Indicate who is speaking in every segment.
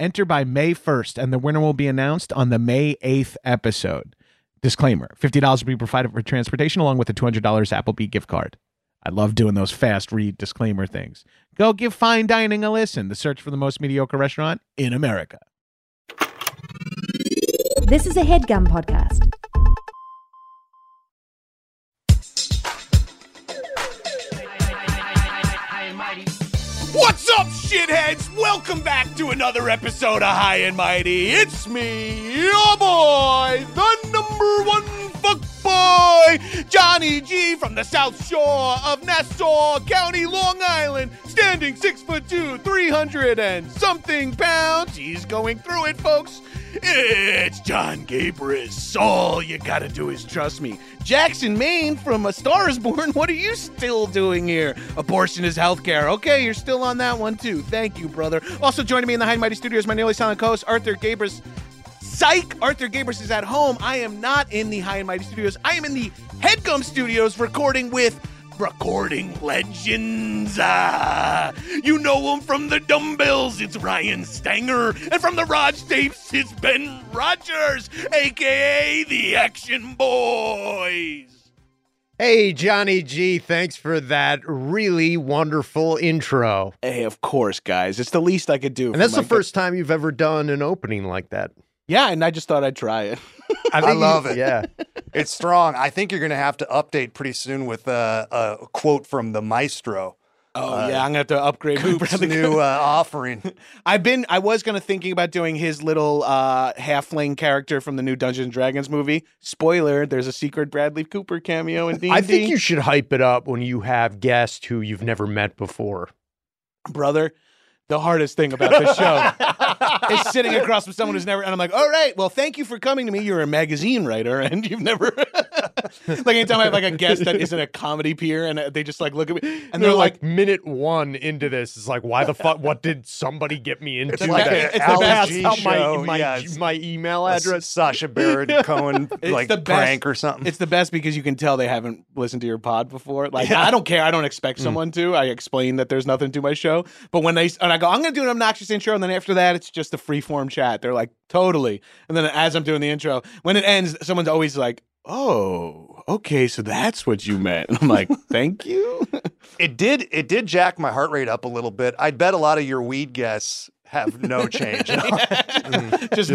Speaker 1: Enter by May 1st, and the winner will be announced on the May 8th episode. Disclaimer $50 will be provided for transportation along with a $200 Applebee gift card. I love doing those fast read disclaimer things. Go give fine dining a listen, the search for the most mediocre restaurant in America.
Speaker 2: This is a headgum podcast.
Speaker 3: What's up, shitheads? Welcome back to another episode of High and Mighty. It's me, your boy, the number one fuckboy, Johnny G from the South Shore of Nassau County, Long Island, standing six foot two, 300 and something pounds. He's going through it, folks. It's John Gabris. All you gotta do is trust me. Jackson, Maine, from A Star is Born. What are you still doing here? Abortion is healthcare. Okay, you're still on that one too. Thank you, brother. Also joining me in the High and Mighty Studios, my nearly silent co-host Arthur Gabris. Psych! Arthur Gabris is at home. I am not in the High and Mighty Studios. I am in the Headgum Studios recording with recording legends. Ah, you know him from the dumbbells, it's Ryan Stanger, and from the Raj tapes, it's Ben Rogers, aka the Action Boys.
Speaker 4: Hey, Johnny G, thanks for that really wonderful intro.
Speaker 3: Hey, of course, guys, it's the least I could do.
Speaker 4: And that's the first time you've ever done an opening like that.
Speaker 3: yeah, and I just thought I'd try it.
Speaker 5: I
Speaker 4: think you-
Speaker 5: love it.
Speaker 4: Yeah.
Speaker 5: It's strong. I think you're going to have to update pretty soon with uh, a quote from the maestro.
Speaker 3: Oh yeah, I'm gonna have to upgrade. my
Speaker 5: His
Speaker 3: brother.
Speaker 5: new uh, offering.
Speaker 3: I've been. I was gonna thinking about doing his little uh, halfling character from the new Dungeons and Dragons movie. Spoiler: There's a secret Bradley Cooper cameo in D.
Speaker 4: I think you should hype it up when you have guests who you've never met before.
Speaker 3: brother. The hardest thing about this show is sitting across from someone who's never. And I'm like, all right, well, thank you for coming to me. You're a magazine writer, and you've never. like anytime I have like a guest that isn't a comedy peer, and uh, they just like look at me, and they're like,
Speaker 4: minute one into this. It's like, why the fuck? What did somebody get me into?
Speaker 5: It's like
Speaker 3: ba-
Speaker 5: an
Speaker 3: it's the
Speaker 5: Alan
Speaker 3: best-
Speaker 5: G
Speaker 4: Out
Speaker 5: show.
Speaker 4: my, my,
Speaker 5: yeah, it's
Speaker 4: my email
Speaker 5: a
Speaker 4: address.
Speaker 5: Sasha Baron Cohen
Speaker 3: It's
Speaker 5: like
Speaker 3: the best.
Speaker 5: prank or something.
Speaker 3: It's the best because you can tell they haven't listened to your pod before. Like I don't care. I don't expect someone to. I explain that there's nothing to my show. But when they and I go, I'm going to do an obnoxious intro, and then after that, it's just a free form chat. They're like, totally. And then as I'm doing the intro, when it ends, someone's always like, Oh, okay, so that's what you meant. And I'm like, thank you.
Speaker 5: it did it did jack my heart rate up a little bit. I bet a lot of your weed guests have no change.
Speaker 3: just no
Speaker 5: just brings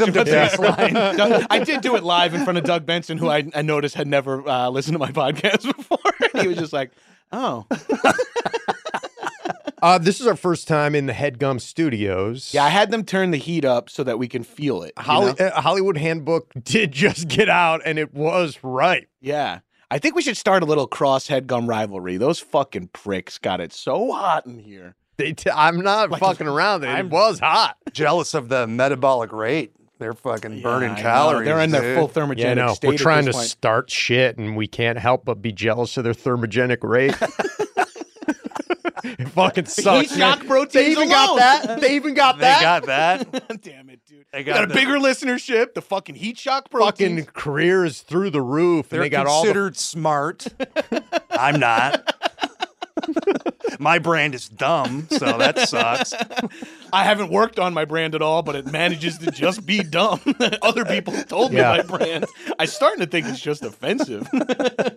Speaker 3: reaction.
Speaker 5: them to
Speaker 3: whatsoever. Doug- I did do it live in front of Doug Benson, who I, I noticed had never uh, listened to my podcast before. he was just like, "Oh,
Speaker 4: Uh, this is our first time in the Headgum Studios.
Speaker 3: Yeah, I had them turn the heat up so that we can feel it. you
Speaker 4: Holly,
Speaker 3: know?
Speaker 4: uh, Hollywood Handbook did just get out, and it was right.
Speaker 3: Yeah. I think we should start a little crosshead gum rivalry. Those fucking pricks got it so hot in here.
Speaker 4: They t- I'm not fucking around. It was hot.
Speaker 5: Jealous of the metabolic rate. They're fucking burning
Speaker 3: I know.
Speaker 5: calories.
Speaker 3: They're in their
Speaker 5: dude.
Speaker 3: full thermogenic
Speaker 4: Yeah, no,
Speaker 3: state.
Speaker 4: we're
Speaker 3: at
Speaker 4: trying to
Speaker 3: this point.
Speaker 4: start shit, and we can't help but be jealous of their thermogenic rate. it fucking
Speaker 3: Heat
Speaker 4: sucks. man.
Speaker 3: shock proteins
Speaker 4: They
Speaker 3: alone.
Speaker 4: even got that. They even got
Speaker 5: They
Speaker 4: that.
Speaker 5: got that.
Speaker 3: Damn it, dude.
Speaker 5: They
Speaker 3: got,
Speaker 5: got
Speaker 3: a
Speaker 5: the-
Speaker 3: bigger listenership. The fucking heat shock proteins.
Speaker 4: fucking careers through the roof,
Speaker 5: They're
Speaker 4: and they got all the
Speaker 5: considered smart. I'm not. my brand is dumb, so that sucks.
Speaker 6: I haven't worked on my brand at all, but it manages to just be dumb. Other people told
Speaker 4: Yeah.
Speaker 6: me my brand. I'm starting to think it's just offensive.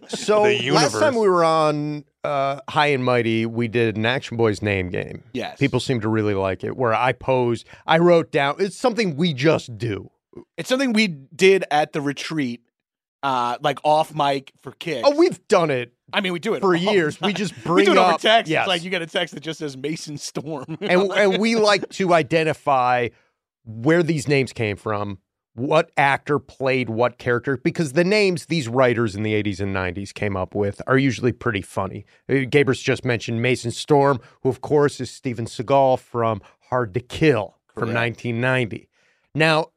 Speaker 4: So
Speaker 5: The
Speaker 4: last
Speaker 5: universe.
Speaker 4: time we were on uh, High and Mighty, we did an Action Boys name game.
Speaker 6: yes.
Speaker 4: People seem to really like it. Where I posed, I wrote down. It's something we just do.
Speaker 6: It's something we did at the retreat, uh, like off mic for kicks.
Speaker 4: Oh, we've done it
Speaker 6: I mean, we do it
Speaker 4: for
Speaker 6: all
Speaker 4: years.
Speaker 6: the
Speaker 4: We
Speaker 6: time.
Speaker 4: just bring
Speaker 6: we do it
Speaker 4: up
Speaker 6: over text.
Speaker 4: Yes.
Speaker 6: It's like you get a text that just says Mason Storm.
Speaker 4: and and we like to identify where these names came from, what actor played what character, because the names these writers in the 80s and 90s came up with are usually pretty funny. Uh, Gabers just mentioned Mason Storm, who of course is Steven Seagal from Hard to Kill from
Speaker 5: Correct.
Speaker 4: 1990. Now,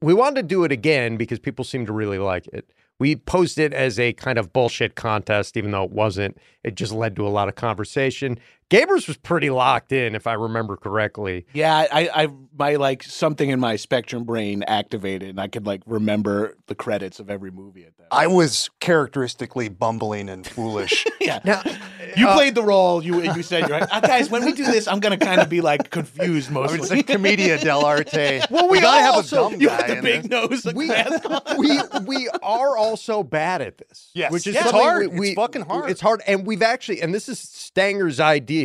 Speaker 4: we wanted to do it again because people seem to really like it. We posed it as a kind of bullshit contest, even though it wasn't. It just led to a lot of conversation. Gabers was pretty locked in, if I remember correctly.
Speaker 6: yeah, I, I, my like something in my spectrum brain activated, and I could like remember the credits of every movie at
Speaker 4: Oh,
Speaker 6: that.
Speaker 5: I was characteristically bumbling and foolish.
Speaker 6: yeah.
Speaker 4: Now,
Speaker 6: You played the role. You you said you're like, "Uh, guys. When we do this, I'm gonna kind of be like confused
Speaker 5: I was
Speaker 6: mostly.
Speaker 5: a commedia dell'arte.
Speaker 4: Well, we
Speaker 5: gotta
Speaker 4: also-
Speaker 5: have a dumb
Speaker 6: you
Speaker 5: guy
Speaker 6: had the
Speaker 5: in
Speaker 6: big
Speaker 5: this.
Speaker 6: nose. like
Speaker 4: we,
Speaker 6: that.
Speaker 4: we we are also bad at this.
Speaker 5: Yes.
Speaker 4: which is
Speaker 5: Yeah. It's
Speaker 4: something
Speaker 5: hard.
Speaker 4: we- we-
Speaker 5: It's fucking hard.
Speaker 4: It's hard, and we've actually, and this is Stanger's idea.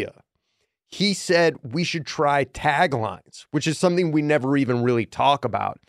Speaker 4: He said we should try taglines, which is something we never even really talk about.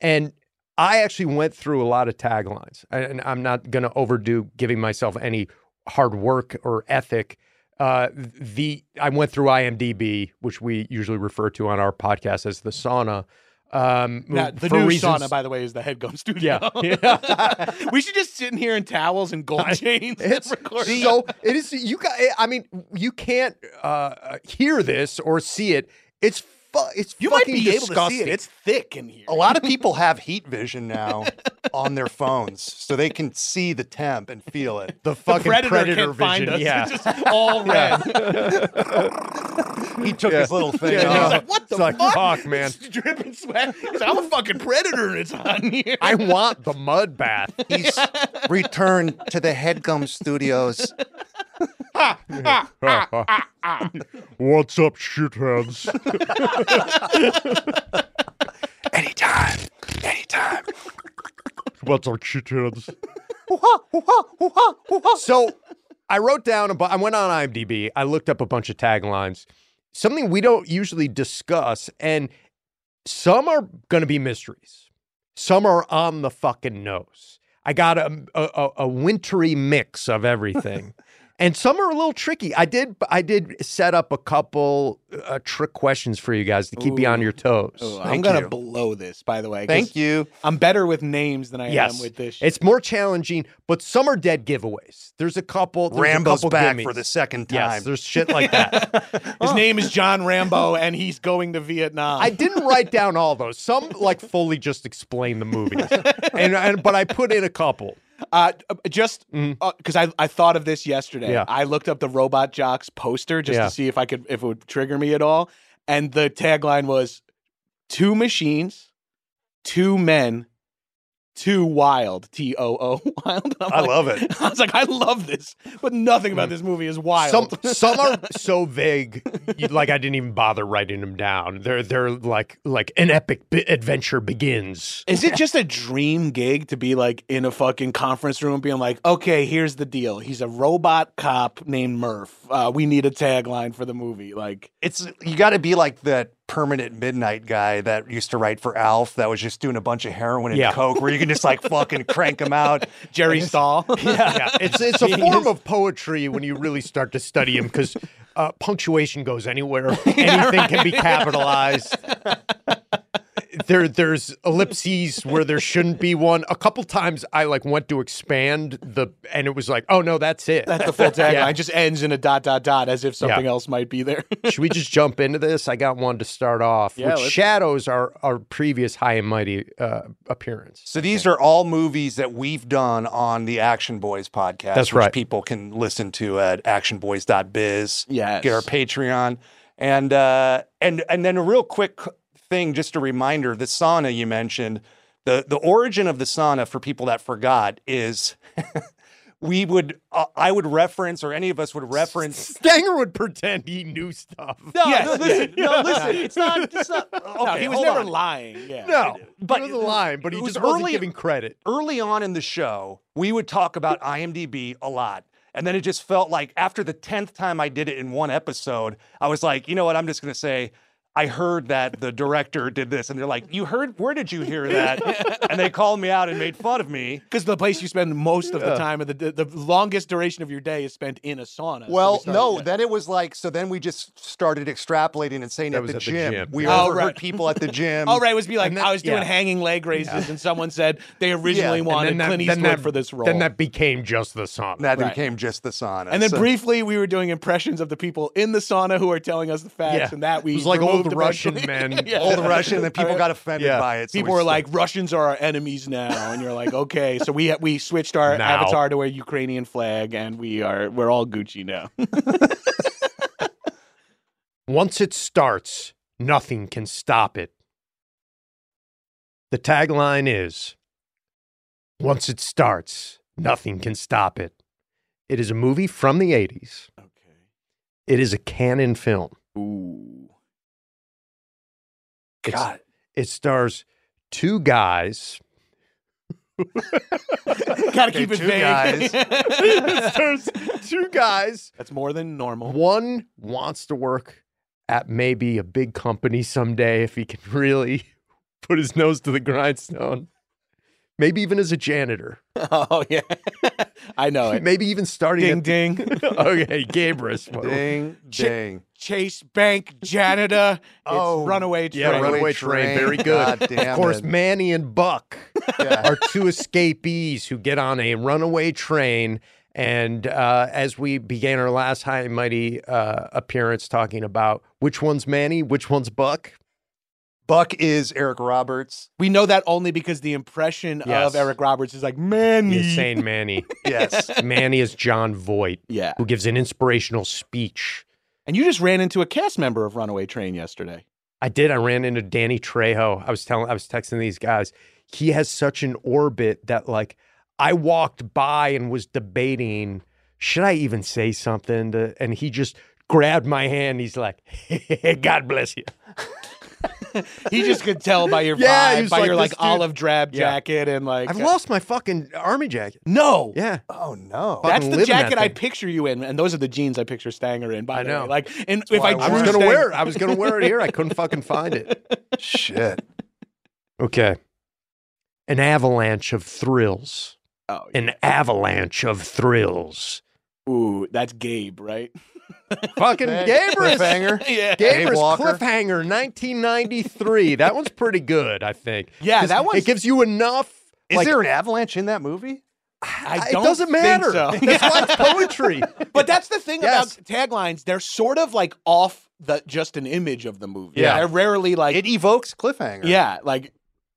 Speaker 4: And I actually went through a lot of taglines, and I'm not going to overdo giving myself any hard work or ethic. Uh, the I went through IMDb, which we usually refer to on our podcast as the sauna. Um,
Speaker 6: Now, the
Speaker 4: for
Speaker 6: new
Speaker 4: reasons-
Speaker 6: sauna, by the way, is the Headgum Studio.
Speaker 4: Yeah. Yeah.
Speaker 6: we should just sit in here in towels and gold chains
Speaker 4: It's
Speaker 6: and record.
Speaker 4: so it is. You got. eh, I mean, you can't uh, hear this or see it. It's fu- It's
Speaker 6: you might
Speaker 4: fucking
Speaker 6: be able to
Speaker 4: disgusting.
Speaker 6: see it. It's thick in here.
Speaker 5: A lot of people have heat vision now on their phones, so they can see the temp and feel it.
Speaker 4: the fucking
Speaker 6: predator,
Speaker 4: predator
Speaker 6: can't find
Speaker 4: vision,
Speaker 6: us.
Speaker 4: yeah.
Speaker 6: It's just all red.
Speaker 5: He took his little thing
Speaker 4: Yeah.
Speaker 5: off.
Speaker 6: He's like, what the
Speaker 4: It's like,
Speaker 6: fuck?
Speaker 4: fuck, man.
Speaker 6: It's dripping sweat. He's like, I'm a fucking predator and it's on here.
Speaker 4: I want the mud bath.
Speaker 5: He's returned to the Headgum Studios.
Speaker 4: What's up, shitheads?
Speaker 5: Anytime. Anytime.
Speaker 4: What's up, shitheads? so I wrote down a bu- I went on IMDb. I looked up a bunch of taglines. Something we don't usually discuss, and some are going to be mysteries. Some are on the fucking nose. I got a a, a- a wintry mix of everything. And some are a little tricky. I did I did set up a couple uh, trick questions for you guys to keep you on
Speaker 6: Ooh.
Speaker 4: your toes.
Speaker 6: I'm
Speaker 5: Thank
Speaker 6: gonna
Speaker 5: you.
Speaker 6: blow this, by the way. 'cause
Speaker 5: Thank you.
Speaker 6: I'm better with names than I
Speaker 4: Yes.
Speaker 6: am with this. Shit.
Speaker 4: It's more challenging, but some are dead giveaways. There's a couple. There's a
Speaker 5: Rambo's
Speaker 4: couple
Speaker 5: back
Speaker 4: gimmies.
Speaker 5: for the second
Speaker 4: Yes,
Speaker 5: time.
Speaker 4: there's shit like that.
Speaker 6: His name is John Rambo, and he's going to Vietnam.
Speaker 4: I didn't write down all those. Some like fully just explain the movies, and, and but I put in a couple.
Speaker 6: Uh, just
Speaker 4: Mhm.
Speaker 6: because I, I thought of this yesterday.
Speaker 4: Yeah.
Speaker 6: I looked up the Robot Jocks poster just
Speaker 4: Yeah.
Speaker 6: to see if I could if it would trigger me at all, and the tagline was two machines, two men, two wild. T O O wild. I'm
Speaker 5: I
Speaker 6: like-
Speaker 5: love it.
Speaker 6: I was like, I love this, but nothing about this movie is wild.
Speaker 4: Some some are so vague, you- like I didn't even bother writing them down. They're they're like like an epic bi- adventure begins.
Speaker 6: Is it just a dream gig to be like in a fucking conference room being like, okay, here's the deal. He's a robot cop named Murph. Uh, we need a tagline for the movie. Like,
Speaker 5: It's you got to be like that permanent midnight guy that used to write for Alf that was just doing a bunch of heroin and
Speaker 4: Yeah.
Speaker 5: coke, where you can just like fucking crank him out.
Speaker 6: Jerry Stahl.
Speaker 4: Yeah, it's it's a form of poetry when you really start to study them because uh, punctuation goes anywhere. Anything can be capitalized. There, there's ellipses where there shouldn't be one. A couple times I like went to expand the, and it was like, oh no, that's it.
Speaker 6: That's the full tagline.
Speaker 4: Yeah.
Speaker 6: It just ends in a dot dot dot as if something
Speaker 4: Yeah.
Speaker 6: else might be there.
Speaker 4: Should we just jump into this? I got one to start off,
Speaker 6: Yeah,
Speaker 4: which
Speaker 6: let's-
Speaker 4: shadows our our previous high and mighty uh, appearance.
Speaker 5: So these are all movies that we've done on the Action Boys podcast.
Speaker 4: That's
Speaker 5: which
Speaker 4: right.
Speaker 5: People can listen to at actionboys.biz.
Speaker 6: Yes.
Speaker 5: Get our Patreon. And uh and and then a real quick thing, just a reminder, the sauna you mentioned, the the origin of the sauna for people that forgot is we would, uh, I would reference, or any of us would reference.
Speaker 4: Stanger would pretend he knew stuff.
Speaker 5: No,
Speaker 6: Yes.
Speaker 5: no, listen, no, listen. It's not. It's not. Okay,
Speaker 6: no, he was
Speaker 5: hold
Speaker 6: never
Speaker 5: on.
Speaker 6: lying. Yeah.
Speaker 4: No,
Speaker 5: But-
Speaker 4: but he was lying, but he
Speaker 5: it was
Speaker 4: just wasn't
Speaker 5: early-
Speaker 4: giving credit.
Speaker 5: early on in the show, we would talk about IMDb a lot. And then it just felt like after the 10th time I did it in one episode, I was like, you know what? I'm just going to say, I heard that the director did this. And they're like, you heard? Where did you hear that? and they called me out and made fun of me.
Speaker 6: Because the place you spend most of the time, of the, the the longest duration of your day is spent in a sauna. So we
Speaker 5: Well,
Speaker 6: started-
Speaker 5: no,
Speaker 6: yeah.
Speaker 5: then it was like, so then we just started extrapolating and saying
Speaker 4: That
Speaker 5: at
Speaker 4: was
Speaker 5: the,
Speaker 4: at the
Speaker 5: gym.
Speaker 4: gym,
Speaker 5: We
Speaker 4: yeah.
Speaker 6: Oh,
Speaker 5: overheard
Speaker 6: right.
Speaker 5: people at the gym.
Speaker 6: Oh, right. It was be like,
Speaker 4: And that-
Speaker 6: I was doing
Speaker 4: yeah.
Speaker 6: hanging leg raises, and someone said they originally
Speaker 5: And
Speaker 6: wanted
Speaker 4: And then
Speaker 6: Clint
Speaker 4: that-
Speaker 6: Eastwood
Speaker 4: then that-
Speaker 6: for this role.
Speaker 4: Then that became just the song.
Speaker 5: That
Speaker 6: Right.
Speaker 5: became just the sauna.
Speaker 6: and then
Speaker 5: So-
Speaker 6: briefly, we were doing impressions of the people in the sauna who are telling us the facts,
Speaker 4: Yeah.
Speaker 6: and that we
Speaker 4: It was like old
Speaker 6: removed
Speaker 4: Russian
Speaker 6: eventually.
Speaker 4: men.
Speaker 6: Yeah.
Speaker 5: Old Russian, and then people got offended
Speaker 4: Yeah.
Speaker 5: by it. so we
Speaker 6: People were
Speaker 5: still-
Speaker 6: like, Russians are our enemies now, and you're like, okay. So we we switched our
Speaker 4: Now.
Speaker 6: avatar to a Ukrainian flag, and we are we're all Gucci now.
Speaker 4: Once it starts, nothing can stop it. The tagline is Once it starts, nothing can stop it. It is a movie from the 80s.
Speaker 6: okay.
Speaker 4: It is a canon film.
Speaker 6: Ooh.
Speaker 4: It's-
Speaker 5: God.
Speaker 4: It stars two guys.
Speaker 6: Gotta
Speaker 5: Okay,
Speaker 6: keep it
Speaker 5: two
Speaker 6: vague.
Speaker 4: stars two guys.
Speaker 6: That's more than normal.
Speaker 4: One wants to work at maybe a big company someday if he can really put his nose to the grindstone. Maybe even as a janitor.
Speaker 6: Oh yeah, Oh, I know it.
Speaker 4: Maybe even starting
Speaker 6: Ding
Speaker 4: at
Speaker 6: ding.
Speaker 4: okay, Gabrus. What-
Speaker 5: ding,
Speaker 6: Chick-
Speaker 5: ding.
Speaker 6: Chase Bank janitor. It's
Speaker 5: Oh,
Speaker 6: runaway train.
Speaker 4: Yeah, runaway train. Very good.
Speaker 5: God damn
Speaker 4: of course,
Speaker 5: it.
Speaker 4: Manny and Buck
Speaker 5: Yeah.
Speaker 4: are two escapees who get on a runaway train. And uh, as we began our last High and Mighty uh, appearance talking about which one's Manny, which one's Buck,
Speaker 5: Buck is Eric Roberts.
Speaker 6: We know that only because the impression
Speaker 4: Yes.
Speaker 6: of Eric Roberts is like Manny.
Speaker 4: he is saying Manny.
Speaker 5: Yes.
Speaker 4: Manny is John Voight,
Speaker 6: Yeah,
Speaker 4: who gives an inspirational speech.
Speaker 6: and you just ran into a cast member of Runaway Train yesterday.
Speaker 4: I did. I ran into Danny Trejo. I was telling, I was texting these guys. He has such an orbit that, like, I walked by and was debating, should I even say something? To, and he just grabbed my hand. He's like, God bless you.
Speaker 6: He just could tell by your
Speaker 4: Yeah, he
Speaker 6: vibe,
Speaker 4: was
Speaker 6: by
Speaker 4: like
Speaker 6: your like
Speaker 4: this dude-
Speaker 6: olive drab
Speaker 4: Yeah.
Speaker 6: jacket, and like
Speaker 4: I've lost my fucking army jacket.
Speaker 6: No,
Speaker 4: Yeah.
Speaker 5: Oh no.
Speaker 4: Fuck.
Speaker 6: that's
Speaker 4: fucking
Speaker 6: the
Speaker 4: live in that
Speaker 6: jacket I
Speaker 4: thing.
Speaker 6: picture you in, and those are the jeans I picture Stanger in. By
Speaker 4: I
Speaker 6: the
Speaker 4: know.
Speaker 6: way, like, and if
Speaker 5: why I
Speaker 6: I,
Speaker 4: I was
Speaker 5: Worst
Speaker 4: going to
Speaker 5: thing.
Speaker 4: wear it. I was going to wear it here. I couldn't fucking find it.
Speaker 5: Shit.
Speaker 4: Okay. An avalanche of thrills.
Speaker 6: Oh, yeah.
Speaker 4: An avalanche of thrills.
Speaker 6: ooh, that's Gabe, right?
Speaker 4: Fucking
Speaker 5: Thank-
Speaker 4: Gabrus.
Speaker 5: Cliffhanger.
Speaker 6: yeah,
Speaker 5: Gabe
Speaker 4: Gabrus
Speaker 5: Walker.
Speaker 4: Cliffhanger 1993. that one's pretty good, I think.
Speaker 6: Yeah,
Speaker 4: 'Cause
Speaker 6: that one's-
Speaker 4: It gives you enough.
Speaker 5: Is
Speaker 4: like,
Speaker 5: there an avalanche in that movie?
Speaker 6: I
Speaker 4: it
Speaker 6: don't
Speaker 4: doesn't
Speaker 6: think
Speaker 4: matter.
Speaker 6: so.
Speaker 4: That's why it's poetry.
Speaker 6: But that's the thing
Speaker 4: Yes.
Speaker 6: about taglines; they're sort of like off the just an image of the movie.
Speaker 4: Yeah.
Speaker 6: they're rarely like
Speaker 5: It evokes cliffhanger.
Speaker 6: yeah, like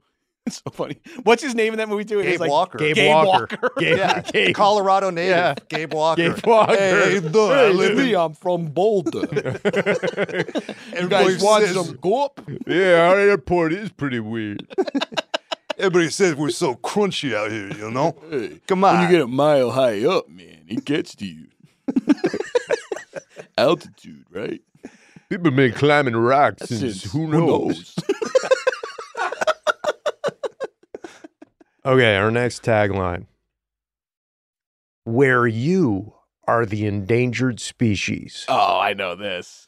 Speaker 6: it's so funny. What's his name in that movie too? It
Speaker 5: Gabe
Speaker 6: was like
Speaker 5: Walker.
Speaker 4: Gabe,
Speaker 6: Gabe
Speaker 4: Walker.
Speaker 6: Walker.
Speaker 4: Gabe,
Speaker 5: Yeah.
Speaker 4: Gabe,
Speaker 5: Colorado native.
Speaker 4: Yeah.
Speaker 5: Gabe Walker.
Speaker 4: Gabe Walker.
Speaker 5: Hey, look, I
Speaker 6: Hey,
Speaker 5: live
Speaker 6: it's
Speaker 5: in-
Speaker 6: me, I'm from Boulder. you guys
Speaker 5: Everybody
Speaker 6: want
Speaker 5: says-
Speaker 6: some goop?
Speaker 4: yeah, our airport is pretty weird.
Speaker 5: Everybody says we're so crunchy out here, you know?
Speaker 6: Hey,
Speaker 5: Come
Speaker 6: When
Speaker 5: on.
Speaker 6: you get a mile high up, man, it gets to you. Altitude, right?
Speaker 4: People been climbing rocks Okay, our next tagline. Where you are the endangered species.
Speaker 6: Oh, I know this.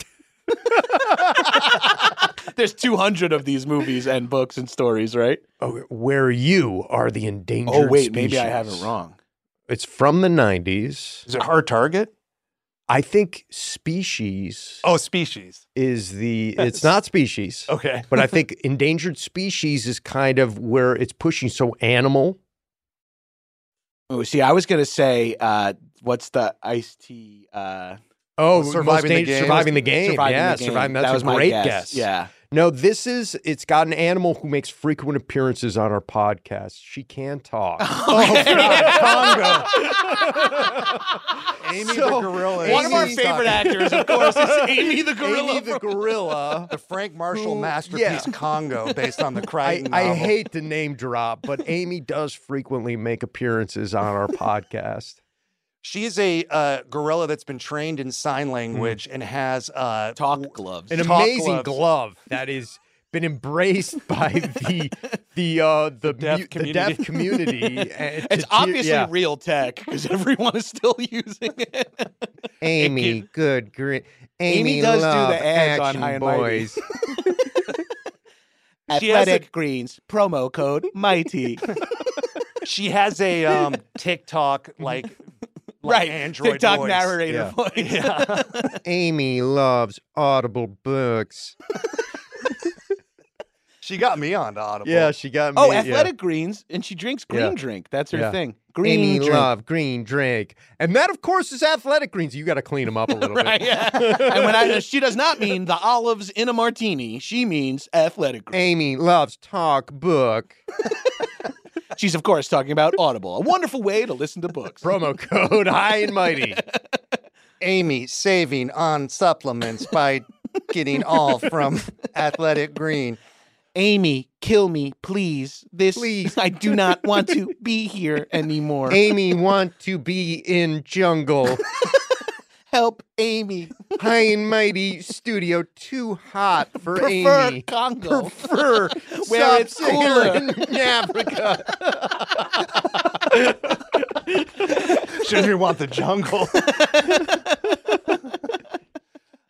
Speaker 6: There's 200 of these movies and books and stories, right?
Speaker 4: Oh, where you are the endangered
Speaker 6: Oh, wait,
Speaker 4: species.
Speaker 6: maybe I have it wrong.
Speaker 4: It's from the 90s.
Speaker 5: Is it hard target?
Speaker 4: I think species
Speaker 5: Oh, species.
Speaker 4: is the it's not species.
Speaker 5: Okay.
Speaker 4: But I think endangered species is kind of where it's pushing so animal.
Speaker 6: Oh, see, I was going to say, uh, what's the iced tea? Uh,
Speaker 4: Oh,
Speaker 5: most Surviving the dang- game.
Speaker 4: Surviving the game.
Speaker 6: surviving
Speaker 4: yeah,
Speaker 6: the game.
Speaker 4: surviving that's
Speaker 6: that was
Speaker 4: a
Speaker 6: my
Speaker 4: great
Speaker 6: guess.
Speaker 4: guess.
Speaker 6: Yeah.
Speaker 4: No, this is it's got an animal who makes frequent appearances on our podcast. She can talk.
Speaker 5: Amy
Speaker 4: So,
Speaker 5: the gorilla.
Speaker 6: One of our
Speaker 5: Amy-
Speaker 6: favorite actors, of course, is Amy the Gorilla.
Speaker 4: Amy the gorilla.
Speaker 5: uh, The Frank Marshall
Speaker 4: Who-
Speaker 5: masterpiece
Speaker 4: yeah.
Speaker 5: Congo, based on the
Speaker 4: I,
Speaker 5: Crichton
Speaker 4: I
Speaker 5: novel.
Speaker 4: hate to name drop, but Amy does frequently make appearances on our podcast.
Speaker 5: She is a uh, gorilla that's been trained in sign language and has uh,
Speaker 7: Talk gloves.
Speaker 8: an
Speaker 5: Talk
Speaker 8: amazing
Speaker 5: gloves.
Speaker 8: glove that is been embraced by the the uh the
Speaker 5: deaf
Speaker 8: mu- the deaf
Speaker 5: community.
Speaker 8: community. and to
Speaker 7: It's
Speaker 8: cheer-
Speaker 7: obviously
Speaker 8: yeah.
Speaker 7: real tech because everyone is still using it.
Speaker 8: Amy, good grin. Amy,
Speaker 7: does do the
Speaker 8: love
Speaker 7: ads on
Speaker 8: action
Speaker 7: High and Mighty.
Speaker 8: boys.
Speaker 5: She has a-
Speaker 6: Athletic Greens promo code Mighty.
Speaker 5: she has a um, TikTok like, like
Speaker 7: right.
Speaker 5: Android
Speaker 7: TikTok
Speaker 5: voice.
Speaker 7: narrator
Speaker 8: Yeah.
Speaker 7: voice.
Speaker 5: Yeah.
Speaker 8: Amy loves audible books.
Speaker 5: she got me on to Audible.
Speaker 8: Yeah, she got me.
Speaker 6: Oh,
Speaker 8: yeah.
Speaker 6: athletic greens, and she drinks green
Speaker 8: Yeah.
Speaker 6: drink. That's her
Speaker 8: Yeah.
Speaker 6: thing. Green
Speaker 8: Amy
Speaker 6: drink.
Speaker 8: love green drink, and that of course is athletic greens. You got to clean them up a little
Speaker 7: Right.
Speaker 8: bit.
Speaker 7: Yeah. and when I she does not mean the olives in a martini, she means athletic greens.
Speaker 8: Amy loves talk book.
Speaker 6: She's of course talking about Audible, a wonderful way to listen to books.
Speaker 8: Promo code high and mighty.
Speaker 5: Amy saving on supplements by getting all from Athletic Green.
Speaker 6: Amy, kill me, please. This
Speaker 8: Please.
Speaker 6: I do not want to be here anymore.
Speaker 8: Amy want to be in jungle.
Speaker 6: Help, Amy.
Speaker 8: High and mighty studio too hot for
Speaker 6: Prefer
Speaker 8: Amy.
Speaker 6: Congo.
Speaker 8: Prefer
Speaker 6: Where it's
Speaker 8: Sub-Saharan Africa.
Speaker 5: Should we want the jungle?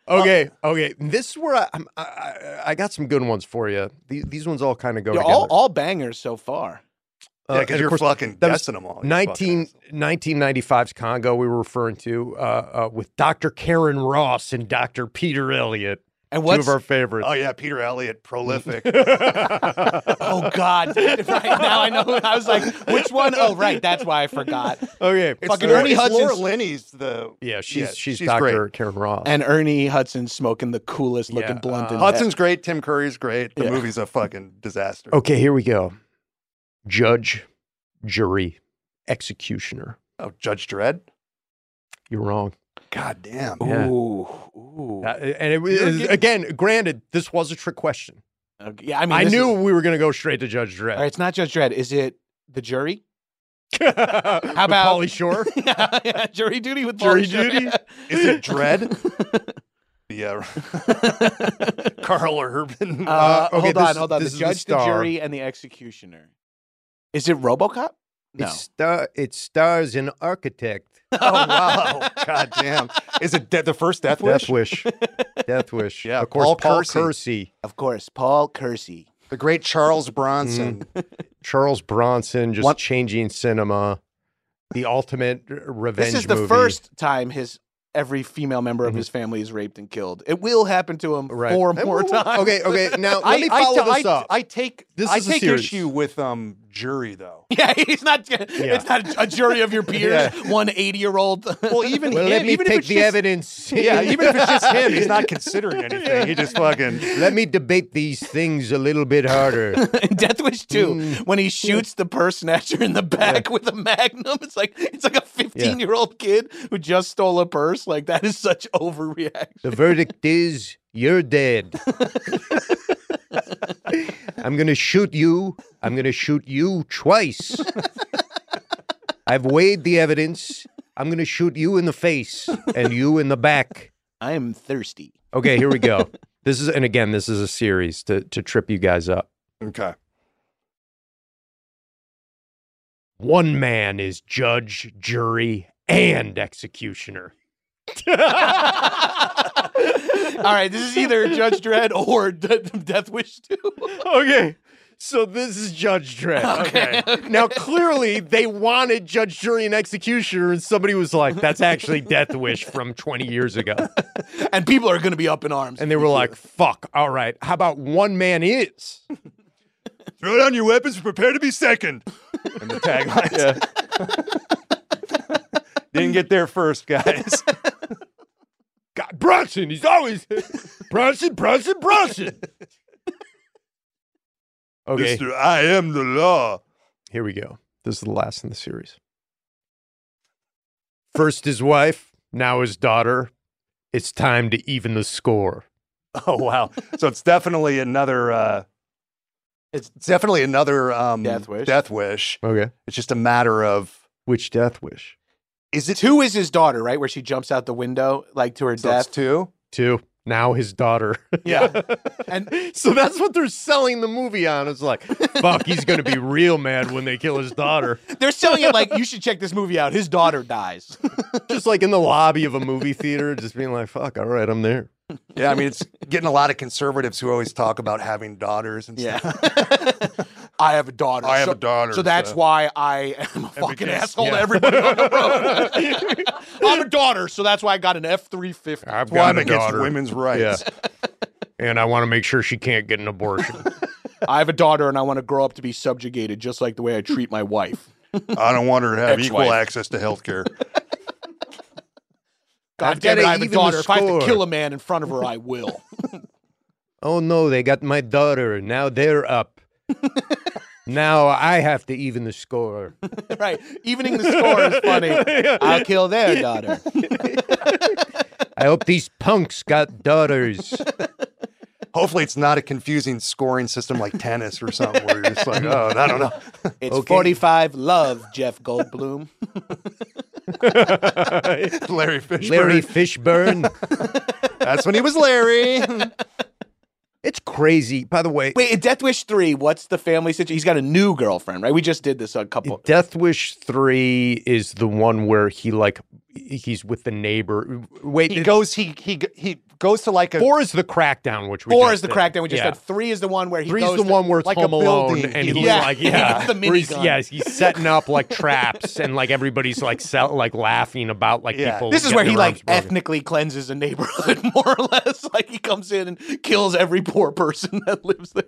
Speaker 8: Okay, okay. This is where I, I'm, I- I I got some good ones for you. These, these ones all kind of go
Speaker 6: You're
Speaker 8: together.
Speaker 6: all, all bangers so far.
Speaker 5: Yeah,
Speaker 8: Uh,
Speaker 5: because
Speaker 8: and
Speaker 5: you're
Speaker 8: of course,
Speaker 5: fucking
Speaker 8: that was
Speaker 5: guessing them all. you
Speaker 8: 19,
Speaker 5: fucking-
Speaker 8: 1995's Congo we were referring to uh, uh, with Dr. Karen Ross and Dr. Peter Elliott,
Speaker 6: And what's
Speaker 8: two of our favorites.
Speaker 5: Oh yeah, Peter Elliott, prolific.
Speaker 6: Oh God! right now I know. I was like, which one? Oh, right. That's why I forgot.
Speaker 8: okay,
Speaker 6: Fucking
Speaker 5: Laura-
Speaker 6: Ernie
Speaker 5: it's Laura
Speaker 6: Hudson's-
Speaker 5: Linney's the
Speaker 8: yeah, she's she's,
Speaker 5: great.
Speaker 8: Dr. Karen Ross.
Speaker 6: And Ernie Hudson smoking the coolest looking
Speaker 8: Yeah, Oh.
Speaker 6: blunt. in
Speaker 5: Hudson's great. Tim Curry's great. The
Speaker 6: Yeah.
Speaker 5: movie's a fucking disaster.
Speaker 8: okay, here we go. Judge, jury, executioner.
Speaker 5: Oh, Judge Dredd.
Speaker 8: You're wrong.
Speaker 5: God damn.
Speaker 8: Yeah.
Speaker 6: Ooh, ooh.
Speaker 8: Uh, and it was
Speaker 6: getting-
Speaker 8: again. Granted, this was a trick question.
Speaker 6: Okay, uh, yeah, I mean,
Speaker 8: I,
Speaker 6: this
Speaker 8: knew
Speaker 6: Is,
Speaker 8: we were going to go straight to Judge Dredd.
Speaker 6: all right, it's not Judge Dredd. Is it the jury?
Speaker 8: How
Speaker 6: about-
Speaker 8: Polly Shore?
Speaker 6: yeah, jury duty with
Speaker 8: Jury
Speaker 6: Paul Schrader.
Speaker 8: duty?
Speaker 5: Is it Dredd? yeah. Carl Urban.
Speaker 6: Uh,
Speaker 8: Uh, okay,
Speaker 6: hold
Speaker 8: this
Speaker 6: on,
Speaker 8: is-
Speaker 6: hold on. The
Speaker 8: this is the
Speaker 6: judge, the,
Speaker 8: star.
Speaker 6: jury, and the executioner. Is it RoboCop? No.
Speaker 8: It, star- it stars an architect.
Speaker 5: oh wow. God damn. Is it de- the first Death Wish?
Speaker 8: Death Wish. Death Wish.
Speaker 5: Yeah,
Speaker 8: of course, Paul,
Speaker 5: Paul
Speaker 8: Kersey.
Speaker 5: Kersey.
Speaker 6: of course, Paul Kersey.
Speaker 5: The great Charles Bronson.
Speaker 8: Mm. Charles Bronson, just
Speaker 6: One-
Speaker 8: changing cinema. The ultimate r- revenge.
Speaker 6: This is the
Speaker 8: movie. Mm-hmm.
Speaker 6: first time his every female member of his family is raped and killed. It will happen to him
Speaker 8: Right.
Speaker 6: four
Speaker 8: And
Speaker 6: more
Speaker 8: we'll-
Speaker 6: times.
Speaker 8: Okay, okay. Now let
Speaker 5: I,
Speaker 8: me
Speaker 5: I
Speaker 8: follow
Speaker 5: ta-
Speaker 8: this
Speaker 5: I-
Speaker 8: up.
Speaker 5: I take
Speaker 8: This
Speaker 5: I
Speaker 8: is a
Speaker 5: take
Speaker 8: series.
Speaker 5: issue with um jury though.
Speaker 6: Yeah, he's not. It's not a jury of your peers.
Speaker 8: Yeah.
Speaker 6: One eighty-year-old.
Speaker 5: Well, even
Speaker 8: well,
Speaker 5: him,
Speaker 8: let me
Speaker 5: even if
Speaker 8: take
Speaker 5: it's
Speaker 8: the
Speaker 5: just-
Speaker 8: evidence.
Speaker 5: Yeah, even if it's just him, he's not considering anything. He just fucking
Speaker 8: let me debate these things a little bit harder.
Speaker 6: in Death Wish 2,
Speaker 8: Mm.
Speaker 6: when he shoots the purse snatcher in the back with a magnum, it's like it's like a 15 year old kid who just stole a purse. Like that is such overreaction.
Speaker 8: the verdict is you're dead. I'm going to shoot you. I'm going to shoot you twice. I've weighed the evidence. I'm going to shoot you in the face and you in the back.
Speaker 6: I am thirsty.
Speaker 8: Okay, here we go. This is, and again, this is a series to, to trip you guys up.
Speaker 5: Okay.
Speaker 8: One man is judge, jury, and executioner.
Speaker 6: All right, this is either Judge Dredd or De- Death Wish 2.
Speaker 8: Okay. So this is Judge Dredd.
Speaker 5: Okay.
Speaker 8: Now, clearly, they wanted judge, jury, and executioner, and somebody was like, that's actually Death Wish from 20 years ago.
Speaker 6: And people are going to be up in arms.
Speaker 8: And they were like, fuck, all right, how about one man is?
Speaker 5: Throw down your weapons. Prepare to be second. And the tagline. Didn't get there first, guys.
Speaker 8: God, Bronson, he's always Bronson, Bronson, Bronson. Okay,
Speaker 5: Mister, I am the law.
Speaker 8: here we go. This is the last in the series. First his wife, now his daughter. It's time to even the score.
Speaker 5: Oh wow! So it's definitely another. Uh, it's definitely another um,
Speaker 6: Death Wish.
Speaker 5: Death wish.
Speaker 8: Okay.
Speaker 5: It's just a matter of
Speaker 8: Which death wish?
Speaker 6: Is it two? Is his daughter right where she jumps out the window like to her
Speaker 5: So
Speaker 6: death?
Speaker 5: it's two.
Speaker 8: Two. Now his daughter.
Speaker 5: Yeah.
Speaker 8: and so that's what they're selling the movie on. It's like, fuck, he's going to be real mad when they kill his daughter.
Speaker 6: They're selling it like you should check this movie out. His daughter dies.
Speaker 8: Just like in the lobby of a movie theater, just being like, fuck, all right, I'm there.
Speaker 5: yeah. I mean, it's getting a lot of conservatives who always talk about having daughters and stuff.
Speaker 6: I have a daughter.
Speaker 5: I have
Speaker 6: so,
Speaker 5: a daughter,
Speaker 6: So that's
Speaker 5: so-
Speaker 6: why I am a fucking
Speaker 5: case,
Speaker 6: asshole to
Speaker 5: yeah.
Speaker 6: everybody on the road. I'm a daughter, so that's why I got an F three fifty.
Speaker 8: I've
Speaker 5: Well, I'm against women's rights.
Speaker 8: And I want to make sure she can't get an abortion.
Speaker 6: I have a daughter, and I want to grow up to be subjugated, just like the way I treat my wife.
Speaker 5: I don't want her to have equal
Speaker 6: Ex-wife.
Speaker 5: access to health care.
Speaker 6: God
Speaker 8: I've
Speaker 6: damn it!
Speaker 8: gotta
Speaker 6: I have a
Speaker 8: even the
Speaker 6: daughter. If I have to
Speaker 8: score.
Speaker 6: kill a man in front of her, I will.
Speaker 8: oh no, they got my daughter. Now they're up. now I have to even the score.
Speaker 6: right? Evening the score is funny. I'll kill their daughter.
Speaker 8: I hope these punks got daughters.
Speaker 5: Hopefully, it's not a confusing scoring system like tennis or something where you're just like, oh, I don't know.
Speaker 6: It's forty five. Love Jeff Goldblum.
Speaker 5: Larry Fishburne.
Speaker 8: Larry Fishburne.
Speaker 5: That's when he was Larry.
Speaker 8: it's crazy. By the way,
Speaker 6: Wait, in Death Wish three, what's the family situation? He's got a new girlfriend, right? We just did this a couple.
Speaker 8: Death Wish 3 is the one where he like he's with the neighbor. Wait,
Speaker 5: he
Speaker 8: it-
Speaker 5: goes. He he he goes to like a.
Speaker 8: four is the crackdown, which we
Speaker 6: Four
Speaker 8: just
Speaker 6: is the
Speaker 8: did.
Speaker 6: crackdown we just
Speaker 8: Yeah.
Speaker 6: did. Three is the one where he
Speaker 8: Three's
Speaker 6: goes
Speaker 8: the
Speaker 6: to-
Speaker 8: one where it's
Speaker 5: like a
Speaker 8: Home Alone,
Speaker 5: building.
Speaker 8: and
Speaker 5: He
Speaker 8: he's
Speaker 5: looks-
Speaker 8: like,
Speaker 6: he
Speaker 8: yeah,
Speaker 6: gets the
Speaker 8: Where he's-
Speaker 6: minigun.
Speaker 8: yes, he's setting up like traps, and like everybody's like sell, like laughing about like
Speaker 5: Yeah.
Speaker 8: people.
Speaker 6: This is
Speaker 8: getting
Speaker 6: where he
Speaker 8: their arms
Speaker 6: like
Speaker 8: broken.
Speaker 6: ethnically cleanses a neighborhood, more or less. Like he comes in and kills every poor person that lives there.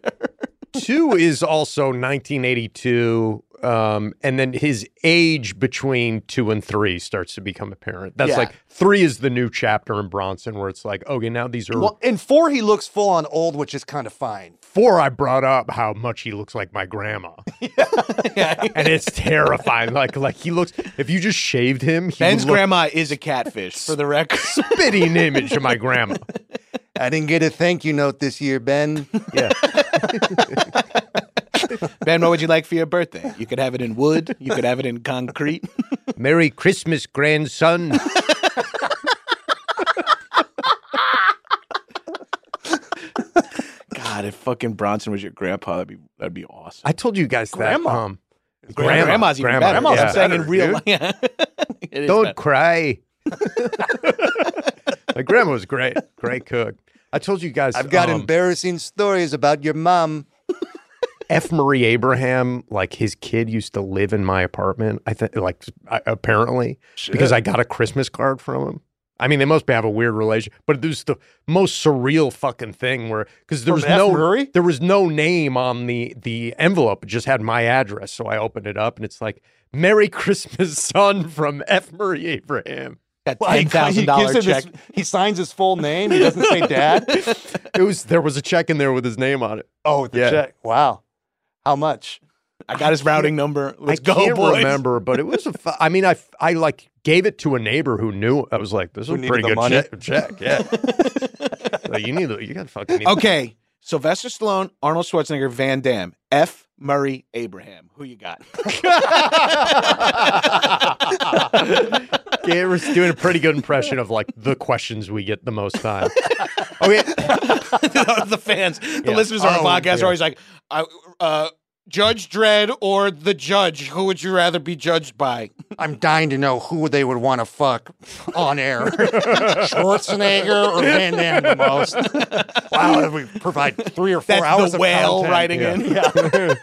Speaker 8: two is also 1982, um, and then his age between two and three starts to become apparent. That's
Speaker 6: Yeah.
Speaker 8: like three is the new chapter in Bronson, where it's like, okay, now these are
Speaker 5: well, in four, he looks full on old, which is kind of fine.
Speaker 8: four. I brought up how much he looks like my grandma, and it's terrifying. Like, like he looks. If you just shaved him, he
Speaker 6: Ben's
Speaker 8: would look
Speaker 6: grandma is a catfish, for the record.
Speaker 8: spitting image of my grandma.
Speaker 5: I didn't get a thank you note this year, Ben.
Speaker 8: Yeah.
Speaker 6: ben, what would you like for your birthday? You could have it in wood. You could have it in concrete.
Speaker 8: Merry Christmas, grandson.
Speaker 6: God, if fucking Bronson was your grandpa, that'd be that'd be awesome.
Speaker 8: I told you guys
Speaker 5: Grandma.
Speaker 8: that. Um,
Speaker 6: Grandma. Grandma's even better.
Speaker 8: Grandma's
Speaker 6: Grandma's I'm
Speaker 8: yeah.
Speaker 6: saying in real life. It is
Speaker 8: Don't
Speaker 6: better.
Speaker 8: cry. My grandma was great. Great cook. I told you guys.
Speaker 5: I've got
Speaker 8: um,
Speaker 5: embarrassing stories about your mom.
Speaker 8: F. Murray Abraham, like his kid used to live in my apartment. I think, like, I, apparently, because I got a Christmas card from him. I mean, they must have a weird relation, but it was the most surreal fucking thing where because there
Speaker 5: From
Speaker 8: was
Speaker 5: F.
Speaker 8: no
Speaker 5: Murray?
Speaker 8: there was no name on the the envelope. It just had my address. So I opened it up and it's like, "Merry Christmas, son," from F. Murray Abraham.
Speaker 6: Got
Speaker 5: Well, he-
Speaker 6: ten thousand dollar
Speaker 5: he gives him
Speaker 6: check.
Speaker 5: his- he signs his full name. He doesn't say dad.
Speaker 8: It was there was a check in there with his name on it.
Speaker 5: Oh, the
Speaker 8: Yeah.
Speaker 5: check. Wow. How much?
Speaker 6: I got his routing number. Let's
Speaker 8: I
Speaker 6: go,
Speaker 8: can't
Speaker 6: boys.
Speaker 8: remember, but it was a. Fu- I mean, I f- I like gave it to a neighbor who knew. I was like, "This is
Speaker 5: Who
Speaker 8: a
Speaker 5: needed
Speaker 8: pretty
Speaker 5: the
Speaker 8: good
Speaker 5: money.
Speaker 8: check, check." Yeah, Like, you need. to- You got fucking. Need
Speaker 6: Okay, Sylvester Stallone, Arnold Schwarzenegger, Van Damme, F. Murray Abraham. Who you got?
Speaker 8: Gator's doing a pretty good impression of like the questions we get the most time. Okay,
Speaker 6: the fans, the
Speaker 8: Yeah.
Speaker 6: listeners of our
Speaker 8: Oh,
Speaker 6: podcast
Speaker 8: yeah.
Speaker 6: are always like, I, uh, Judge Dredd or the judge? Who would you rather be judged by?
Speaker 5: I'm dying to know who they would want to fuck on air. Schwarzenegger or Van Damme the most. Wow, if we provide three or four
Speaker 6: That's
Speaker 5: hours
Speaker 6: the
Speaker 5: of
Speaker 6: whale
Speaker 5: content.
Speaker 6: writing
Speaker 5: Yeah.
Speaker 6: in.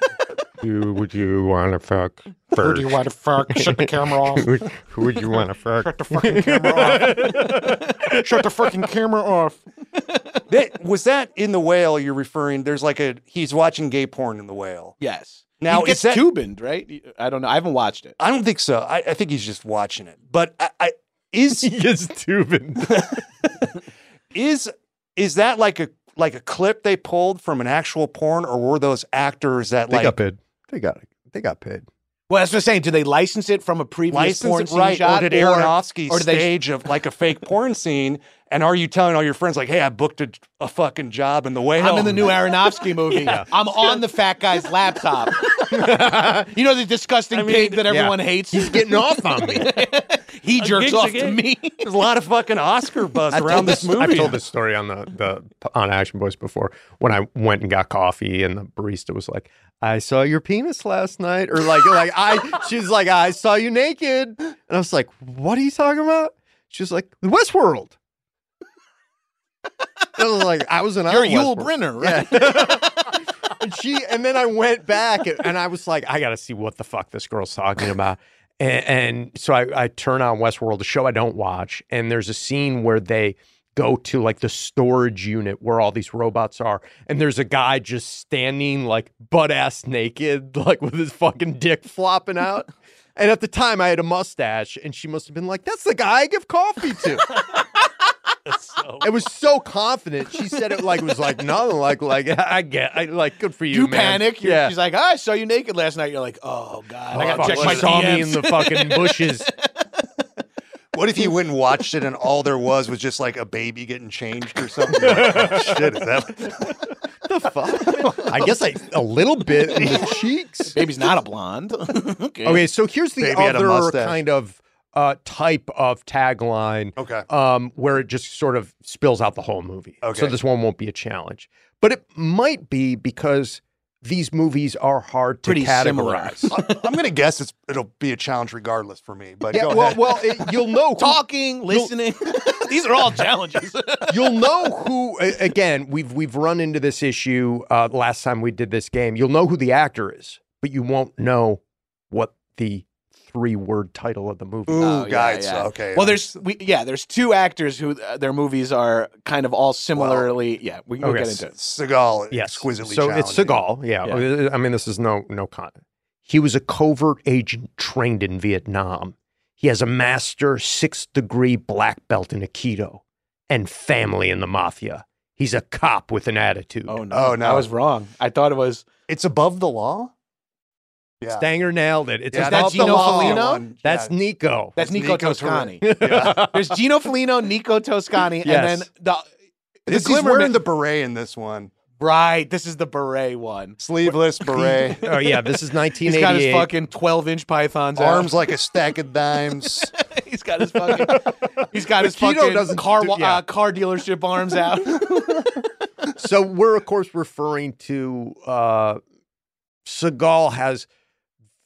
Speaker 8: Who would you want to fuck first? Who do you want to fuck? Shut the camera off. who, would you want to fuck?
Speaker 6: Shut the fucking camera off.
Speaker 5: That- was that in the whale you're referring? There's like a he's watching gay porn in the whale.
Speaker 6: Yes.
Speaker 5: Now,
Speaker 6: he gets
Speaker 5: is that-
Speaker 6: Cubaned, right? I don't know. I haven't watched it.
Speaker 5: I don't think so. I, I think he's just watching it. But I, I is
Speaker 8: He is tubing.
Speaker 5: is is that like a like a clip they pulled from an actual porn, or were those actors that
Speaker 8: They
Speaker 5: like
Speaker 8: got paid. They got. They got paid.
Speaker 6: Well, that's what I'm saying. Do they license it from a previous porn
Speaker 5: license it
Speaker 6: scene
Speaker 5: right,
Speaker 6: shot?
Speaker 5: or did Aronofsky
Speaker 6: or did they-
Speaker 5: stage of like a fake porn scene? And are you telling all your friends like, "Hey, I booked a, a fucking job in the whale"?
Speaker 6: I'm in the new Aronofsky movie. I'm on the fat guy's laptop. you know the disgusting
Speaker 5: mean,
Speaker 6: pig that everyone hates.
Speaker 8: He's getting off on me.
Speaker 6: He jerks
Speaker 9: gigs
Speaker 6: off
Speaker 9: again.
Speaker 6: to me.
Speaker 9: There's a lot of fucking Oscar buzz
Speaker 6: I
Speaker 9: around
Speaker 6: told
Speaker 9: this
Speaker 6: this-
Speaker 9: movie.
Speaker 8: I've told this story on the, the on Action Boys before when I went and got coffee and the barista was like, I saw your penis last night. Or like like I she was like, I saw you naked. And I was like, What are you talking about? She was like, The Westworld. And I was like, I was an
Speaker 6: You're Yul Brynner, right?
Speaker 8: and she and then I went back and, and I was like, I gotta see what the fuck this girl's talking about. And, and so I, I turn on Westworld, a show I don't watch, and there's a scene where they go to like the storage unit where all these robots are, and there's a guy just standing like butt ass naked, like with his fucking dick flopping out. And at the time, I had a mustache, and she must have been like, "That's the guy I give coffee to."
Speaker 9: So-
Speaker 8: It was so confident. She said it like it was like no, like like I get, I like good for you.
Speaker 6: you
Speaker 8: man.
Speaker 6: panic. You're-
Speaker 8: yeah.
Speaker 6: She's like, I saw you naked last night. You're like, oh god, I gotta
Speaker 8: Oh, fuck,
Speaker 6: check
Speaker 8: she
Speaker 6: my
Speaker 8: saw
Speaker 6: DMs.
Speaker 8: me in the fucking bushes.
Speaker 5: What if you went and watched it and all there was was just like a baby getting changed or something? "Oh, Shit, is that
Speaker 8: the fuck? I guess I a little bit in the cheeks.
Speaker 6: Baby's not a blonde. okay.
Speaker 8: Okay, so here's the
Speaker 5: Baby had a
Speaker 8: other
Speaker 5: mustache.
Speaker 8: kind of uh, type of tagline
Speaker 5: okay?
Speaker 8: um, where it just sort of spills out the whole movie. So
Speaker 5: Okay.
Speaker 8: this one won't be a challenge, but it might be because these movies are hard to
Speaker 6: Pretty similar.
Speaker 8: categorize.
Speaker 5: I, I'm gonna guess it's it'll be a challenge regardless for me. But
Speaker 8: Yeah,
Speaker 5: go
Speaker 8: well,
Speaker 5: ahead.
Speaker 8: well, it, you'll know who
Speaker 6: Talking, listening. These are all challenges.
Speaker 8: You'll know who. a- Again, we've we've run into this issue uh, last time we did this game. You'll know who the actor is, but you won't know what the three-word title of the movie.
Speaker 5: Ooh,
Speaker 8: is.
Speaker 6: Oh, yeah,
Speaker 5: guys.
Speaker 6: yeah.
Speaker 5: Okay.
Speaker 6: well, there's we, yeah, there's two actors who uh, their movies are kind of all similarly. yeah, we can
Speaker 8: okay.
Speaker 6: get into it.
Speaker 5: Seagal.
Speaker 8: Yes,
Speaker 5: Exquisitely.
Speaker 8: So it's
Speaker 5: challenging.
Speaker 8: Seagal. Yeah.
Speaker 6: Yeah.
Speaker 8: I mean, this is no no con. He was a covert agent trained in Vietnam. He has a master six-degree black belt in Aikido, and family in the mafia. He's a cop with an attitude.
Speaker 6: Oh no,
Speaker 5: Oh, no.
Speaker 6: I was wrong. I thought it was
Speaker 5: It's above the law. Yeah.
Speaker 8: Stanger nailed it. It's
Speaker 5: Yeah,
Speaker 8: above
Speaker 6: that's
Speaker 8: the
Speaker 6: Gino
Speaker 8: law.
Speaker 6: Felino?
Speaker 5: one.
Speaker 8: That's
Speaker 5: Yeah.
Speaker 8: Nico.
Speaker 6: that's Nico,
Speaker 5: Nico
Speaker 6: Toscani.
Speaker 5: Yeah.
Speaker 6: There's Gino Felino, Nico Toscani,
Speaker 8: Yes.
Speaker 6: and then the, the
Speaker 5: This, he's
Speaker 6: glimmer
Speaker 5: wearing
Speaker 6: ma-
Speaker 5: the beret in this one.
Speaker 6: right. This is the beret one.
Speaker 5: Sleeveless beret.
Speaker 8: oh yeah, this is
Speaker 6: He's got his
Speaker 8: 1988.
Speaker 6: fucking 12 inch pythons. out.
Speaker 5: Arms like a stack of dimes.
Speaker 6: He's got his fucking. He's got his
Speaker 8: Keto
Speaker 6: fucking
Speaker 8: doesn't
Speaker 6: car
Speaker 8: do-
Speaker 6: wa-
Speaker 8: yeah.
Speaker 6: uh, car dealership arms out.
Speaker 8: so we're of course referring to uh Seagal has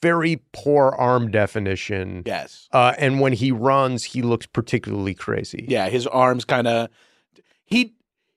Speaker 8: very poor arm definition.
Speaker 6: yes.
Speaker 8: Uh, and when he runs, he looks particularly crazy.
Speaker 6: Yeah, his arms kind of. He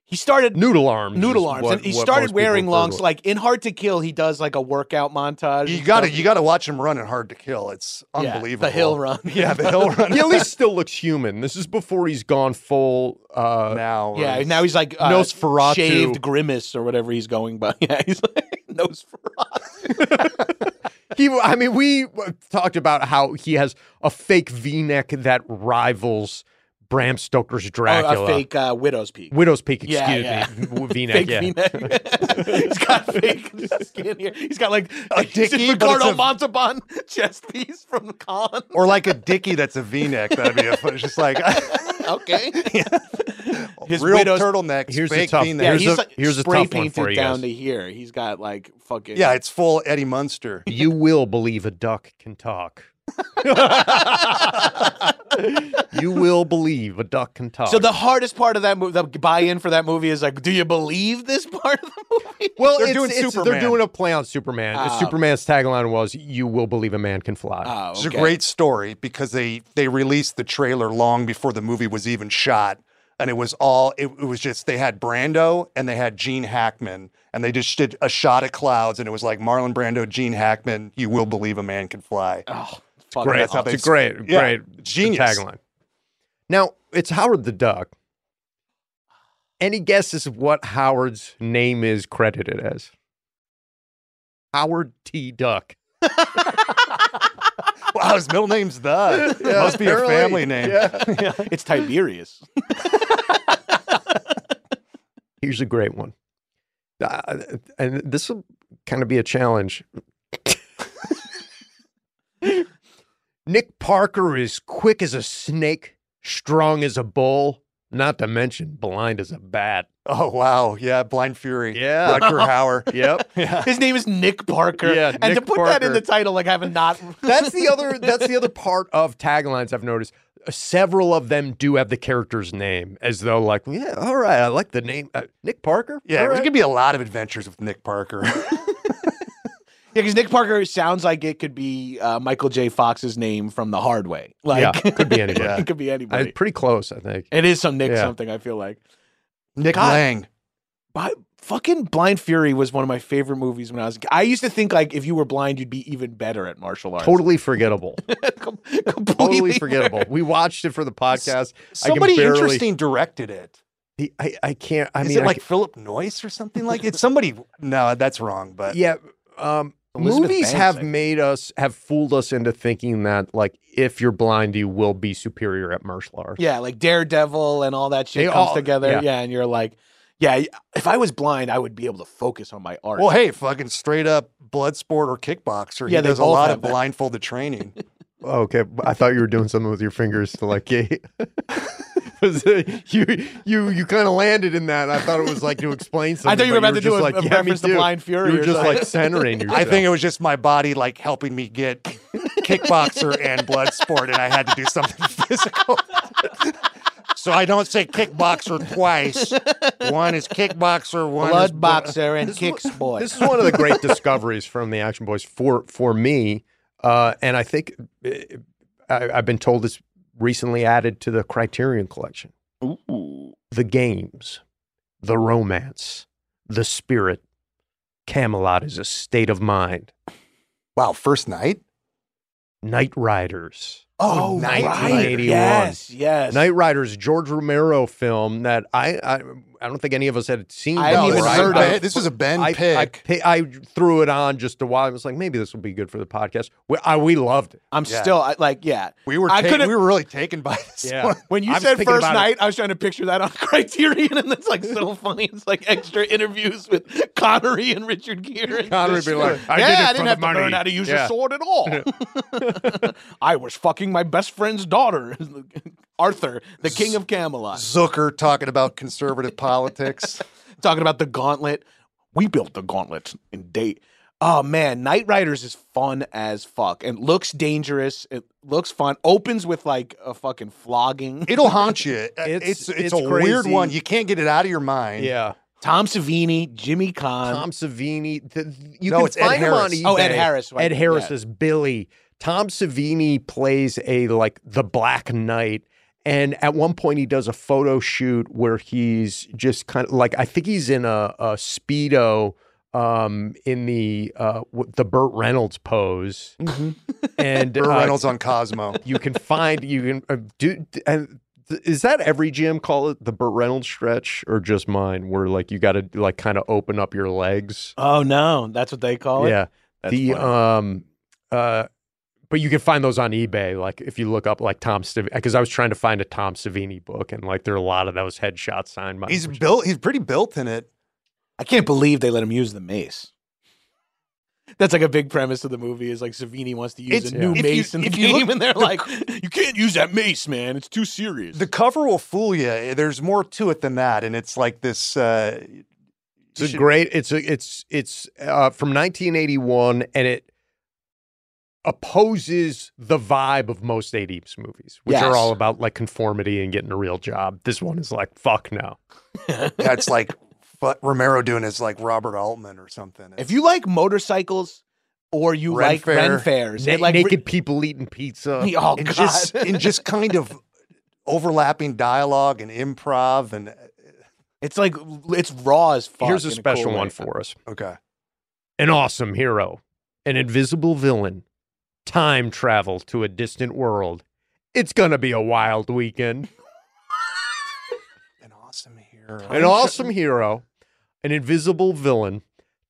Speaker 6: he started
Speaker 8: Noodle arms.
Speaker 6: noodle
Speaker 8: is
Speaker 6: arms,
Speaker 8: what-
Speaker 6: and he
Speaker 8: what most
Speaker 6: started
Speaker 8: people
Speaker 6: wearing
Speaker 8: refer
Speaker 6: long.
Speaker 8: to it.
Speaker 6: Like in Hard to Kill, he does like a workout montage.
Speaker 5: You
Speaker 6: and
Speaker 5: got to
Speaker 6: stuff.
Speaker 5: you got to watch him run at Hard to Kill. It's
Speaker 6: Yeah,
Speaker 5: unbelievable.
Speaker 6: the hill run.
Speaker 5: Yeah, the hill run.
Speaker 8: He at least still looks human. This is before he's gone full uh
Speaker 5: now.
Speaker 6: Yeah,
Speaker 5: is-
Speaker 6: now he's like uh,
Speaker 8: Nosferatu.
Speaker 6: shaved grimace or whatever he's going by. Yeah, he's like Nosferatu.
Speaker 8: He, I mean, we uh, talked about how he has a fake V-neck that rivals Bram Stoker's Dracula.
Speaker 6: Oh, a fake uh, widow's peak.
Speaker 8: Widow's Peak, excuse
Speaker 6: Yeah, yeah.
Speaker 8: me, w- V-neck.
Speaker 6: Fake
Speaker 8: yeah.
Speaker 6: V-neck. he's got fake skin here. He's got like a
Speaker 5: dicky, but
Speaker 6: Ricardo
Speaker 5: it's a-
Speaker 6: Montalban chest piece from the con.
Speaker 5: or like a dicky that's a V-neck. That'd be a, it's just like
Speaker 6: Okay. His
Speaker 5: real
Speaker 6: widow's-
Speaker 5: turtlenecks.
Speaker 8: Here's the
Speaker 5: fake
Speaker 8: tough-
Speaker 5: V-neck.
Speaker 6: Yeah,
Speaker 8: Here's
Speaker 6: he's
Speaker 8: a-
Speaker 6: like
Speaker 8: here's a
Speaker 6: spray
Speaker 8: tough one
Speaker 6: painted
Speaker 8: for you
Speaker 6: down
Speaker 8: guys.
Speaker 6: to here. He's got like fucking
Speaker 5: yeah, it's full Eddie Munster.
Speaker 8: You will believe a duck can talk. you will believe a duck can talk.
Speaker 6: So the hardest part of that movie, the buy-in for that movie is like, do you believe this part of the movie?
Speaker 8: well,
Speaker 5: They're
Speaker 8: it's-
Speaker 5: doing
Speaker 8: it's-
Speaker 5: Superman.
Speaker 8: They're doing a play on Superman.
Speaker 6: Ah.
Speaker 8: Superman's tagline was, "You will believe a man can fly."
Speaker 6: Oh,
Speaker 5: It's a
Speaker 6: okay.
Speaker 5: great story because they they released the trailer long before the movie was even shot, and it was all it, it was just they had Brando and they had Gene Hackman, and they just did a shot of clouds, and it was like Marlon Brando, Gene Hackman. You will believe a man can fly.
Speaker 6: Oh, fuck,
Speaker 8: Uh, great.
Speaker 6: that's
Speaker 8: It's
Speaker 5: how
Speaker 6: awesome.
Speaker 5: they-
Speaker 8: a great,
Speaker 5: yeah,
Speaker 8: great
Speaker 5: genius.
Speaker 8: tagline. Now it's Howard the Duck. Any guesses of what Howard's name is credited as? Howard T. Duck.
Speaker 5: Wow, his middle name's the.
Speaker 8: Yeah,
Speaker 5: Must be
Speaker 8: apparently.
Speaker 5: a family name.
Speaker 6: It's Tiberius.
Speaker 8: Here's a great one. Uh, and this will kind of be a challenge. Nick Parker is quick as a snake, strong as a bull, not to mention blind as a bat.
Speaker 5: Oh wow, yeah, Blind Fury.
Speaker 8: Yeah.
Speaker 5: Rutger Hauer.
Speaker 8: Yep.
Speaker 5: Yeah.
Speaker 6: His name is Nick Parker.
Speaker 8: Yeah,
Speaker 6: and to
Speaker 8: Nick
Speaker 6: put that in
Speaker 8: Parker.
Speaker 6: the title, like having not.
Speaker 8: That's the other that's the other part of taglines I've noticed. several of them do have the character's name as though like, yeah, all right, I like the name uh, Nick Parker.
Speaker 5: Yeah,
Speaker 8: all
Speaker 5: there's
Speaker 8: right.
Speaker 5: gonna be a lot of adventures with Nick Parker.
Speaker 6: Yeah, because Nick Parker sounds like it could be uh, Michael J. Fox's name from The Hard Way. Like,
Speaker 8: yeah, could be anybody.
Speaker 6: it could be
Speaker 8: I,
Speaker 6: anybody.
Speaker 8: pretty close, I think.
Speaker 6: it is some Nick
Speaker 8: Yeah.
Speaker 6: something. I feel like.
Speaker 5: Nick
Speaker 6: God.
Speaker 5: Lang.
Speaker 6: But fucking Blind Fury was one of my favorite movies when I was. a kid. I used to think like if you were blind, you'd be even better at martial arts.
Speaker 8: Totally forgettable.
Speaker 6: Com- completely
Speaker 8: totally forgettable. We watched it for the podcast.
Speaker 5: Somebody
Speaker 8: barely-
Speaker 5: interesting directed it.
Speaker 8: The- I, I can't. I
Speaker 5: Is
Speaker 8: mean,
Speaker 5: it
Speaker 8: I
Speaker 5: like Philip Noyce or something like it's somebody no, that's wrong, but
Speaker 8: ca- yeah. Um,
Speaker 6: Elizabeth
Speaker 8: movies
Speaker 6: Banks, I
Speaker 8: have
Speaker 6: think.
Speaker 8: made us have fooled us into thinking that like if you're blind, you will be superior at martial arts.
Speaker 6: Yeah, like Daredevil and all that shit
Speaker 8: They
Speaker 6: comes
Speaker 8: all-
Speaker 6: together.
Speaker 8: yeah.
Speaker 6: Yeah. and you're like, yeah, if I was blind, I would be able to focus on my art.
Speaker 5: well, hey, fucking straight up blood sport or kickboxer.
Speaker 6: Yeah,
Speaker 5: Yeah,
Speaker 6: they
Speaker 5: there's a
Speaker 6: both
Speaker 5: lot
Speaker 6: have
Speaker 5: of
Speaker 6: that.
Speaker 5: blindfolded training.
Speaker 8: Okay, but I thought you were doing something with your fingers to like gate. Was it- you you you kind of landed in that. and I thought it was like to explain something.
Speaker 6: I thought you were
Speaker 8: but
Speaker 6: about to do
Speaker 8: just
Speaker 6: a,
Speaker 8: like,
Speaker 6: a
Speaker 8: yeah, me
Speaker 6: reference to
Speaker 8: too.
Speaker 6: Blind
Speaker 8: You
Speaker 6: Fury.
Speaker 8: were
Speaker 6: or
Speaker 8: just
Speaker 6: something.
Speaker 8: like centering yourself.
Speaker 5: I think it was just my body like helping me get kickboxer and blood sport, and I had to do something physical. so I don't say kickboxer twice. One is kickboxer, one is
Speaker 6: blood
Speaker 5: blo-
Speaker 6: boxer and kicks boy.
Speaker 8: This is one of the great discoveries from the Action Boys for for me, uh, and I think uh, I, I've been told this recently added to the Criterion Collection.
Speaker 6: Ooh.
Speaker 8: The games, the romance, the spirit. Camelot is a state of mind.
Speaker 5: Wow, first night?
Speaker 8: Knight Riders.
Speaker 6: Oh,
Speaker 5: Knight
Speaker 6: right.
Speaker 8: Rider.
Speaker 6: Yes, yes.
Speaker 8: Knight Riders, George Romero film that I I, I don't think any of us had seen.
Speaker 6: I
Speaker 8: before.
Speaker 6: hadn't even
Speaker 5: this, is
Speaker 6: heard of
Speaker 5: a,
Speaker 6: it.
Speaker 5: Ben- this was a Ben
Speaker 8: I,
Speaker 5: pick.
Speaker 8: I, pi- I threw it on just a while. I was like, maybe this will be good for the podcast. We, I, we loved it.
Speaker 6: I'm
Speaker 5: Yeah.
Speaker 6: still I, like, yeah.
Speaker 5: we were
Speaker 6: I
Speaker 5: ta-
Speaker 6: couldn't-
Speaker 5: we were really taken by this.
Speaker 8: Yeah.
Speaker 5: one.
Speaker 6: When you
Speaker 8: I was
Speaker 6: said
Speaker 8: thinking
Speaker 6: first
Speaker 8: about it.
Speaker 6: night, I was trying to picture that on Criterion, and it's like so funny. It's like extra interviews with Connery and Richard Gere. and
Speaker 8: Connery
Speaker 6: just-
Speaker 8: be like, I
Speaker 6: yeah,
Speaker 8: did it
Speaker 6: I
Speaker 8: for
Speaker 6: didn't
Speaker 8: the
Speaker 6: have
Speaker 8: money."
Speaker 6: to learn how to use
Speaker 8: Yeah.
Speaker 6: a sword at all. I was fucking my best friend's daughter, Arthur, the King of Camelot,
Speaker 5: Zucker talking about conservative politics.
Speaker 6: talking about the gauntlet. We built the gauntlet in date. Oh man, Knight Riders is fun as fuck and looks dangerous. It looks fun. Opens with like a fucking flogging.
Speaker 5: It'll haunt you.
Speaker 8: It's-
Speaker 5: It's it's,
Speaker 8: it's
Speaker 5: a weird
Speaker 8: crazy.
Speaker 5: one. You can't get it out of your mind.
Speaker 8: Yeah.
Speaker 6: Tom Savini, Jimmy Kahn.
Speaker 8: Tom Savini. th- th- you
Speaker 5: No,
Speaker 8: can
Speaker 5: it's Ed
Speaker 8: find him on
Speaker 5: Harris.
Speaker 8: E eBay.
Speaker 6: Oh, Ed Harris, right.
Speaker 8: Ed Harris
Speaker 6: Yeah.
Speaker 8: is Billy. Tom Savini plays a like the Black Knight. And at one point, he does a photo shoot where he's just kind of like I think he's in a, a speedo um, in the uh, w- the Burt Reynolds pose, and
Speaker 5: Burt
Speaker 8: uh,
Speaker 5: Reynolds on Cosmo.
Speaker 8: you can find you can uh, do and th- is that every GM call it the Burt Reynolds stretch or just mine where like you got to like kind of open up your legs?
Speaker 6: Oh no, Oh, that's what they call it.
Speaker 8: yeah.
Speaker 6: That's
Speaker 8: The
Speaker 6: funny.
Speaker 8: um uh but you can find those on eBay like if you look up like Tom Savini cuz I was trying to find a Tom Savini book and like there are a lot of those headshots signed by
Speaker 5: He's built. He's pretty built in it.
Speaker 6: I can't believe they let him use the mace. That's like a big premise of the movie is like Savini wants to use
Speaker 5: It's-
Speaker 6: a new
Speaker 5: yeah. if you-
Speaker 6: mace in the
Speaker 5: if you
Speaker 6: game,
Speaker 5: look-
Speaker 6: and they're like, "You can't use that mace, man. It's too serious."
Speaker 5: The cover will fool you. There's more to it than that, and it's like this. Uh,
Speaker 8: It's a great. It's a, it's it's uh, from 1981, and it opposes the vibe of most 80s movies, which
Speaker 6: Yes.
Speaker 8: are all about like conformity and getting a real job. This one is like fuck no.
Speaker 5: that's like what Romero doing is like Robert Altman or something.
Speaker 6: if you like motorcycles or you
Speaker 5: Ren
Speaker 6: like
Speaker 5: Faire.
Speaker 6: Ren fairs,
Speaker 8: Na-
Speaker 6: it like
Speaker 8: naked people eating pizza.
Speaker 6: re- oh
Speaker 5: and
Speaker 6: god,
Speaker 5: just and just kind of overlapping dialogue and improv and uh,
Speaker 6: it's like it's raw as fuck.
Speaker 8: Here's
Speaker 6: in
Speaker 8: a
Speaker 6: cool
Speaker 8: special
Speaker 6: way.
Speaker 8: one for us:
Speaker 5: okay.
Speaker 8: an awesome hero, an invisible villain, time travel to a distant world. It's gonna be a wild weekend.
Speaker 5: An awesome hero.
Speaker 8: an awesome hero, an invisible villain,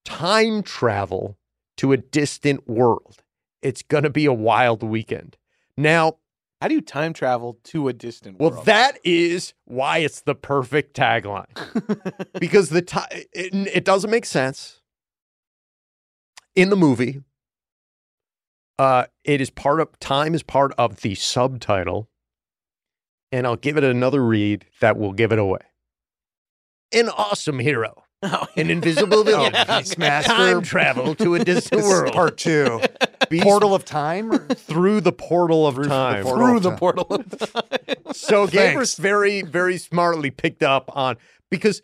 Speaker 8: time travel to a distant world. It's going to be a wild weekend. Now,
Speaker 6: How do you time travel to a distant
Speaker 8: well,
Speaker 6: world?
Speaker 8: that is why it's the perfect tagline because the ti it, it doesn't make sense in the movie. Uh, it is part of time is part of the subtitle, and I'll give it another read that will give it away. An awesome hero,
Speaker 4: an invisible villain,
Speaker 5: Beastmaster.
Speaker 4: Oh, time travel to a distant
Speaker 5: This is
Speaker 4: world,
Speaker 5: part two.
Speaker 4: Beast-
Speaker 5: Portal of Time? or-
Speaker 4: through the portal of time.
Speaker 5: portal.
Speaker 6: through
Speaker 5: Portal
Speaker 6: the
Speaker 5: time.
Speaker 6: portal. of time.
Speaker 4: So
Speaker 5: Thanks.
Speaker 4: Gabrus very, very smartly picked up on because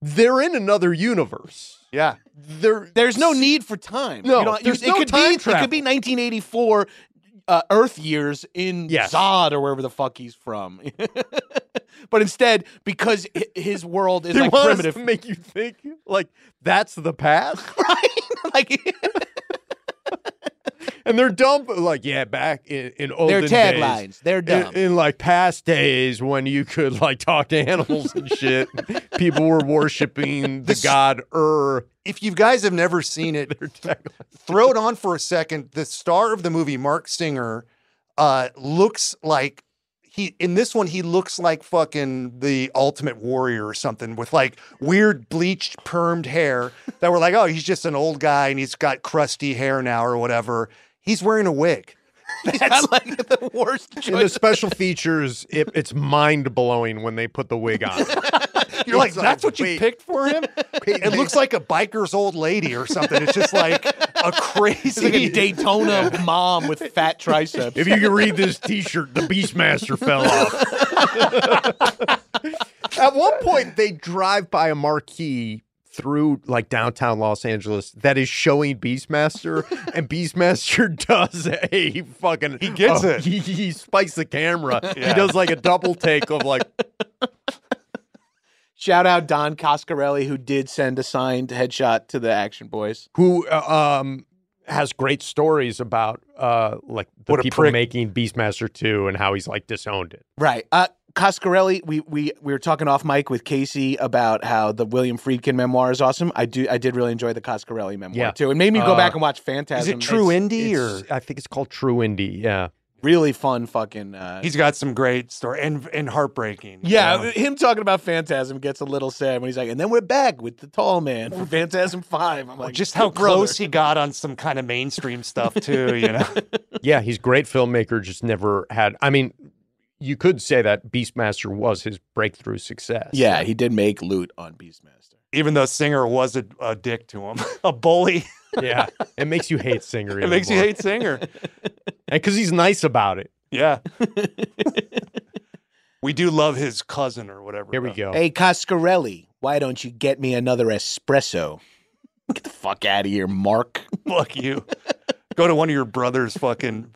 Speaker 4: they're in another universe.
Speaker 5: Yeah.
Speaker 4: They're
Speaker 6: There's no need for time.
Speaker 4: No,
Speaker 6: You don't-
Speaker 4: there's
Speaker 6: it
Speaker 4: no
Speaker 6: could
Speaker 4: time
Speaker 6: be, It
Speaker 4: travel.
Speaker 6: could be 1984 uh, Earth years in
Speaker 4: Yes.
Speaker 6: Zod or wherever the fuck he's from. but instead, because hi- his world is
Speaker 4: they
Speaker 6: like
Speaker 4: want us
Speaker 6: primitive,
Speaker 4: to make you think like that's the past,
Speaker 6: right? like
Speaker 4: and they're dumb. but, Like yeah, back in, in olden
Speaker 6: their
Speaker 4: days,
Speaker 6: taglines, they're
Speaker 4: in-
Speaker 6: dumb.
Speaker 4: In, like past days when you could like talk to animals and shit, people were worshiping the
Speaker 5: This-
Speaker 4: god Ur.
Speaker 5: If you guys have never seen it, th- throw it on for a second. The star of the movie, Mark Singer, uh, looks like he in this one he looks like fucking the ultimate warrior or something with like weird bleached permed hair that were like oh he's just an old guy and he's got crusty hair now or whatever he's wearing a wig
Speaker 6: That's like the worst
Speaker 4: In the
Speaker 6: choice.
Speaker 4: special features, it, it's mind blowing when they put the wig on.
Speaker 5: you're like
Speaker 4: It's like,
Speaker 5: that's what you
Speaker 4: wait.
Speaker 5: picked for him it looks like a biker's old lady or something it's just like a
Speaker 6: It's
Speaker 5: crazy
Speaker 6: like a Daytona mom with fat triceps.
Speaker 4: If you can read this T-shirt, the Beastmaster fell off. At one point, they drive by a marquee through like downtown Los Angeles that is showing Beastmaster, and Beastmaster does a fucking he
Speaker 5: gets it.
Speaker 4: He, he spikes the camera. He
Speaker 5: Yeah.
Speaker 4: does like a double take of like
Speaker 6: Shout out Don Coscarelli who did send a signed headshot to the Action Boys.
Speaker 4: who uh, um has great stories about uh like the
Speaker 5: What a
Speaker 4: people
Speaker 5: prick.
Speaker 4: making Beastmaster two and how he's like disowned it.
Speaker 6: Right. Uh Coscarelli, we, we we were talking off mic with Casey about how the William Friedkin memoir is awesome. I do I did really enjoy the Coscarelli memoir
Speaker 4: Yeah.
Speaker 6: too. It made me go
Speaker 4: Uh,
Speaker 6: back and watch Phantasm.
Speaker 5: is it true
Speaker 6: It's
Speaker 5: indie or
Speaker 4: It's- I think it's called True Indie. Yeah.
Speaker 6: really fun fucking uh
Speaker 5: He's got some great story and and heartbreaking. you
Speaker 6: yeah,
Speaker 5: know?
Speaker 6: him talking about Phantasm gets a little sad when he's like, and then we're back with the tall man for Phantasm Five. I'm like,
Speaker 5: just how
Speaker 6: uh, brother.
Speaker 5: close he got on some kind of mainstream stuff too. You know,
Speaker 4: Yeah, he's a great filmmaker, just never had. I mean, you could say that Beastmaster was his breakthrough success.
Speaker 6: Yeah, he did make loot on Beastmaster.
Speaker 5: even though Singer was a, a dick to him, a bully.
Speaker 4: yeah. It makes you hate Singer.
Speaker 5: it makes you hate Singer.
Speaker 4: because he's nice about it.
Speaker 5: Yeah, we do love his cousin or whatever.
Speaker 4: Here we
Speaker 5: though.
Speaker 4: go.
Speaker 6: Hey, Coscarelli, why don't you get me another espresso? Get the fuck out of here, Mark.
Speaker 5: Fuck you. Go to one of your brother's fucking.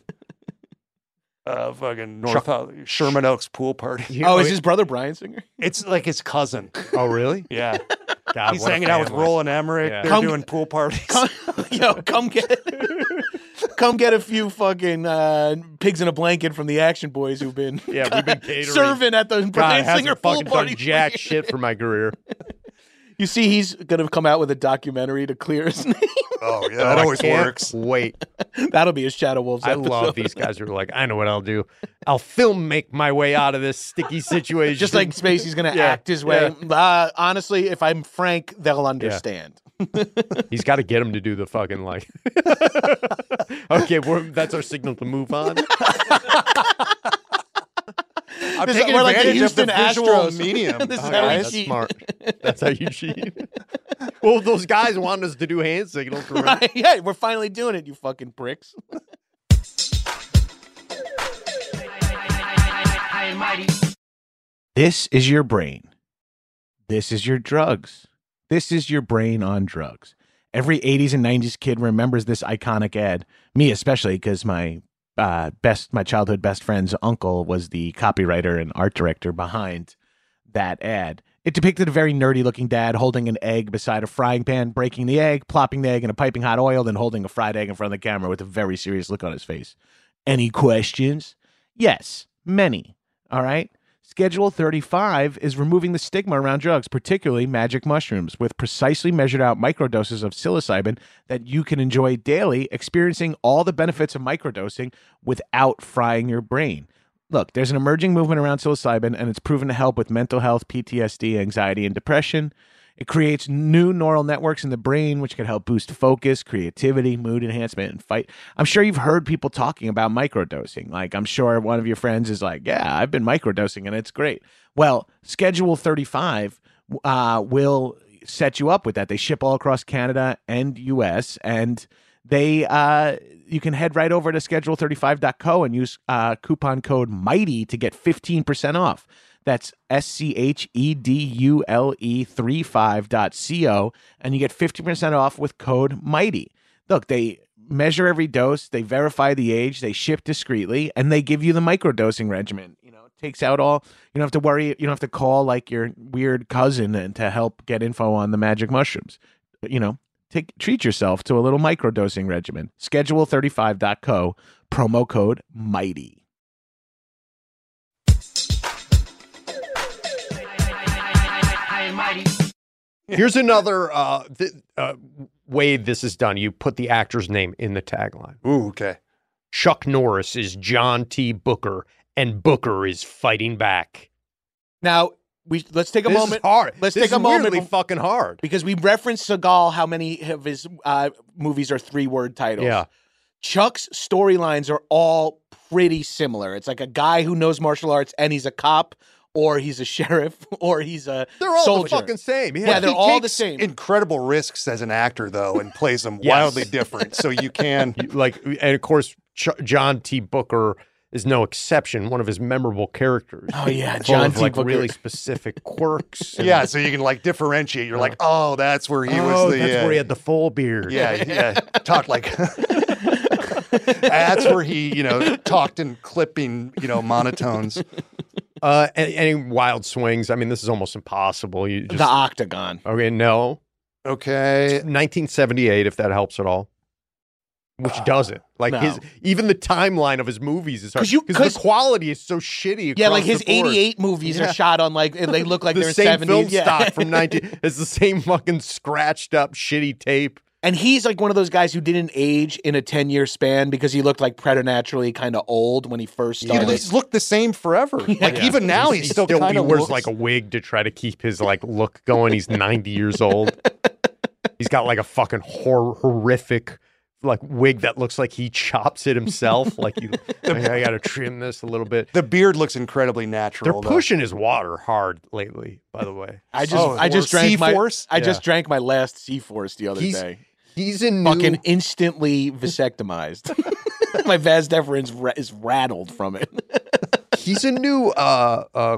Speaker 5: Uh, fucking North Hol- Sherman Oaks pool party.
Speaker 4: You-
Speaker 6: Oh, is his brother Brian Singer?
Speaker 5: It's like his cousin.
Speaker 4: oh, really?
Speaker 5: Yeah,
Speaker 4: God,
Speaker 5: he's
Speaker 4: what a
Speaker 5: hanging out with
Speaker 4: family.
Speaker 5: Roland Emmerich.
Speaker 4: Yeah.
Speaker 5: They're
Speaker 6: Come-
Speaker 5: doing pool parties.
Speaker 6: Come, yo, come get, come get a few fucking uh, pigs in a blanket from the Action Boys who've been
Speaker 4: Yeah, we've been catering.
Speaker 6: serving at the
Speaker 4: God,
Speaker 6: Brian
Speaker 4: hasn't
Speaker 6: Singer pool
Speaker 4: fucking
Speaker 6: party.
Speaker 4: done
Speaker 6: for
Speaker 4: jack
Speaker 6: years.
Speaker 4: shit for my career.
Speaker 6: You see, he's gonna come out with a documentary to clear his name.
Speaker 5: Oh yeah,
Speaker 4: I can't Wait,
Speaker 6: That'll be a Shadow Wolves.
Speaker 4: I
Speaker 6: episode.
Speaker 4: love these guys who are like, I know what I'll do. I'll film make my way out of this sticky situation.
Speaker 6: Just like Spacey's gonna
Speaker 4: Yeah,
Speaker 6: act his way. Uh, honestly, if I'm frank, they'll understand.
Speaker 4: He's got to get him to do the fucking like. okay, we're, that's our signal to move on.
Speaker 5: I'm
Speaker 6: This-
Speaker 5: taking
Speaker 6: we're like the
Speaker 5: advantage of the
Speaker 6: Houston
Speaker 5: visual
Speaker 6: Astros.
Speaker 5: medium.
Speaker 6: This is
Speaker 5: guys.
Speaker 6: how we
Speaker 4: that's
Speaker 6: cheat.
Speaker 4: smart. That's how you cheat. well, those guys wanted us to do hand signals. For
Speaker 6: Right? Yeah, we're finally doing it, you fucking pricks.
Speaker 3: This is your brain. This is your drugs. This is your brain on drugs. Every 80s and 90s kid remembers this iconic ad, me especially, because my uh, best, my childhood best friend's uncle was the copywriter and art director behind that ad. It depicted a very nerdy looking dad holding an egg beside a frying pan, breaking the egg, plopping the egg in a piping hot oil, then holding a fried egg in front of the camera with a very serious look on his face. Any questions? Yes, many. All right. Schedule 35 is removing the stigma around drugs, particularly magic mushrooms, with precisely measured out microdoses of psilocybin that you can enjoy daily, experiencing all the benefits of microdosing without frying your brain. Look, there's an emerging movement around psilocybin, and it's proven to help with mental health, PTSD, anxiety, and depression. It creates new neural networks in the brain, which can help boost focus, creativity, mood enhancement, and fight. I'm sure you've heard people talking about microdosing. Like, I'm sure one of your friends is like, Yeah, I've been microdosing and it's great. Well, Schedule 35 uh, will set you up with that. They ship all across Canada and US and they uh you can head right over to schedule35.co and use uh coupon code mighty to get 15% off. That's S C H E D U L E 35.co and you get 50% off with code mighty. Look, they measure every dose, they verify the age, they ship discreetly, and they give you the microdosing regimen. You know, it takes out all you don't have to worry. You don't have to call like your weird cousin and to help get info on the magic mushrooms. You know, take treat yourself to a little microdosing regimen. Schedule35.co, promo code MIGHTY.
Speaker 8: Here's another uh, th- uh, way this is done. You put the actor's name in the tagline.
Speaker 5: Ooh, okay.
Speaker 8: Chuck Norris is John T. Booker, and Booker is fighting back.
Speaker 6: Now we let's take a
Speaker 8: this
Speaker 6: moment.
Speaker 8: is hard.
Speaker 6: Let's
Speaker 8: This
Speaker 6: take a
Speaker 8: is weirdly
Speaker 6: moment
Speaker 8: fucking hard.
Speaker 6: because we referenced Seagal. How many of his uh, movies are three word titles?
Speaker 8: Yeah.
Speaker 6: Chuck's storylines are all pretty similar. It's like a guy who knows martial arts and he's a cop, or he's a sheriff, or he's a
Speaker 8: They're all
Speaker 6: soldier.
Speaker 8: the fucking same. Yeah.
Speaker 6: yeah, they're
Speaker 5: He
Speaker 6: all the
Speaker 5: takes
Speaker 6: same.
Speaker 5: Incredible risks as an actor, though, and plays them
Speaker 8: Yes.
Speaker 5: wildly different. So you can.
Speaker 8: like, and of course, Ch- John T. Booker is no exception. One of his memorable characters.
Speaker 6: Oh, yeah,
Speaker 8: Full
Speaker 6: John
Speaker 8: of,
Speaker 6: T.
Speaker 8: like,
Speaker 6: Booker.
Speaker 8: Really specific quirks. and-
Speaker 5: Yeah, so you can like differentiate. You're like, oh, that's where he
Speaker 8: Oh,
Speaker 5: was the.
Speaker 8: that's
Speaker 5: uh,
Speaker 8: where he had the full beard.
Speaker 5: Yeah, yeah. Talked like that's where he, you know, talked in clipping, you know, monotones.
Speaker 8: Uh, and, and wild swings. I mean, this is almost impossible. You just
Speaker 6: the octagon.
Speaker 8: okay? No,
Speaker 5: Okay.
Speaker 8: 1978, if that helps at all. Which doesn't like
Speaker 6: Uh, no.
Speaker 8: his even the timeline of his movies is hard
Speaker 6: 'Cause you-
Speaker 8: because
Speaker 6: 'cause-
Speaker 8: the quality is so shitty.
Speaker 6: Yeah, like
Speaker 8: across
Speaker 6: his
Speaker 8: the board.
Speaker 6: '88 movies
Speaker 8: Yeah.
Speaker 6: are shot on like they look like
Speaker 8: the
Speaker 6: they're in
Speaker 8: same
Speaker 6: 70s.
Speaker 8: film
Speaker 6: yeah.
Speaker 8: stock from 19. It's the same fucking scratched up shitty tape.
Speaker 6: And he's like one of those guys who didn't age in a 10 year span because he looked like preternaturally kind of old when he first
Speaker 5: He
Speaker 6: started.
Speaker 5: he's looked the same forever. Like even now he's,
Speaker 8: he
Speaker 5: still, kind
Speaker 8: he
Speaker 5: of
Speaker 8: wears
Speaker 5: looks,
Speaker 8: like a wig to try to keep his like look going. He's 90 years old. He's got like a fucking hor- horrific like wig that looks like he chops it himself. Like you, I got to trim this a little bit.
Speaker 5: the beard looks incredibly
Speaker 8: They're
Speaker 5: natural. though.
Speaker 8: pushing his water hard lately, by the way.
Speaker 6: I just
Speaker 5: Oh,
Speaker 6: I just
Speaker 5: or
Speaker 6: drank my
Speaker 5: C-Force?
Speaker 6: I just
Speaker 8: Yeah.
Speaker 6: drank my last Sea Force the other
Speaker 8: He's-
Speaker 6: day.
Speaker 8: He's in
Speaker 6: Fucking instantly vasectomized. my vas deferens ra- is rattled from it.
Speaker 8: he's a new uh uh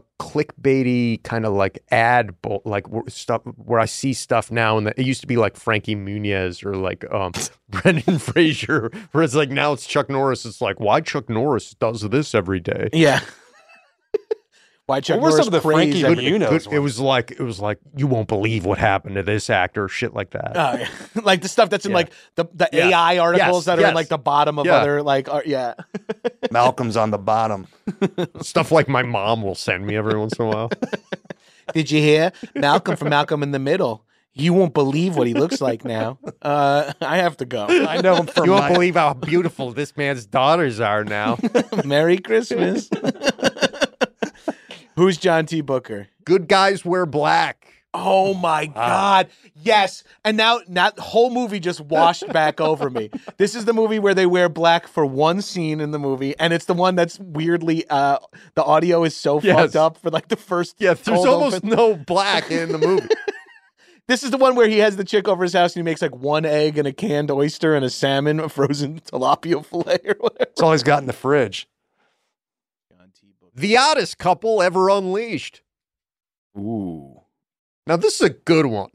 Speaker 8: clickbaity kind of like ad bo- like wh- stuff where I see stuff now and it used to be like Frankie Muniz or like um Brendan Fraser whereas like now it's Chuck Norris it's like why Chuck Norris does this every day
Speaker 6: Yeah. Why Chuck
Speaker 5: What were
Speaker 6: Norris
Speaker 5: some of the
Speaker 6: craves
Speaker 5: Frankie
Speaker 6: every-
Speaker 5: Muniz
Speaker 8: Good-
Speaker 5: ones?
Speaker 8: it was like it was like you won't believe what happened to this actor shit like that
Speaker 6: Oh, yeah. like the stuff that's in
Speaker 8: Yeah.
Speaker 6: like the, the
Speaker 8: Yeah.
Speaker 6: AI articles
Speaker 8: Yes,
Speaker 6: that are
Speaker 8: yes.
Speaker 6: in like the bottom of
Speaker 8: Yeah.
Speaker 6: other like ar- yeah.
Speaker 5: Malcolm's on the bottom.
Speaker 8: stuff like my mom will send me every once in a while
Speaker 6: Did you hear Malcolm from Malcolm in the Middle? You won't believe what he looks like now. Uh, I have to go.
Speaker 5: I know him from
Speaker 8: you won't
Speaker 5: my-
Speaker 8: believe how beautiful this man's daughters are now
Speaker 6: Merry Christmas. Who's John T. Booker?
Speaker 8: good guys wear black
Speaker 6: Oh my
Speaker 8: Ah.
Speaker 6: God. Yes. And now that whole movie just washed back over me. This is the movie where they wear black for one scene in the movie. And it's the one that's weirdly, uh, the audio is so
Speaker 8: Yes.
Speaker 6: fucked up for like the first.
Speaker 8: yeah there's
Speaker 6: cold
Speaker 8: almost
Speaker 6: open.
Speaker 8: no black in the movie
Speaker 6: This is the one where he has the chick over his house and he makes like one egg and a canned oyster and a salmon, a frozen tilapia fillet or whatever.
Speaker 5: That's all he's got in the fridge.
Speaker 8: The oddest couple ever unleashed.
Speaker 6: Ooh.
Speaker 8: Now, this is a good one.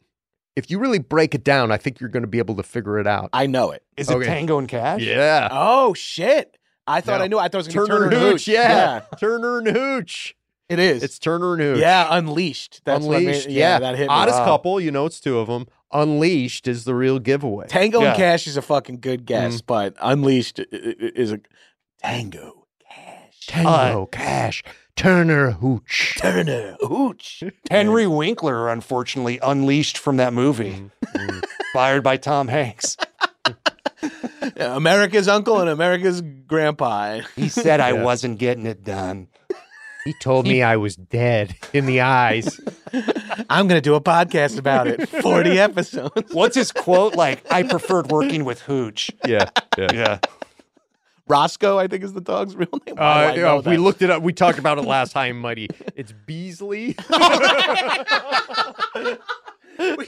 Speaker 8: If you really break it down, I think you're going to be able to figure it out.
Speaker 6: I know it.
Speaker 5: Is
Speaker 8: Okay.
Speaker 5: it Tango and Cash?
Speaker 8: Yeah.
Speaker 6: Oh shit! I thought
Speaker 8: No.
Speaker 6: I knew. I thought it was gonna be
Speaker 8: Turner,
Speaker 6: Turner,
Speaker 8: and
Speaker 6: and
Speaker 8: Hooch. Yeah. Turner and Hooch.
Speaker 6: it is.
Speaker 8: It's Turner and Hooch.
Speaker 6: yeah, Unleashed. That's what I mean.
Speaker 8: Unleashed.
Speaker 6: yeah,
Speaker 8: yeah.
Speaker 6: that hit me.
Speaker 8: Oddest
Speaker 6: Wow.
Speaker 8: couple, you know, it's two of them. Unleashed is the real giveaway.
Speaker 6: Tango
Speaker 5: Yeah.
Speaker 6: and Cash is a fucking good guess,
Speaker 8: Mm-hmm.
Speaker 6: but Unleashed i- i- is a Tango Cash
Speaker 8: Tango, Cash, Turner, Hooch.
Speaker 6: Turner Hooch.
Speaker 5: Henry Winkler, unfortunately, unleashed from that movie,
Speaker 8: Mm-hmm.
Speaker 5: fired by Tom Hanks.
Speaker 6: America's uncle and America's grandpa.
Speaker 5: He said I
Speaker 8: Yeah.
Speaker 5: wasn't getting it done.
Speaker 8: He told me I was dead in the eyes.
Speaker 6: I'm gonna do a podcast about it. Forty episodes.
Speaker 5: What's his quote? Like, I preferred working with Hooch.
Speaker 8: yeah. Yeah.
Speaker 5: Yeah.
Speaker 6: Roscoe, I think, is the dog's real name. Why do I
Speaker 8: Uh,
Speaker 6: know
Speaker 8: uh, we
Speaker 6: that?
Speaker 8: looked it up. We talked about it last time, Mighty. It's Beasley.
Speaker 10: this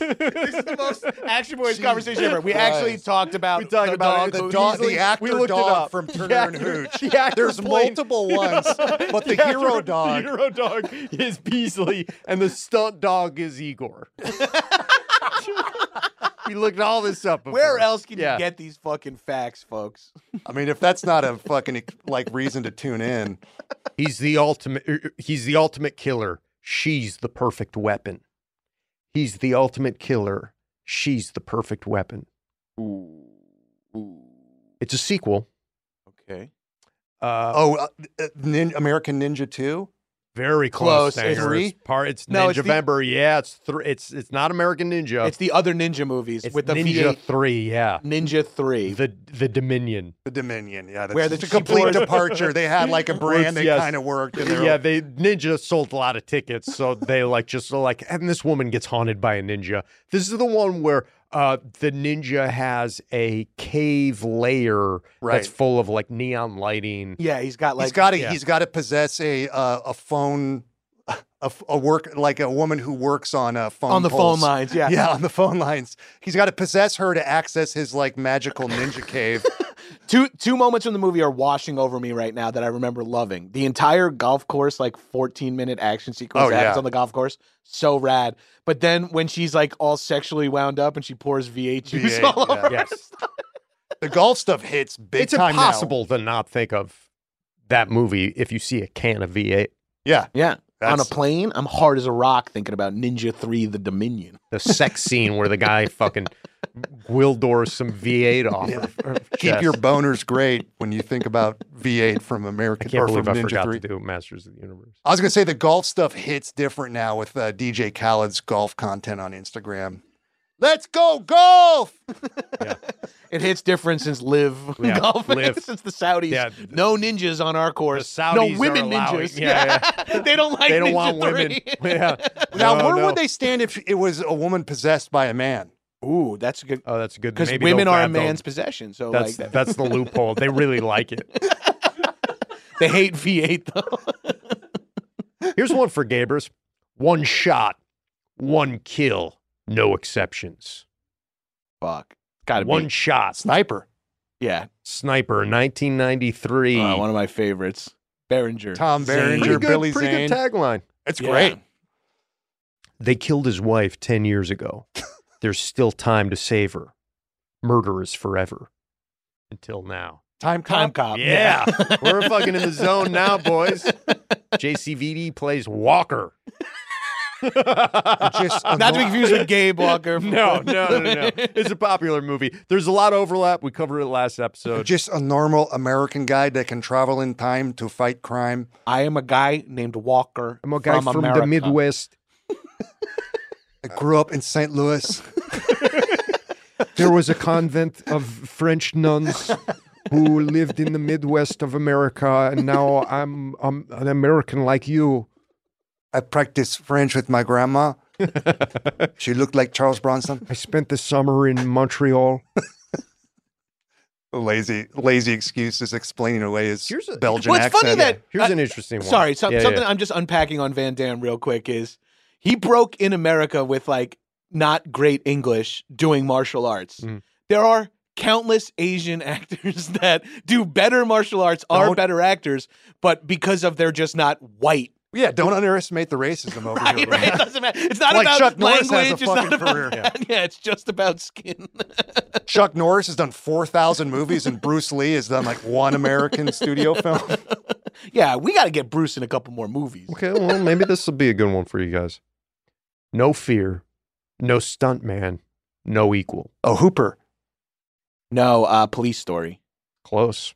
Speaker 10: is the most Action Boys conversation ever. We actually talked about
Speaker 5: We talked
Speaker 10: the
Speaker 5: about
Speaker 10: dog
Speaker 5: it. the,
Speaker 10: who
Speaker 5: dog,
Speaker 10: easily-
Speaker 5: the actor
Speaker 10: we looked it
Speaker 5: dog
Speaker 10: up.
Speaker 5: from Turner and Hooch.
Speaker 8: The actor
Speaker 5: There's
Speaker 8: played-
Speaker 5: multiple ones, but the, hero dog.
Speaker 8: The hero dog is Beasley, and the stunt dog is Igor. we looked all this up. Before.
Speaker 6: Where else can
Speaker 8: Yeah.
Speaker 6: you get these fucking facts, folks?
Speaker 5: I mean, if that's not a fucking like reason to tune in,
Speaker 8: He's the ultimate. er, He's the ultimate killer. She's the perfect weapon. He's the ultimate killer. She's the perfect weapon.
Speaker 6: Ooh. Ooh.
Speaker 8: It's a sequel.
Speaker 6: Okay.
Speaker 8: Uh,
Speaker 5: oh, uh, uh, nin- American Ninja Two.
Speaker 8: very close.
Speaker 6: close. It's
Speaker 8: Sanger.
Speaker 6: three?
Speaker 8: It's part. It's
Speaker 6: No,
Speaker 8: Ninja
Speaker 6: it's the-
Speaker 8: November. Yeah, it's three. It's it's not American Ninja.
Speaker 6: It's the other ninja movies
Speaker 8: It's
Speaker 6: with the
Speaker 8: Ninja
Speaker 6: V8
Speaker 8: Three. Yeah,
Speaker 6: Ninja 3.
Speaker 8: the the Dominion.
Speaker 5: The Dominion, yeah, that's
Speaker 6: Where
Speaker 5: Where
Speaker 6: the
Speaker 5: a complete
Speaker 6: keyboard-
Speaker 5: departure. They had like a brand that
Speaker 8: yes.
Speaker 5: kind of worked, and they were
Speaker 8: Yeah, they ninja sold a lot of tickets, so they like just like, and this woman gets haunted by a ninja. This is the one where uh, the ninja has a cave layer
Speaker 5: Right.
Speaker 8: that's full of like neon lighting.
Speaker 6: yeah, he's got like
Speaker 5: he's got to
Speaker 8: yeah.
Speaker 5: he's got to possess a uh, a phone, a, f- a work like a woman who works on a phone
Speaker 6: on the
Speaker 5: poles.
Speaker 6: phone lines. Yeah.
Speaker 5: Yeah, on the phone lines. He's got to possess her to access his like magical ninja cave.
Speaker 6: Two two moments in the movie are washing over me right now that I remember loving. The entire golf course, like 14 minute action sequence
Speaker 5: Oh,
Speaker 6: that happens
Speaker 5: yeah.
Speaker 6: on the golf course. So rad. But then when she's like all sexually wound up and she pours V8 juice
Speaker 5: V8,
Speaker 6: all
Speaker 5: yeah.
Speaker 6: over.
Speaker 8: Yes,
Speaker 5: the golf stuff hits big
Speaker 8: it's
Speaker 5: time. now.
Speaker 8: impossible to not think of that movie if you see a can of V8.
Speaker 5: Yeah,
Speaker 6: Yeah. On a
Speaker 5: that's-
Speaker 6: plane, I'm hard as a rock thinking about Ninja 3 The Dominion.
Speaker 8: The sex scene where the guy fucking wildors some V8 off. her- her
Speaker 5: keep
Speaker 8: chest.
Speaker 5: your boners great when you think about V8 from
Speaker 8: I
Speaker 5: American
Speaker 8: can't
Speaker 5: or from
Speaker 8: believe I
Speaker 5: Ninja Uh,
Speaker 8: forgot
Speaker 5: 3.
Speaker 8: to do Masters of the Universe.
Speaker 5: I was gonna say the golf stuff hits different now with uh, DJ Khaled's golf content on Instagram. Let's go golf.
Speaker 6: It hits different since live
Speaker 8: Yeah,
Speaker 6: golf
Speaker 8: Liv.
Speaker 6: since the Saudis.
Speaker 8: Yeah.
Speaker 6: No ninjas on our course.
Speaker 8: The Saudis
Speaker 6: no
Speaker 8: are
Speaker 6: women
Speaker 8: allowing-
Speaker 6: ninjas.
Speaker 8: yeah,
Speaker 6: they don't like
Speaker 8: they don't
Speaker 6: Ninja
Speaker 8: want
Speaker 6: 3.
Speaker 8: women. Yeah.
Speaker 5: Now,
Speaker 8: No,
Speaker 5: where
Speaker 8: no.
Speaker 5: would they stand if it was a woman possessed by a man?
Speaker 6: Ooh, that's a good.
Speaker 8: Oh, that's good.
Speaker 6: Because
Speaker 8: Maybe
Speaker 6: women
Speaker 8: they'll
Speaker 6: are a
Speaker 8: grab the-
Speaker 6: man's possession. So
Speaker 8: That's
Speaker 6: like
Speaker 8: that's the loophole. They really like it.
Speaker 6: They hate V8 though.
Speaker 8: Here's one for Gabers: one shot, one kill, no exceptions.
Speaker 6: Fuck. Got to
Speaker 8: one
Speaker 6: be.
Speaker 8: shot,
Speaker 5: Sniper.
Speaker 6: Yeah.
Speaker 8: sniper, 1993.
Speaker 5: Oh,
Speaker 6: Uh, one of my favorites. Behringer.
Speaker 5: Tom
Speaker 8: Pretty
Speaker 5: Berenger,
Speaker 8: good-
Speaker 5: Billy
Speaker 8: pretty
Speaker 5: Zane.
Speaker 8: good tagline.
Speaker 5: It's
Speaker 6: Yeah.
Speaker 5: great.
Speaker 8: They killed his wife 10 years ago. There's still time to save her. Murder is forever. Until now.
Speaker 5: Time
Speaker 6: Time
Speaker 5: cop.
Speaker 6: cop.
Speaker 8: Yeah. We're fucking in the zone now, boys. JCVD plays Walker.
Speaker 5: Just
Speaker 6: Not to be confused with Gabe Walker. from-
Speaker 8: no, no, no, no, no. It's a popular movie. There's a lot of overlap. We covered it last episode.
Speaker 5: just a normal American guy that can travel in time to fight crime.
Speaker 6: I am a guy named Walker.
Speaker 8: I'm a guy from, the
Speaker 6: America.
Speaker 8: Midwest.
Speaker 5: I grew up in St. Louis.
Speaker 8: There was a convent of French nuns who lived in the Midwest of America, and now I'm, I'm an American like you.
Speaker 5: I practiced French with my grandma. she looked like Charles Bronson.
Speaker 8: I spent the summer in Montreal.
Speaker 5: Lazy, lazy excuses explaining away his
Speaker 8: Here's a-
Speaker 5: Belgian
Speaker 6: What's
Speaker 5: accent.
Speaker 6: funny that
Speaker 8: Here's an interesting one.
Speaker 6: Sorry, some,
Speaker 8: Yeah, yeah,
Speaker 6: something
Speaker 8: yeah.
Speaker 6: I'm just unpacking on Van Damme real quick is he broke in America with like not great English doing martial arts.
Speaker 8: Mm.
Speaker 6: There are countless Asian actors that do better martial arts, are
Speaker 5: Don't-
Speaker 6: better actors, but because of they're just not white.
Speaker 5: Yeah, don't underestimate the racism over
Speaker 6: Right,
Speaker 5: here.
Speaker 6: right. It doesn't matter. It's not
Speaker 5: Like
Speaker 6: about
Speaker 5: Chuck Norris has
Speaker 6: language.
Speaker 5: a
Speaker 6: it's
Speaker 5: fucking
Speaker 6: not about
Speaker 5: career.
Speaker 6: that. Yeah. it's just about skin.
Speaker 5: Chuck Norris has done 4,000 movies, and Bruce Lee has done like one American studio film.
Speaker 6: yeah, we got to get Bruce in a couple more movies.
Speaker 8: Okay, well, maybe this will be a good one for you guys. No fear, no stuntman, no equal.
Speaker 5: Oh, Hooper.
Speaker 6: No, uh, Police Story.
Speaker 8: Close.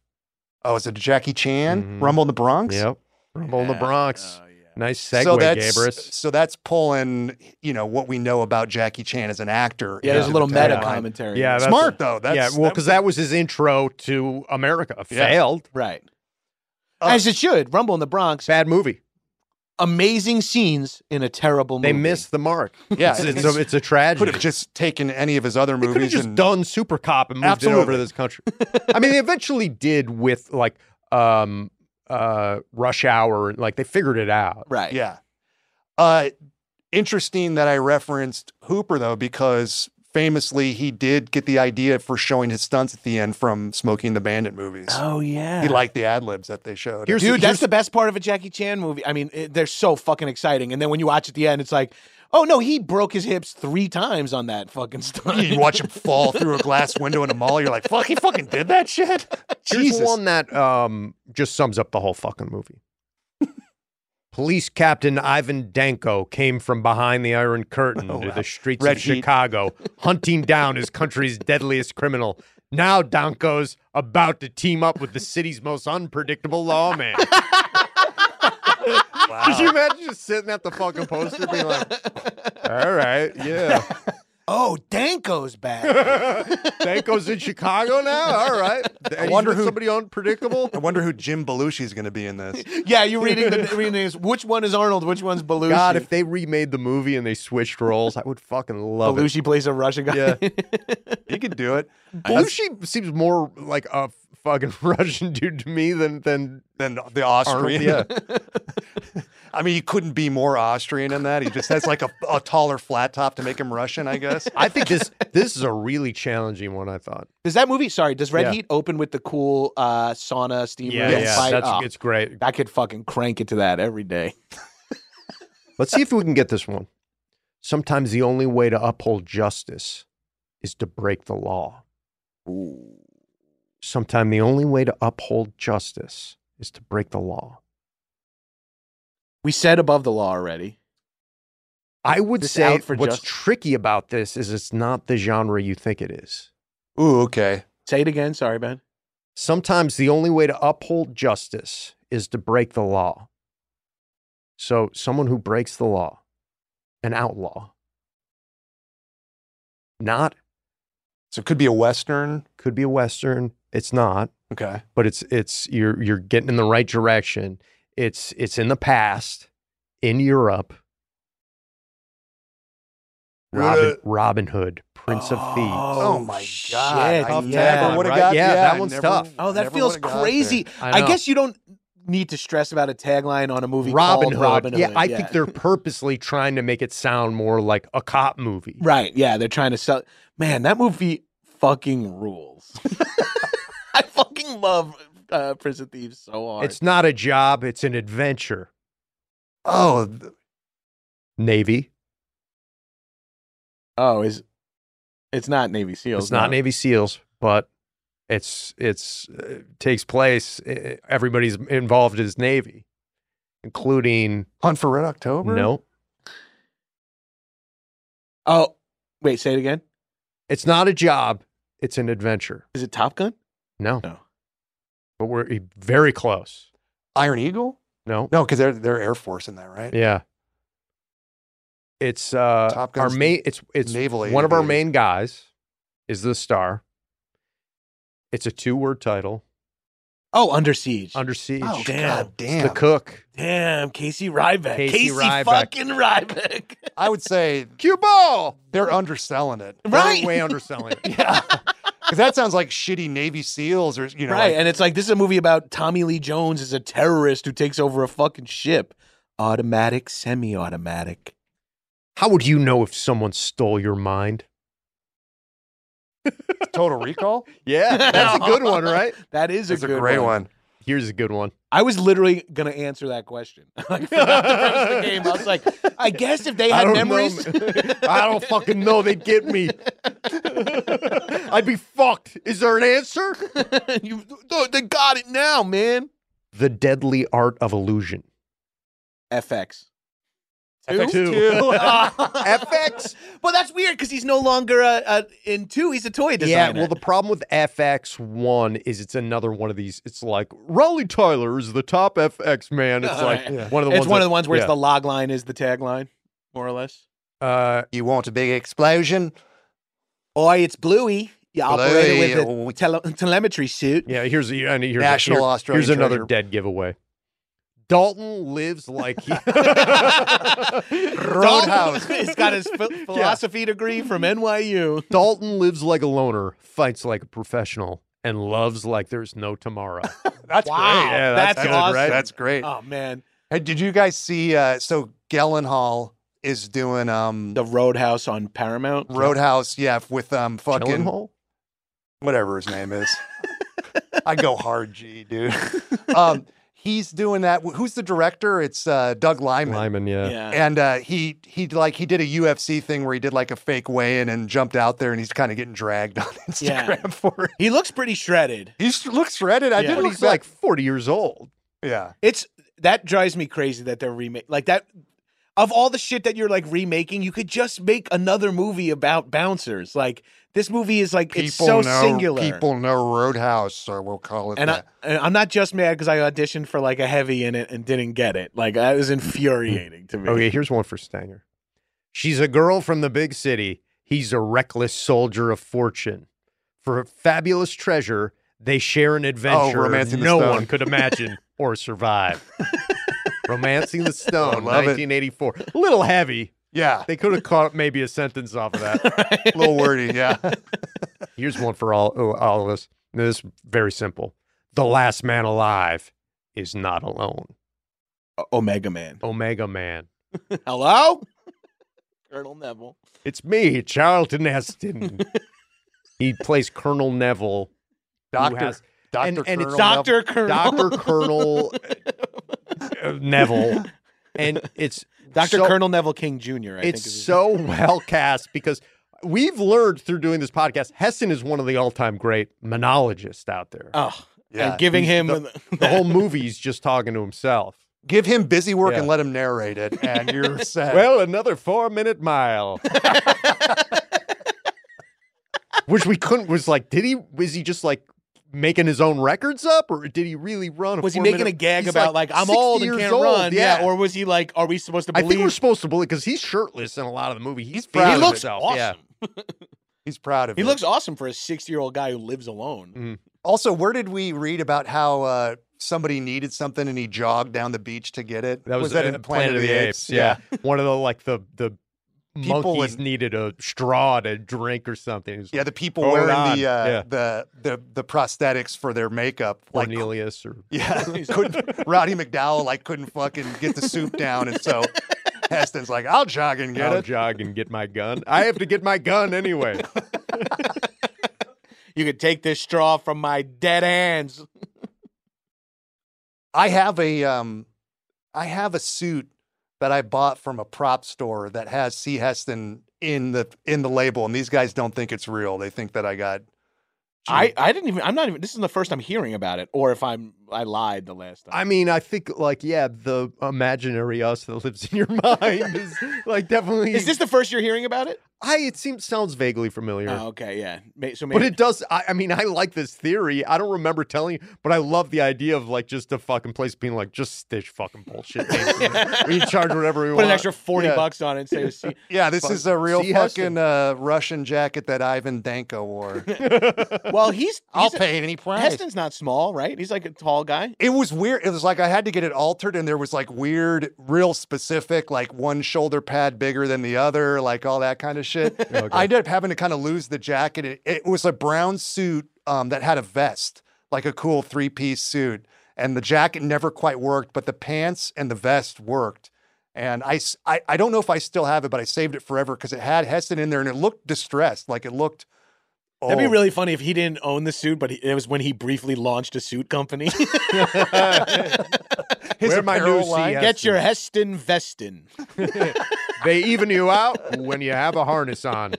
Speaker 5: Oh, is it Jackie Chan?
Speaker 8: Mhm.
Speaker 5: Rumble in the Bronx?
Speaker 8: Yep. Rumble in the
Speaker 6: Yeah.
Speaker 8: Bronx.
Speaker 6: Oh, yeah.
Speaker 8: Nice segue,
Speaker 5: so that's
Speaker 8: Gabrus.
Speaker 5: so that's pulling, you know, what we know about Jackie Chan as an actor.
Speaker 6: Yeah, there's a
Speaker 5: into
Speaker 6: little
Speaker 5: the
Speaker 6: meta
Speaker 5: timeline.
Speaker 6: commentary.
Speaker 8: Yeah, that's-
Speaker 5: Smart though. That's
Speaker 8: yeah, well, because that was his intro to America.
Speaker 5: Yeah.
Speaker 8: Failed.
Speaker 6: right.
Speaker 5: Uh,
Speaker 6: As it should. Rumble in the Bronx.
Speaker 8: Bad movie.
Speaker 6: amazing scenes in a terrible movie.
Speaker 8: They missed the mark.
Speaker 5: Yeah,
Speaker 8: it's,
Speaker 5: I mean,
Speaker 8: it's a, it's a tragedy.
Speaker 5: could have just taken any of his other
Speaker 8: They could have
Speaker 5: movies
Speaker 8: just
Speaker 5: and
Speaker 8: done Super Cop and moved it over
Speaker 5: Absolutely.
Speaker 8: to this country. I mean, they eventually did with like um uh Rush Hour. Like they figured it out.
Speaker 6: Right.
Speaker 5: Yeah. Uh, Interesting that I referenced Hooper though, because famously he did get the idea for showing his stunts at the end from Smoking the Bandit movies.
Speaker 6: Oh yeah.
Speaker 5: He liked the ad libs that they showed.
Speaker 4: Here's-
Speaker 6: Dude,
Speaker 4: here's-
Speaker 6: that's the best part of a Jackie Chan movie. I mean, it, they're so fucking exciting. And then when you watch at the end, it's like, oh no, he broke his hips three times on that fucking stunt.
Speaker 5: you watch him fall through a glass window in a mall. You're like, fuck, he fucking did that shit.
Speaker 4: Here's
Speaker 5: Jesus.
Speaker 4: one that um, just sums up the whole fucking movie. Police Captain Ivan Danko came from behind the Iron Curtain to the streets
Speaker 5: Red
Speaker 4: of
Speaker 5: Heat.
Speaker 4: Chicago, hunting down his country's deadliest criminal. Now Danko's about to team up with the city's most unpredictable lawman. Could you imagine just sitting at the fucking poster being like, all right, yeah.
Speaker 6: oh, Danko's back.
Speaker 4: Danko's in Chicago now? All right. I
Speaker 5: wonder who-
Speaker 4: somebody unpredictable?
Speaker 5: I wonder who Jim Belushi is going to be in this.
Speaker 6: yeah, you're reading the reading this. Which one is Arnold? Which one's Belushi?
Speaker 4: God, if they remade the movie and they switched roles, I would fucking love it.
Speaker 6: Belushi plays a Russian guy.
Speaker 4: Yeah.
Speaker 5: He could do it.
Speaker 4: Belushi seems more like a f- fucking Russian dude to me than than
Speaker 5: Then the Austrian.
Speaker 4: yeah.
Speaker 5: I mean, he couldn't be more Austrian in that. He just has like a, a taller flat top to make him Russian, I guess.
Speaker 4: I think this this is a really challenging one. I thought.
Speaker 6: Does that movie? Sorry, does Red
Speaker 4: Yeah.
Speaker 6: Heat open with the cool uh, sauna steam room fight?
Speaker 4: that's
Speaker 6: Oh,
Speaker 4: it's great.
Speaker 6: I could fucking crank it to that every day.
Speaker 4: Let's see if we can get this one. Sometimes the only way to uphold justice is to break the law. Sometimes the only way to uphold justice is to break the law.
Speaker 6: We said above the law already.
Speaker 4: I would
Speaker 6: This
Speaker 4: say
Speaker 6: out for
Speaker 4: what's
Speaker 6: justice.
Speaker 4: tricky about this is it's not the genre you think it is.
Speaker 5: Ooh, okay.
Speaker 6: Say it again. Sorry, Ben.
Speaker 4: Sometimes the only way to uphold justice is to break the law. So, someone who breaks the law, an outlaw, not
Speaker 5: So it could be a Western.
Speaker 4: could be a Western. It's not,
Speaker 5: Okay.
Speaker 4: but it's it's you're you're getting in the right direction. It's it's in the past, in Europe. Robin, Robin Hood, Prince of Thieves.
Speaker 5: Oh,
Speaker 6: Oh,
Speaker 5: my
Speaker 6: shit,
Speaker 5: God. I
Speaker 6: yeah,
Speaker 5: never would have
Speaker 4: right?
Speaker 5: got
Speaker 4: Yeah, that
Speaker 5: I
Speaker 4: one's
Speaker 5: never-
Speaker 4: tough.
Speaker 6: Oh, that
Speaker 5: never
Speaker 6: feels
Speaker 5: would've got there.
Speaker 6: crazy.
Speaker 4: I
Speaker 6: I,
Speaker 4: know.
Speaker 6: guess you don't need to stress about a tagline on a movie
Speaker 4: Robin
Speaker 6: called
Speaker 4: Hood.
Speaker 6: Robin Hood.
Speaker 4: Yeah, I think they're purposely trying to make it sound more like a cop movie.
Speaker 6: right. Yeah, they're trying to sell. Man, that movie fucking rules. I fucking love uh, Prison Thieves so hard.
Speaker 4: It's not a job, it's an adventure.
Speaker 5: Oh, th-
Speaker 4: Navy.
Speaker 6: oh, is it's not Navy SEALs.
Speaker 4: It's not
Speaker 6: no.
Speaker 4: Navy SEALs, but it's it's uh, takes place uh, everybody's involved is Navy, including
Speaker 5: Hunt for Red October?
Speaker 4: no.
Speaker 6: Oh, wait. Say it again.
Speaker 4: It's not a job, it's an adventure.
Speaker 6: Is it Top Gun?
Speaker 4: No.
Speaker 6: No.
Speaker 4: But we're eh, very close.
Speaker 5: Iron Eagle?
Speaker 4: No.
Speaker 5: No, because they're, they're Air Force in that, right?
Speaker 4: Yeah. It's uh
Speaker 5: Top
Speaker 4: our
Speaker 5: Gun's
Speaker 4: main it's it's
Speaker 5: naval
Speaker 4: one of our
Speaker 5: aviator.
Speaker 4: main guys is the star. It's a two-word title.
Speaker 6: Oh, Under Siege.
Speaker 4: Under siege.
Speaker 5: Oh,
Speaker 6: Damn.
Speaker 5: God damn.
Speaker 4: the cook.
Speaker 6: Damn, Casey Ryback.
Speaker 4: Casey
Speaker 6: Casey,
Speaker 4: Ryback.
Speaker 6: fucking Ryback.
Speaker 5: I would say
Speaker 4: Cue ball.
Speaker 5: they're underselling it.
Speaker 6: Right.
Speaker 4: They're way underselling. it.
Speaker 5: Yeah. Because that sounds like shitty Navy SEAls or, you know,
Speaker 6: right.
Speaker 5: like-
Speaker 6: and it's like this is a movie about Tommy Lee Jones is a terrorist who takes over a fucking ship. Automatic, semi automatic.
Speaker 4: How would you know if someone stole your mind?
Speaker 5: Total Recall.
Speaker 4: Yeah, that's a good one, right?
Speaker 6: That is a,
Speaker 5: It's a
Speaker 6: good
Speaker 5: great one.
Speaker 4: Here's a good one.
Speaker 6: I was literally gonna answer that question. I forgot to premise the game. I was like, I guess if they
Speaker 4: I
Speaker 6: had
Speaker 4: don't
Speaker 6: memories.
Speaker 4: know. I don't fucking know. They'd get me. I'd be fucked. Is there an answer?
Speaker 6: you, no, they got it now, man.
Speaker 4: The deadly art of illusion.
Speaker 6: FX.
Speaker 5: FX
Speaker 4: Two.
Speaker 5: two.
Speaker 4: FX.
Speaker 6: Well, that's weird because he's no longer uh, uh, in two. He's a toy designer.
Speaker 4: Yeah, well, the problem with FX one is it's another one of these. It's like Raleigh Tyler is the top FX man. It's
Speaker 6: All
Speaker 4: like
Speaker 6: right.
Speaker 4: one of the
Speaker 6: it's
Speaker 4: ones.
Speaker 6: one
Speaker 4: that-
Speaker 6: of the ones where
Speaker 4: yeah.
Speaker 6: it's the log line is the tagline, more or less.
Speaker 4: Uh,
Speaker 5: You want a big explosion?
Speaker 6: Oi, it's Bluey. You operated with a tele- telemetry suit.
Speaker 4: yeah, here's the and here's
Speaker 5: National
Speaker 4: here-
Speaker 5: Australian
Speaker 4: Here's another
Speaker 5: Treasure.
Speaker 4: dead giveaway. Dalton lives like he.
Speaker 5: Roadhouse.
Speaker 6: He's got his ph- philosophy degree from NYU.
Speaker 4: Dalton lives like a loner, fights like a professional, and loves like there's no tomorrow.
Speaker 5: That's
Speaker 6: Wow,
Speaker 5: great.
Speaker 6: that's
Speaker 5: good,
Speaker 6: awesome.
Speaker 5: Uh, That's great.
Speaker 6: Oh man,
Speaker 5: Hey, did you guys see? Uh, so Gyllenhaal is doing um
Speaker 6: The Roadhouse on Paramount.
Speaker 5: Roadhouse, yeah, with um fucking
Speaker 4: Gyllenhaal?
Speaker 5: whatever his name is. I go hard G, dude. um, he's doing that. Who's the director? It's uh, Doug Lyman.
Speaker 11: Lyman, yeah.
Speaker 6: Yeah.
Speaker 5: And uh, he he like he did a UFC thing where he did like a fake weigh in and jumped out there and he's kind of getting dragged on
Speaker 6: Yeah.
Speaker 5: Instagram for it.
Speaker 6: He looks pretty shredded.
Speaker 5: He s- looks shredded. I
Speaker 6: Yeah.
Speaker 5: didn't
Speaker 4: But
Speaker 6: What
Speaker 4: he's like 40 years old.
Speaker 5: yeah.
Speaker 6: It's that drives me crazy that they're remake like that. Of all the shit that you're like remaking, you could just make another movie about bouncers. Like this movie is like it's so
Speaker 5: know,
Speaker 6: singular.
Speaker 5: People know Roadhouse, so we'll call it
Speaker 6: and I,
Speaker 5: that.
Speaker 6: and I'm not just mad because I auditioned for like a heavy in it and didn't get it. Like that was infuriating to me.
Speaker 4: Okay, here's one for Stanger. She's a girl from the big city. He's a reckless soldier of fortune. For a fabulous treasure, they share an adventure
Speaker 5: Oh, Romancing the
Speaker 4: no
Speaker 5: Stone.
Speaker 4: one could imagine or survive. Romancing the Stone,
Speaker 5: Oh, love it.
Speaker 4: 1984. A little heavy.
Speaker 5: yeah,
Speaker 4: They could have caught maybe a sentence off of that.
Speaker 5: a little wordy. Yeah.
Speaker 4: Here's one for all oh, all of us. Now, This is very simple. The last man alive is not alone.
Speaker 6: O- Omega Man.
Speaker 4: Omega Man.
Speaker 6: Hello, Colonel Neville.
Speaker 4: It's me, Charlton Heston. he plays Colonel Neville. who
Speaker 5: Doctor.
Speaker 4: has-
Speaker 5: Doctor
Speaker 4: and- and it's
Speaker 6: Doctor Colonel.
Speaker 4: Dr. Colonel uh, Neville. And it's
Speaker 6: Dr.
Speaker 4: so-
Speaker 6: Colonel Neville King Jr.
Speaker 4: it's
Speaker 6: I think is-
Speaker 4: so well cast because we've learned through doing this podcast, Heston is one of the all-time great monologists out there.
Speaker 6: oh,
Speaker 5: Yeah.
Speaker 6: and giving him
Speaker 4: the whole movie's just talking to himself.
Speaker 5: Give him busy work
Speaker 4: Yeah.
Speaker 5: and let him narrate it, and you're set.
Speaker 4: Well, another four minute mile. Which we couldn't was like, did he was he just like making his own records up or did he really run a
Speaker 6: was he
Speaker 4: four
Speaker 6: making
Speaker 4: minute-
Speaker 6: a gag
Speaker 4: He's
Speaker 6: about like, I'm
Speaker 4: 60
Speaker 6: old and
Speaker 4: years
Speaker 6: can't
Speaker 4: old,
Speaker 6: run?
Speaker 4: Yeah.
Speaker 6: or was he like, are we supposed to
Speaker 4: I
Speaker 6: believe?
Speaker 4: think we're supposed to believe because he's shirtless in a lot of the movie. He's
Speaker 5: proud
Speaker 4: proud
Speaker 6: he
Speaker 4: of
Speaker 6: looks
Speaker 4: himself.
Speaker 6: awesome.
Speaker 4: Yeah.
Speaker 5: He's proud of
Speaker 6: He
Speaker 5: it.
Speaker 6: looks awesome for a 60 year old guy who lives alone.
Speaker 5: Also, where did we read about how uh, somebody needed something and he jogged down the beach to get it?
Speaker 4: That was,
Speaker 5: that
Speaker 4: uh,
Speaker 5: in Planet, of the Apes?
Speaker 4: Yeah. One of the like the the
Speaker 5: People
Speaker 4: monkeys
Speaker 5: in-
Speaker 4: needed a straw to drink or something. It was
Speaker 5: Yeah, the people
Speaker 4: Hold
Speaker 5: wearing
Speaker 4: on,
Speaker 5: the, uh,
Speaker 4: yeah.
Speaker 5: the the the prosthetics for their makeup, like
Speaker 4: Cornelius or
Speaker 5: yeah, couldn't, Roddy McDowell like couldn't fucking get the soup down, and so Heston's like, "I'll jog and get
Speaker 4: I'll
Speaker 5: it."
Speaker 4: jog and get my gun. I have to get my gun anyway.
Speaker 6: You could take this straw from my dead hands.
Speaker 5: I have a um, I have a suit that I bought from a prop store that has C Heston in the in the label, and these guys don't think it's real. They think that I got.
Speaker 6: I, I didn't even, I'm not even, this is the first I'm hearing about it. Or if I'm, I lied the last time.
Speaker 4: I mean, I think like yeah, the imaginary us that lives in your mind is like definitely.
Speaker 6: is this the first you're hearing about it?
Speaker 4: I it seems sounds vaguely familiar,
Speaker 6: Oh, okay. Yeah. May- So
Speaker 4: but
Speaker 6: maybe.
Speaker 4: it does. I, I mean, I like this theory. I don't remember telling you, but I love the idea of like just a fucking place being like just stitch fucking bullshit. names. we can charge whatever we
Speaker 6: Put
Speaker 4: want.
Speaker 6: an extra 40
Speaker 4: Yeah.
Speaker 6: bucks on it and say, see,
Speaker 5: Yeah, this
Speaker 4: Fuck.
Speaker 5: is a real
Speaker 4: C. Heston.
Speaker 5: fucking uh, Russian jacket that Ivan Danko wore.
Speaker 6: well, he's, he's
Speaker 5: I'll
Speaker 6: a-
Speaker 5: pay any price.
Speaker 6: Heston's not small, right? He's like a tall guy.
Speaker 5: It was weird. It was like I had to get it altered, and there was like weird, real specific, like one shoulder pad bigger than the other, like all that kind of shit. I ended up having to kind of lose the jacket. It, it was a brown suit um, that had a vest, like a cool three piece suit. And the jacket never quite worked, but the pants and the vest worked. And I, s- I, I don't know if I still have it, but I saved it forever because it had Heston in there and it looked distressed. Like it looked.
Speaker 4: Oh.
Speaker 6: That'd be
Speaker 5: old.
Speaker 6: really funny if he didn't own the suit, but he, it was when he briefly launched a suit company.
Speaker 5: His
Speaker 4: Wear my new
Speaker 5: apparel
Speaker 4: C.
Speaker 5: line.
Speaker 4: Heston.
Speaker 6: Get your Heston Veston.
Speaker 4: They even you out when you have a harness on.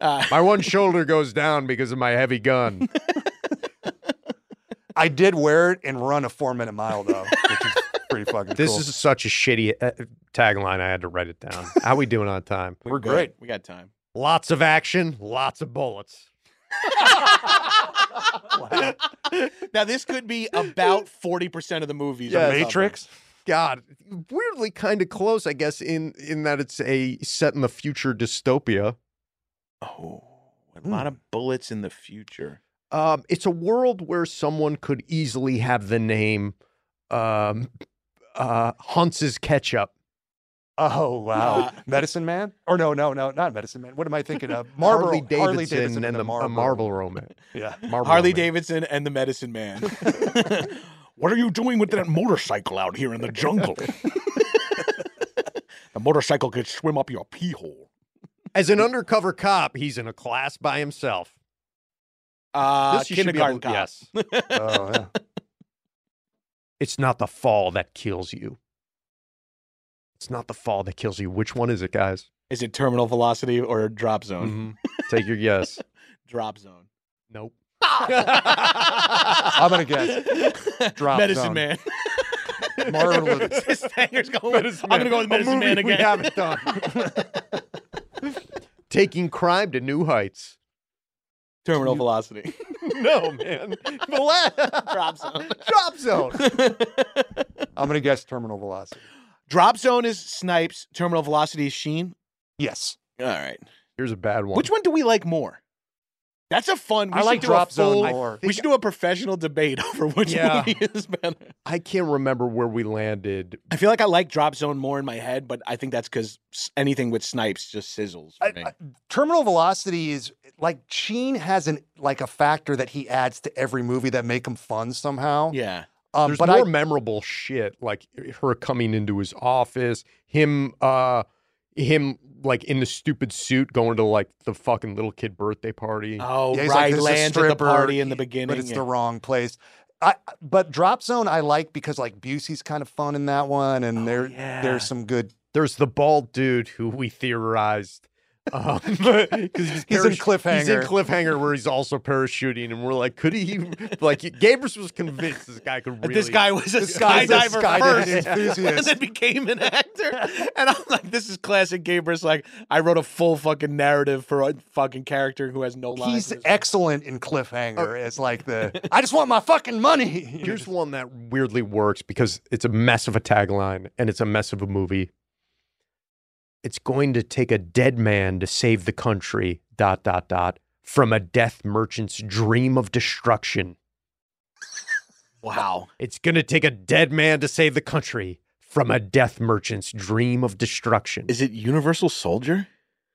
Speaker 4: my one shoulder goes down because of my heavy gun.
Speaker 5: I did wear it and run a four minute mile though, which is pretty fucking
Speaker 4: This
Speaker 5: cool.
Speaker 4: is such a shitty uh, tagline. I had to write it down. How we doing on time?
Speaker 5: We're great.
Speaker 6: We got time.
Speaker 4: Lots of action, lots of bullets.
Speaker 6: Now this could be about forty percent of the movies.
Speaker 5: The
Speaker 6: or something.
Speaker 5: Matrix.
Speaker 4: God, weirdly kind of close, I guess, in in that it's a set in the future dystopia.
Speaker 6: Oh, a lot of bullets in the future.
Speaker 4: Um, it's a world where someone could easily have the name um, uh, Hunts's Ketchup.
Speaker 5: Oh wow, Medicine Man? Or no, no, no, not Medicine Man. What am I thinking of? Marlboro,
Speaker 4: Harley Davidson,
Speaker 5: Harley Davidson
Speaker 4: and the,
Speaker 5: Marlboro.
Speaker 4: a Marvel romance.
Speaker 5: Yeah.
Speaker 4: Marvel
Speaker 6: Harley
Speaker 4: romance.
Speaker 6: Davidson and the Medicine Man. what are you doing with that motorcycle out here in the jungle? The motorcycle could swim up your pee hole.
Speaker 4: As an undercover cop, he's in a class by himself.
Speaker 6: Uh,
Speaker 4: This you should be
Speaker 6: kindergarten
Speaker 4: able-
Speaker 6: cop.
Speaker 4: Yes.
Speaker 5: Oh, yeah.
Speaker 4: It's not the fall that kills you. It's not the fall that kills you. Which one is it, guys?
Speaker 6: Is it terminal velocity or drop zone?
Speaker 4: Take your guess.
Speaker 6: Drop zone.
Speaker 4: Nope.
Speaker 6: I'm
Speaker 5: gonna guess. Drop
Speaker 6: Medicine
Speaker 5: zone.
Speaker 6: Man.
Speaker 5: Marvin Lewis.
Speaker 6: Stanger's going. With, I'm gonna go with Medicine Man again.
Speaker 4: done. Taking crime to new heights.
Speaker 6: Terminal velocity.
Speaker 4: No, Oh, man. The la-
Speaker 6: drop zone.
Speaker 4: Drop zone.
Speaker 5: I'm gonna guess terminal velocity.
Speaker 6: drop zone is Snipes. Terminal velocity is Sheen.
Speaker 12: Yes.
Speaker 6: All right.
Speaker 4: Here's a bad one.
Speaker 6: Which one do we like more? That's a fun. We
Speaker 5: I
Speaker 6: should
Speaker 5: like
Speaker 6: do a
Speaker 5: drop
Speaker 6: full-
Speaker 5: zone more.
Speaker 6: We should do a professional debate over which
Speaker 4: Yeah.
Speaker 6: movie is better.
Speaker 4: I can't remember where we landed.
Speaker 6: I feel like I like Drop Zone more in my head, but I think that's because anything with Snipes just sizzles for
Speaker 5: I-
Speaker 6: me.
Speaker 5: I- terminal velocity is like Sheen has an like a factor that he adds to every movie that make him fun somehow.
Speaker 6: yeah,
Speaker 5: Um,
Speaker 4: There's
Speaker 5: but
Speaker 4: more
Speaker 5: I,
Speaker 4: memorable shit like her coming into his office, him, uh, him like in the stupid suit going to like the fucking little kid birthday party.
Speaker 6: Oh,
Speaker 5: Yeah, he's like,
Speaker 6: right.
Speaker 5: "This is a
Speaker 6: lands at the
Speaker 5: stripper,"
Speaker 6: party in the beginning.
Speaker 5: but it's the wrong place. I, but Drop Zone I like because like Busey's kind of fun in that one, and there
Speaker 6: Oh, yeah.
Speaker 5: there's some good.
Speaker 4: There's the bald dude who we theorized. Um, 'cause he's,
Speaker 5: He's in
Speaker 4: parachu- He's in
Speaker 5: Cliffhanger.
Speaker 4: cliffhanger where he's also parachuting, and we're like, could he? Like, Gabrus was convinced this guy could
Speaker 6: But
Speaker 4: really.
Speaker 6: This guy was a
Speaker 5: This guy's a
Speaker 6: skydiver
Speaker 5: skydiver
Speaker 6: first,
Speaker 5: enthusiast.
Speaker 6: and then became an actor. And I'm like, this is classic Gabrus. Like, I wrote a full fucking narrative for a fucking character who has no lines.
Speaker 5: He's e-,
Speaker 6: in his-
Speaker 5: excellent in Cliffhanger.
Speaker 6: Oh.
Speaker 5: It's like the I just want my fucking money.
Speaker 4: Here's one that weirdly works because it's a mess of a tagline and it's a mess of a movie. It's going to take a dead man to save the country. Dot dot dot from a death merchant's dream of destruction.
Speaker 6: wow.
Speaker 4: It's going to take a dead man to save the country from a death merchant's dream of destruction.
Speaker 6: Is it Universal Soldier?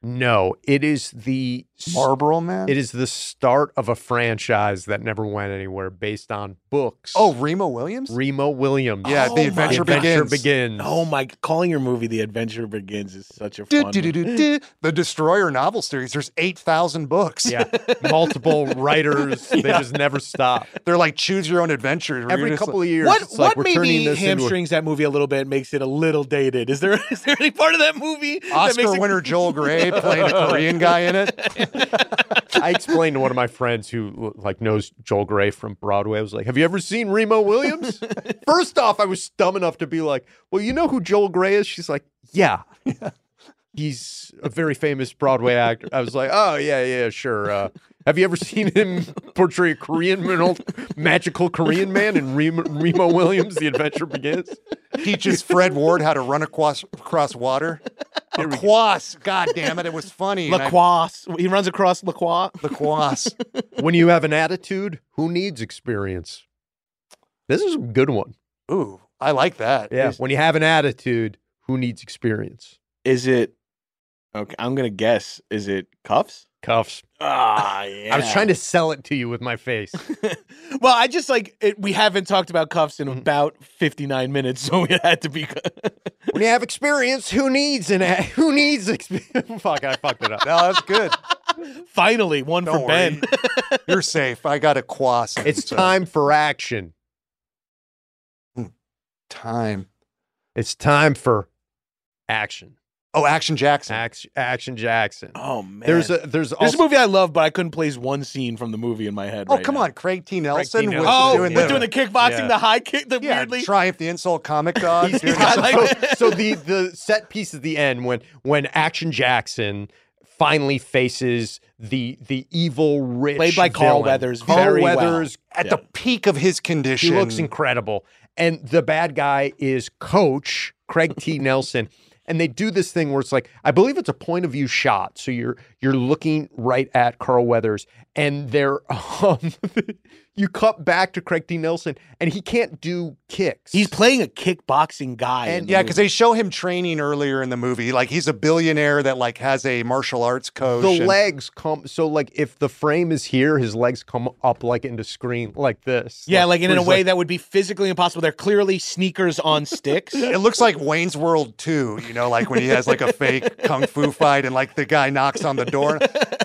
Speaker 4: No, it is the s-
Speaker 5: Marlboro Man.
Speaker 4: it is the start of a franchise that never went anywhere based on books.
Speaker 5: Oh, Remo Williams.
Speaker 4: Remo Williams.
Speaker 5: yeah,
Speaker 6: Oh
Speaker 5: the
Speaker 6: my
Speaker 5: adventure,
Speaker 4: The Adventure
Speaker 5: begins.
Speaker 4: begins.
Speaker 6: Oh my! Calling your movie "The Adventure Begins" is such a
Speaker 5: Du-
Speaker 6: fun.
Speaker 5: du- du-
Speaker 6: one.
Speaker 5: du- du. The Destroyer novel series. There's eight thousand books.
Speaker 4: Yeah, multiple writers. They just never stop.
Speaker 5: They're like choose your own adventure. where
Speaker 4: Every
Speaker 5: you're just
Speaker 4: couple
Speaker 5: like-
Speaker 4: of years,
Speaker 6: What
Speaker 4: it's like
Speaker 6: what
Speaker 4: we're turning
Speaker 6: maybe
Speaker 4: this into a-
Speaker 6: hamstrings that movie a little bit makes it a little dated? Is there is there any part of that movie that makes
Speaker 5: Oscar
Speaker 6: it-
Speaker 5: winner Joel Gray playing a Korean guy in it.
Speaker 4: I explained to one of my friends who like knows Joel Gray from Broadway. I was like, "Have you ever seen Remo Williams?" First off, I was dumb enough to be like, "Well, you know who Joel Gray is?" She's like, "Yeah, he's a very famous Broadway actor." I was like, "Oh yeah, yeah, sure." Uh, have you ever seen him portray a Korean man- old magical Korean man in Remo, Remo Williams? The Adventure Begins.
Speaker 5: Teaches Fred Ward how to run across across water. Across. God damn it! It was funny. and I-
Speaker 6: Laquas? He runs across Lacroix.
Speaker 5: Laquas.
Speaker 4: When you have an attitude, who needs experience? This is a good one.
Speaker 5: Ooh, I like that.
Speaker 4: Yeah. When you have an attitude, who needs experience?
Speaker 6: Is it? Okay, I'm gonna guess. Is it cuffs?
Speaker 4: Cuffs.
Speaker 6: Ah, yeah.
Speaker 4: I was trying to sell it to you with my face.
Speaker 6: well, I just like it, we haven't talked about cuffs
Speaker 5: Mm-hmm.
Speaker 6: in about 59 minutes, so it had to be.
Speaker 4: when you have experience, who needs an a- who needs experience? Fuck, I fucked it up.
Speaker 5: No, that's good.
Speaker 6: Finally, one
Speaker 5: Don't
Speaker 6: for
Speaker 5: worry.
Speaker 6: Ben.
Speaker 5: You're safe. I got a quas.
Speaker 4: It's time for action.
Speaker 5: Time.
Speaker 4: It's time for action.
Speaker 5: Oh, Action Jackson.
Speaker 4: Action, action Jackson.
Speaker 6: Oh man,
Speaker 4: There's a there's
Speaker 6: This
Speaker 4: also
Speaker 6: movie I love, but I couldn't place one scene from the movie in my head.
Speaker 5: Oh,
Speaker 6: right
Speaker 5: come
Speaker 6: now.
Speaker 5: on, Craig T. Nelson.
Speaker 4: T.
Speaker 5: was
Speaker 4: Nelson.
Speaker 6: Oh,
Speaker 5: doing
Speaker 6: we're
Speaker 5: the,
Speaker 6: doing the kickboxing,
Speaker 4: Yeah.
Speaker 6: the high kick, the
Speaker 5: yeah,
Speaker 6: weirdly.
Speaker 5: Triumph the Insult Comic Dog. dude.
Speaker 6: I like
Speaker 4: so,
Speaker 6: that.
Speaker 4: so the the set piece at the end when when Action Jackson finally faces the the evil rich
Speaker 6: Played by Carl
Speaker 4: villain.
Speaker 6: Weathers
Speaker 4: Carl
Speaker 6: very well.
Speaker 4: Weathers
Speaker 5: At the peak of his
Speaker 4: He
Speaker 5: condition.
Speaker 4: looks incredible. And the bad guy is Coach Craig T. Nelson. And they do this thing where it's like, I believe it's a point of view shot. So you're you're looking right at Carl Weathers, and they're um, you cut back to Craig D. Nelson, and he can't do kicks.
Speaker 6: He's playing a kickboxing guy.
Speaker 4: And-
Speaker 6: in the
Speaker 5: Yeah,
Speaker 6: movie.
Speaker 5: because they show him training earlier in the movie. Like he's a billionaire that like has a martial arts coach.
Speaker 4: the
Speaker 5: and-
Speaker 4: legs come so like if the frame is here, his legs come up like into screen like this.
Speaker 6: yeah, like in,
Speaker 4: where
Speaker 6: a
Speaker 4: he's
Speaker 6: way that would be physically impossible. They're clearly sneakers on sticks.
Speaker 5: It looks like Wayne's World 2, you know, like when he has like a fake kung fu fight and like the guy knocks on the door.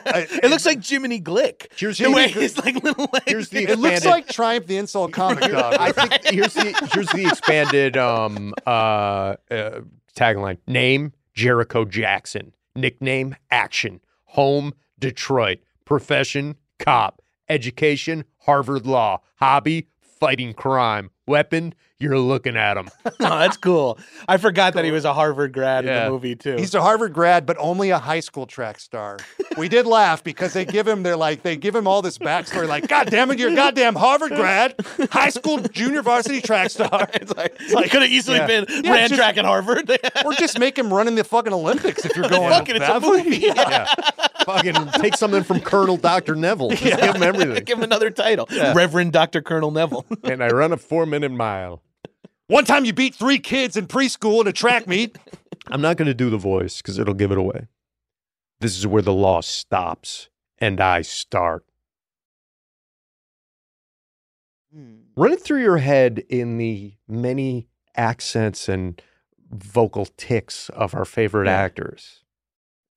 Speaker 5: I-
Speaker 6: It looks like Jiminy Glick.
Speaker 4: Here's
Speaker 6: the way
Speaker 4: Jiminy Glick.
Speaker 6: his like little legs.
Speaker 4: Here's the
Speaker 5: it looks
Speaker 4: expanded-
Speaker 5: like Triumph the Insult Comic Dog.
Speaker 4: I think here's the here's the expanded um uh, uh tagline. Name Jericho Jackson. Nickname Action. Home Detroit. Profession cop. Education Harvard Law. Hobby fighting crime. Weapon you're looking at him.
Speaker 6: oh, that's cool. I forgot that he was a Harvard grad in
Speaker 4: Yeah.
Speaker 6: the movie too.
Speaker 5: He's a Harvard grad, but only a high school track star. We did laugh because they give him, they're like, they give him all this backstory, like, God damn it, you're a goddamn Harvard grad, high school junior varsity track star.
Speaker 6: it's like, it could have easily
Speaker 5: yeah.
Speaker 6: been
Speaker 5: Yeah,
Speaker 6: ran
Speaker 5: just-
Speaker 6: track at Harvard.
Speaker 5: Or just make him run in the fucking Olympics if you're going
Speaker 6: Fuck it, it's a
Speaker 5: that
Speaker 6: movie.
Speaker 5: way.
Speaker 4: Fucking take something from Colonel Doctor Neville. Just give him everything.
Speaker 6: Give him another title, Reverend Doctor Colonel Neville.
Speaker 4: and I run a four minute mile.
Speaker 5: One time you beat three kids in preschool in a track meet.
Speaker 4: I'm not going to do the voice because it'll give it away. This is where the law stops and I start. Run it through your head in the many accents and vocal ticks of our favorite actors,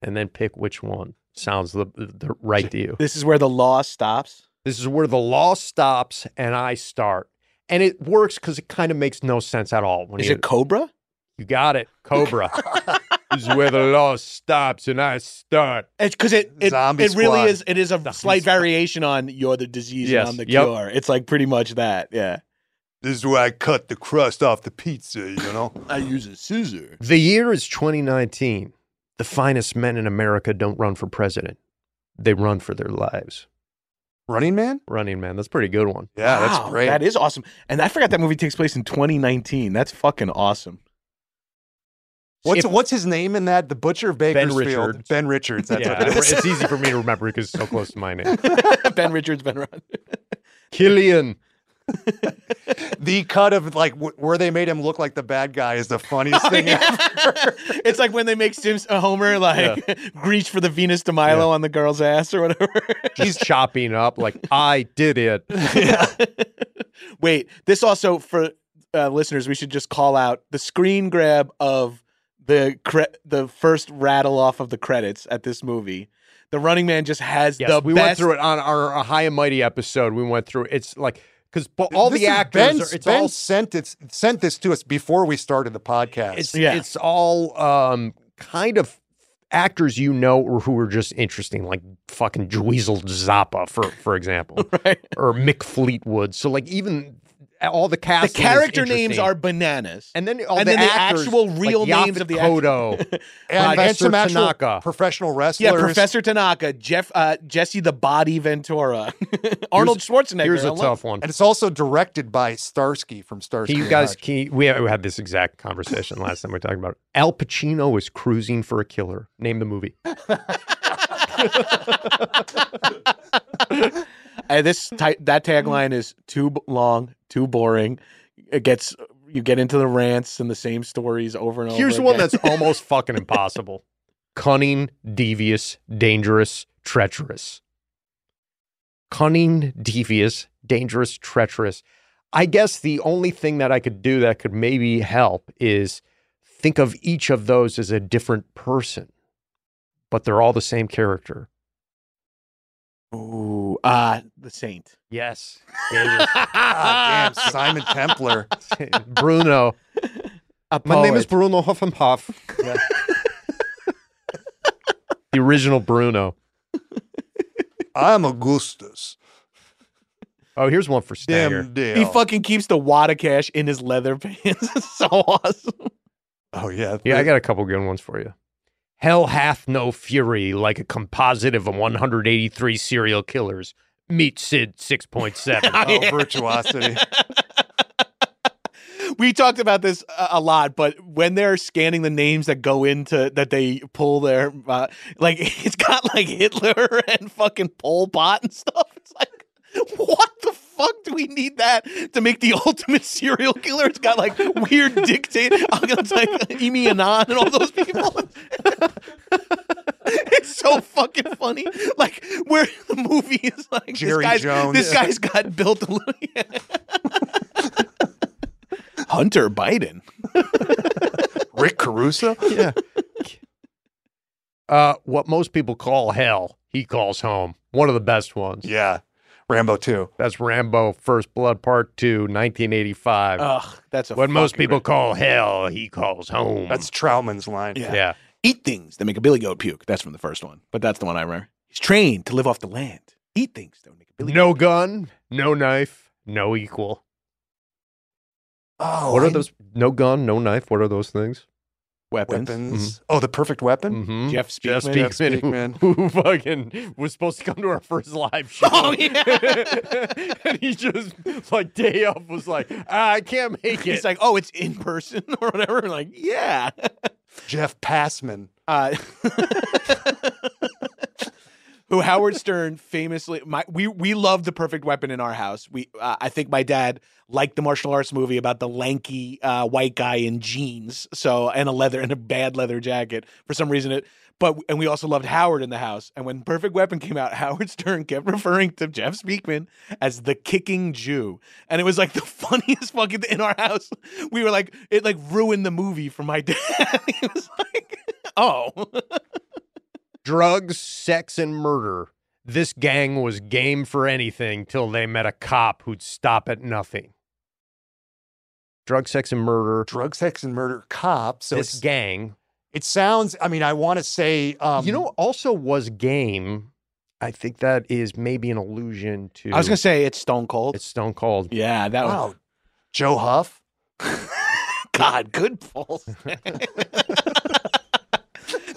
Speaker 4: and then pick which one sounds the, the right to you.
Speaker 6: This is where the law stops.
Speaker 4: This is where the law stops and I start. And it works because it kind of makes no sense at all. When
Speaker 6: Is
Speaker 4: you,
Speaker 6: it Cobra?
Speaker 4: You got it, Cobra. this is where the law stops and I start.
Speaker 6: It's because it it,
Speaker 5: Zombie
Speaker 6: it really
Speaker 5: Squad.
Speaker 6: is. It is a slight variation on "You're the disease
Speaker 4: Yes.
Speaker 6: and I'm the
Speaker 4: Yep.
Speaker 6: cure." It's like pretty much that. Yeah.
Speaker 8: This is where I cut the crust off the pizza, you know?
Speaker 6: I use a scissor.
Speaker 4: The year is 2019. The finest men in America don't run for president. They run for their lives.
Speaker 5: Running Man?
Speaker 4: Running man, that's a pretty good one.
Speaker 5: Yeah,
Speaker 6: Wow,
Speaker 5: that's great.
Speaker 6: That is awesome. And I forgot that movie takes place in 2019. That's fucking awesome.
Speaker 5: What's
Speaker 4: If-
Speaker 5: what's his name in that? The Butcher of Bakersfield.
Speaker 4: Richards.
Speaker 5: Ben Richards. That's
Speaker 4: yeah,
Speaker 5: what it is.
Speaker 4: it's easy for me to remember because it's so close to my name.
Speaker 6: ben Richards, Ben Ron.
Speaker 4: Killian.
Speaker 5: the cut of like wh- where they made him look like the bad guy is the funniest
Speaker 4: Oh,
Speaker 5: thing. ever.
Speaker 6: it's like when they make Sims uh, Homer like reach for the Venus de Milo on the girl's ass or whatever.
Speaker 4: He's chopping up like I did it.
Speaker 6: Wait, this also for uh, listeners, we should just call out the screen grab of the cre- the first rattle off of the credits at this movie. The Running Man just has
Speaker 4: Yes,
Speaker 6: the
Speaker 4: we
Speaker 6: best.
Speaker 4: went through it on our, our High and Mighty episode. We went through it's like because all
Speaker 5: This
Speaker 4: the
Speaker 5: is Ben,
Speaker 4: actors are, it's
Speaker 5: ben
Speaker 4: all
Speaker 5: sent it sent this to us before we started the podcast.
Speaker 4: it's
Speaker 6: Yeah.
Speaker 4: it's all um kind of actors you know or who are just interesting, like fucking Dweezil Zappa, for for example,
Speaker 6: Right.
Speaker 4: or Mick Fleetwood. So like even all the
Speaker 6: the
Speaker 4: cast,
Speaker 6: character names are bananas.
Speaker 4: and then all
Speaker 6: and
Speaker 4: the,
Speaker 6: then the
Speaker 4: actors,
Speaker 6: actual
Speaker 4: like
Speaker 6: real names
Speaker 4: Yaphet
Speaker 6: of the
Speaker 4: Kotto,
Speaker 5: and, and
Speaker 4: Professor
Speaker 5: some actual
Speaker 4: Tanaka.
Speaker 5: professional
Speaker 6: yeah,
Speaker 5: wrestlers.
Speaker 6: Professor Tanaka, Jeff, uh, Jesse the Body Ventura, Arnold Schwarzenegger.
Speaker 4: Here's a
Speaker 6: I love-
Speaker 4: tough one.
Speaker 5: And it's also directed by Starsky from Starsky.
Speaker 4: Can you
Speaker 5: and
Speaker 4: guys?
Speaker 5: Hutch.
Speaker 4: Can you, we we had this exact conversation last time we were talking about it. Al Pacino is cruising for a killer. Name the movie.
Speaker 6: Uh, this ti- that tagline is too b- long, too boring. It gets you get into the rants and the same stories over and over.
Speaker 4: Here's one
Speaker 6: again.
Speaker 4: that's almost fucking impossible. Cunning, devious, dangerous, treacherous. Cunning, devious, dangerous, treacherous. I guess the only thing that I could do that could maybe help is think of each of those as a different person, but they're all the same character.
Speaker 6: ooh ah the saint.
Speaker 4: Yes.
Speaker 5: God damn Simon Templar.
Speaker 4: Bruno.
Speaker 6: A
Speaker 4: My name
Speaker 6: poet.
Speaker 4: is Bruno Huffenhoff. the original Bruno.
Speaker 8: I'm Augustus.
Speaker 4: Oh, here's one for Stanger.
Speaker 8: Damn deal.
Speaker 6: He fucking keeps the wad of cash in his leather pants. it's so awesome.
Speaker 8: oh, yeah.
Speaker 4: Yeah, I got a couple good ones for you. Hell hath no fury like a composite of 183 serial killers. Meet Sid 6.7.
Speaker 8: Oh, virtuosity.
Speaker 6: We talked about this a, a lot, but when they're scanning the names that go into that they pull their uh, like it's got like Hitler and fucking Pol Pot and stuff. It's like what the fuck do we need that to make the ultimate serial killer? It's got like weird dictate. I'm gonna type Emi Anon and all those people. it's so fucking funny. Like where the movie is like
Speaker 5: Jerry
Speaker 6: this guy's,
Speaker 5: Jones.
Speaker 6: This guy's got built a little. Hunter Biden.
Speaker 5: Rick Caruso?
Speaker 4: yeah. Uh, what most people call hell, he calls home. One of the best ones.
Speaker 5: Yeah. Rambo 2.
Speaker 4: That's Rambo First Blood Part 2, 1985.
Speaker 5: Oh,
Speaker 6: Ugh, that's a
Speaker 4: what most
Speaker 6: fucking-
Speaker 4: people call hell, he calls home.
Speaker 5: That's Troutman's line.
Speaker 6: Yeah.
Speaker 4: yeah.
Speaker 6: eat things that make a billy goat puke. That's from the first one, but that's the one I remember. He's trained to live off the land. Eat things that would make a billy.
Speaker 4: No gun, no knife, no equal.
Speaker 5: Oh,
Speaker 4: What are
Speaker 5: I-
Speaker 4: those? No gun, no knife. What are those things?
Speaker 6: weapons.
Speaker 5: weapons? Oh, the perfect weapon?
Speaker 4: Mm-hmm.
Speaker 6: Jeff
Speaker 4: Jeff
Speaker 6: Speakman.
Speaker 5: Jeff
Speaker 4: Speakman,
Speaker 5: Speakman.
Speaker 4: Who, who fucking was supposed to come to our first live show.
Speaker 6: Oh, yeah.
Speaker 4: and he just, like, day off was like, ah, I can't make it.
Speaker 6: He's like, oh, it's in person or whatever. Like, yeah.
Speaker 5: Jeff Passman.
Speaker 6: Uh, who Howard Stern famously, my, we we loved the Perfect Weapon in our house. We uh, I think my dad liked the martial arts movie about the lanky uh, white guy in jeans, so and a leather and a bad leather jacket for some reason. It but and we also loved Howard in the house. And when Perfect Weapon came out, Howard Stern kept referring to Jeff Speakman as the kicking Jew, and it was like the funniest fucking thing in our house. We were like, it like ruined the movie for my dad. he was like, oh.
Speaker 4: drugs, sex, and murder. This gang was game for anything till they met a cop who'd stop at nothing. Drug, sex, and murder.
Speaker 5: Drug, sex, and murder cop. So
Speaker 4: this
Speaker 5: it's,
Speaker 4: gang,
Speaker 5: it sounds, I mean, I want to say, um,
Speaker 4: you know, also was game. I think that is maybe an allusion to.
Speaker 6: I was gonna say it's Stone Cold.
Speaker 4: it's Stone Cold.
Speaker 6: yeah, that was
Speaker 5: wow, Joe Huff?
Speaker 6: God, good pulse.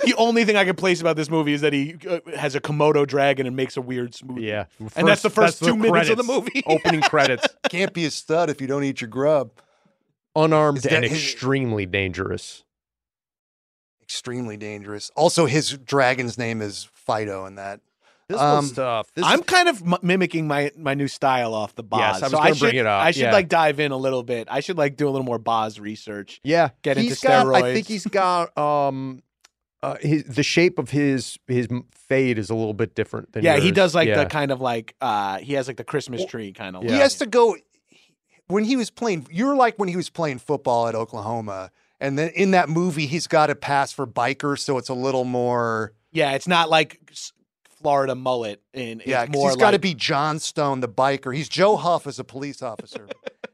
Speaker 6: the only thing I can place about this movie is that he uh, has a Komodo dragon and makes a weird smoothie.
Speaker 4: Yeah,
Speaker 6: and that's the first two minutes of the
Speaker 4: credits.
Speaker 6: movie.
Speaker 4: Opening credits,
Speaker 5: Can't be a stud if you don't eat your grub.
Speaker 4: unarmed
Speaker 5: Is that
Speaker 4: and
Speaker 5: his-
Speaker 4: extremely dangerous.
Speaker 5: Extremely dangerous. Also, his dragon's name is Fido in that.
Speaker 4: This
Speaker 5: Um,
Speaker 4: was tough. This
Speaker 6: I'm kind of m- mimicking my my new style off the Boz.
Speaker 4: Yes, I was
Speaker 6: so I
Speaker 4: gonna
Speaker 6: should,
Speaker 4: bring it up,
Speaker 6: I should
Speaker 4: yeah.
Speaker 6: like dive in a little bit. I should like do a little more Boz research.
Speaker 4: Yeah,
Speaker 6: get
Speaker 4: he's
Speaker 6: into
Speaker 4: got- I
Speaker 6: steroids.
Speaker 4: think he's got um, uh, his, the shape of his his m- fade is a little bit different than
Speaker 6: yeah, he
Speaker 4: yours.
Speaker 6: does like
Speaker 4: Yeah.
Speaker 6: the kind of like uh he has like the Christmas tree kind of.
Speaker 4: He
Speaker 5: He
Speaker 6: look.
Speaker 5: has to go when he was playing. You're like when he was playing football at Oklahoma, and then in that movie, he's got to pass for biker, so it's a little more.
Speaker 6: Yeah, it's not like s- Florida mullet, and it's
Speaker 5: Yeah, 'cause
Speaker 6: more
Speaker 5: he's got to
Speaker 6: like-
Speaker 5: be John Stone, the biker. He's Joe Huff as a police officer.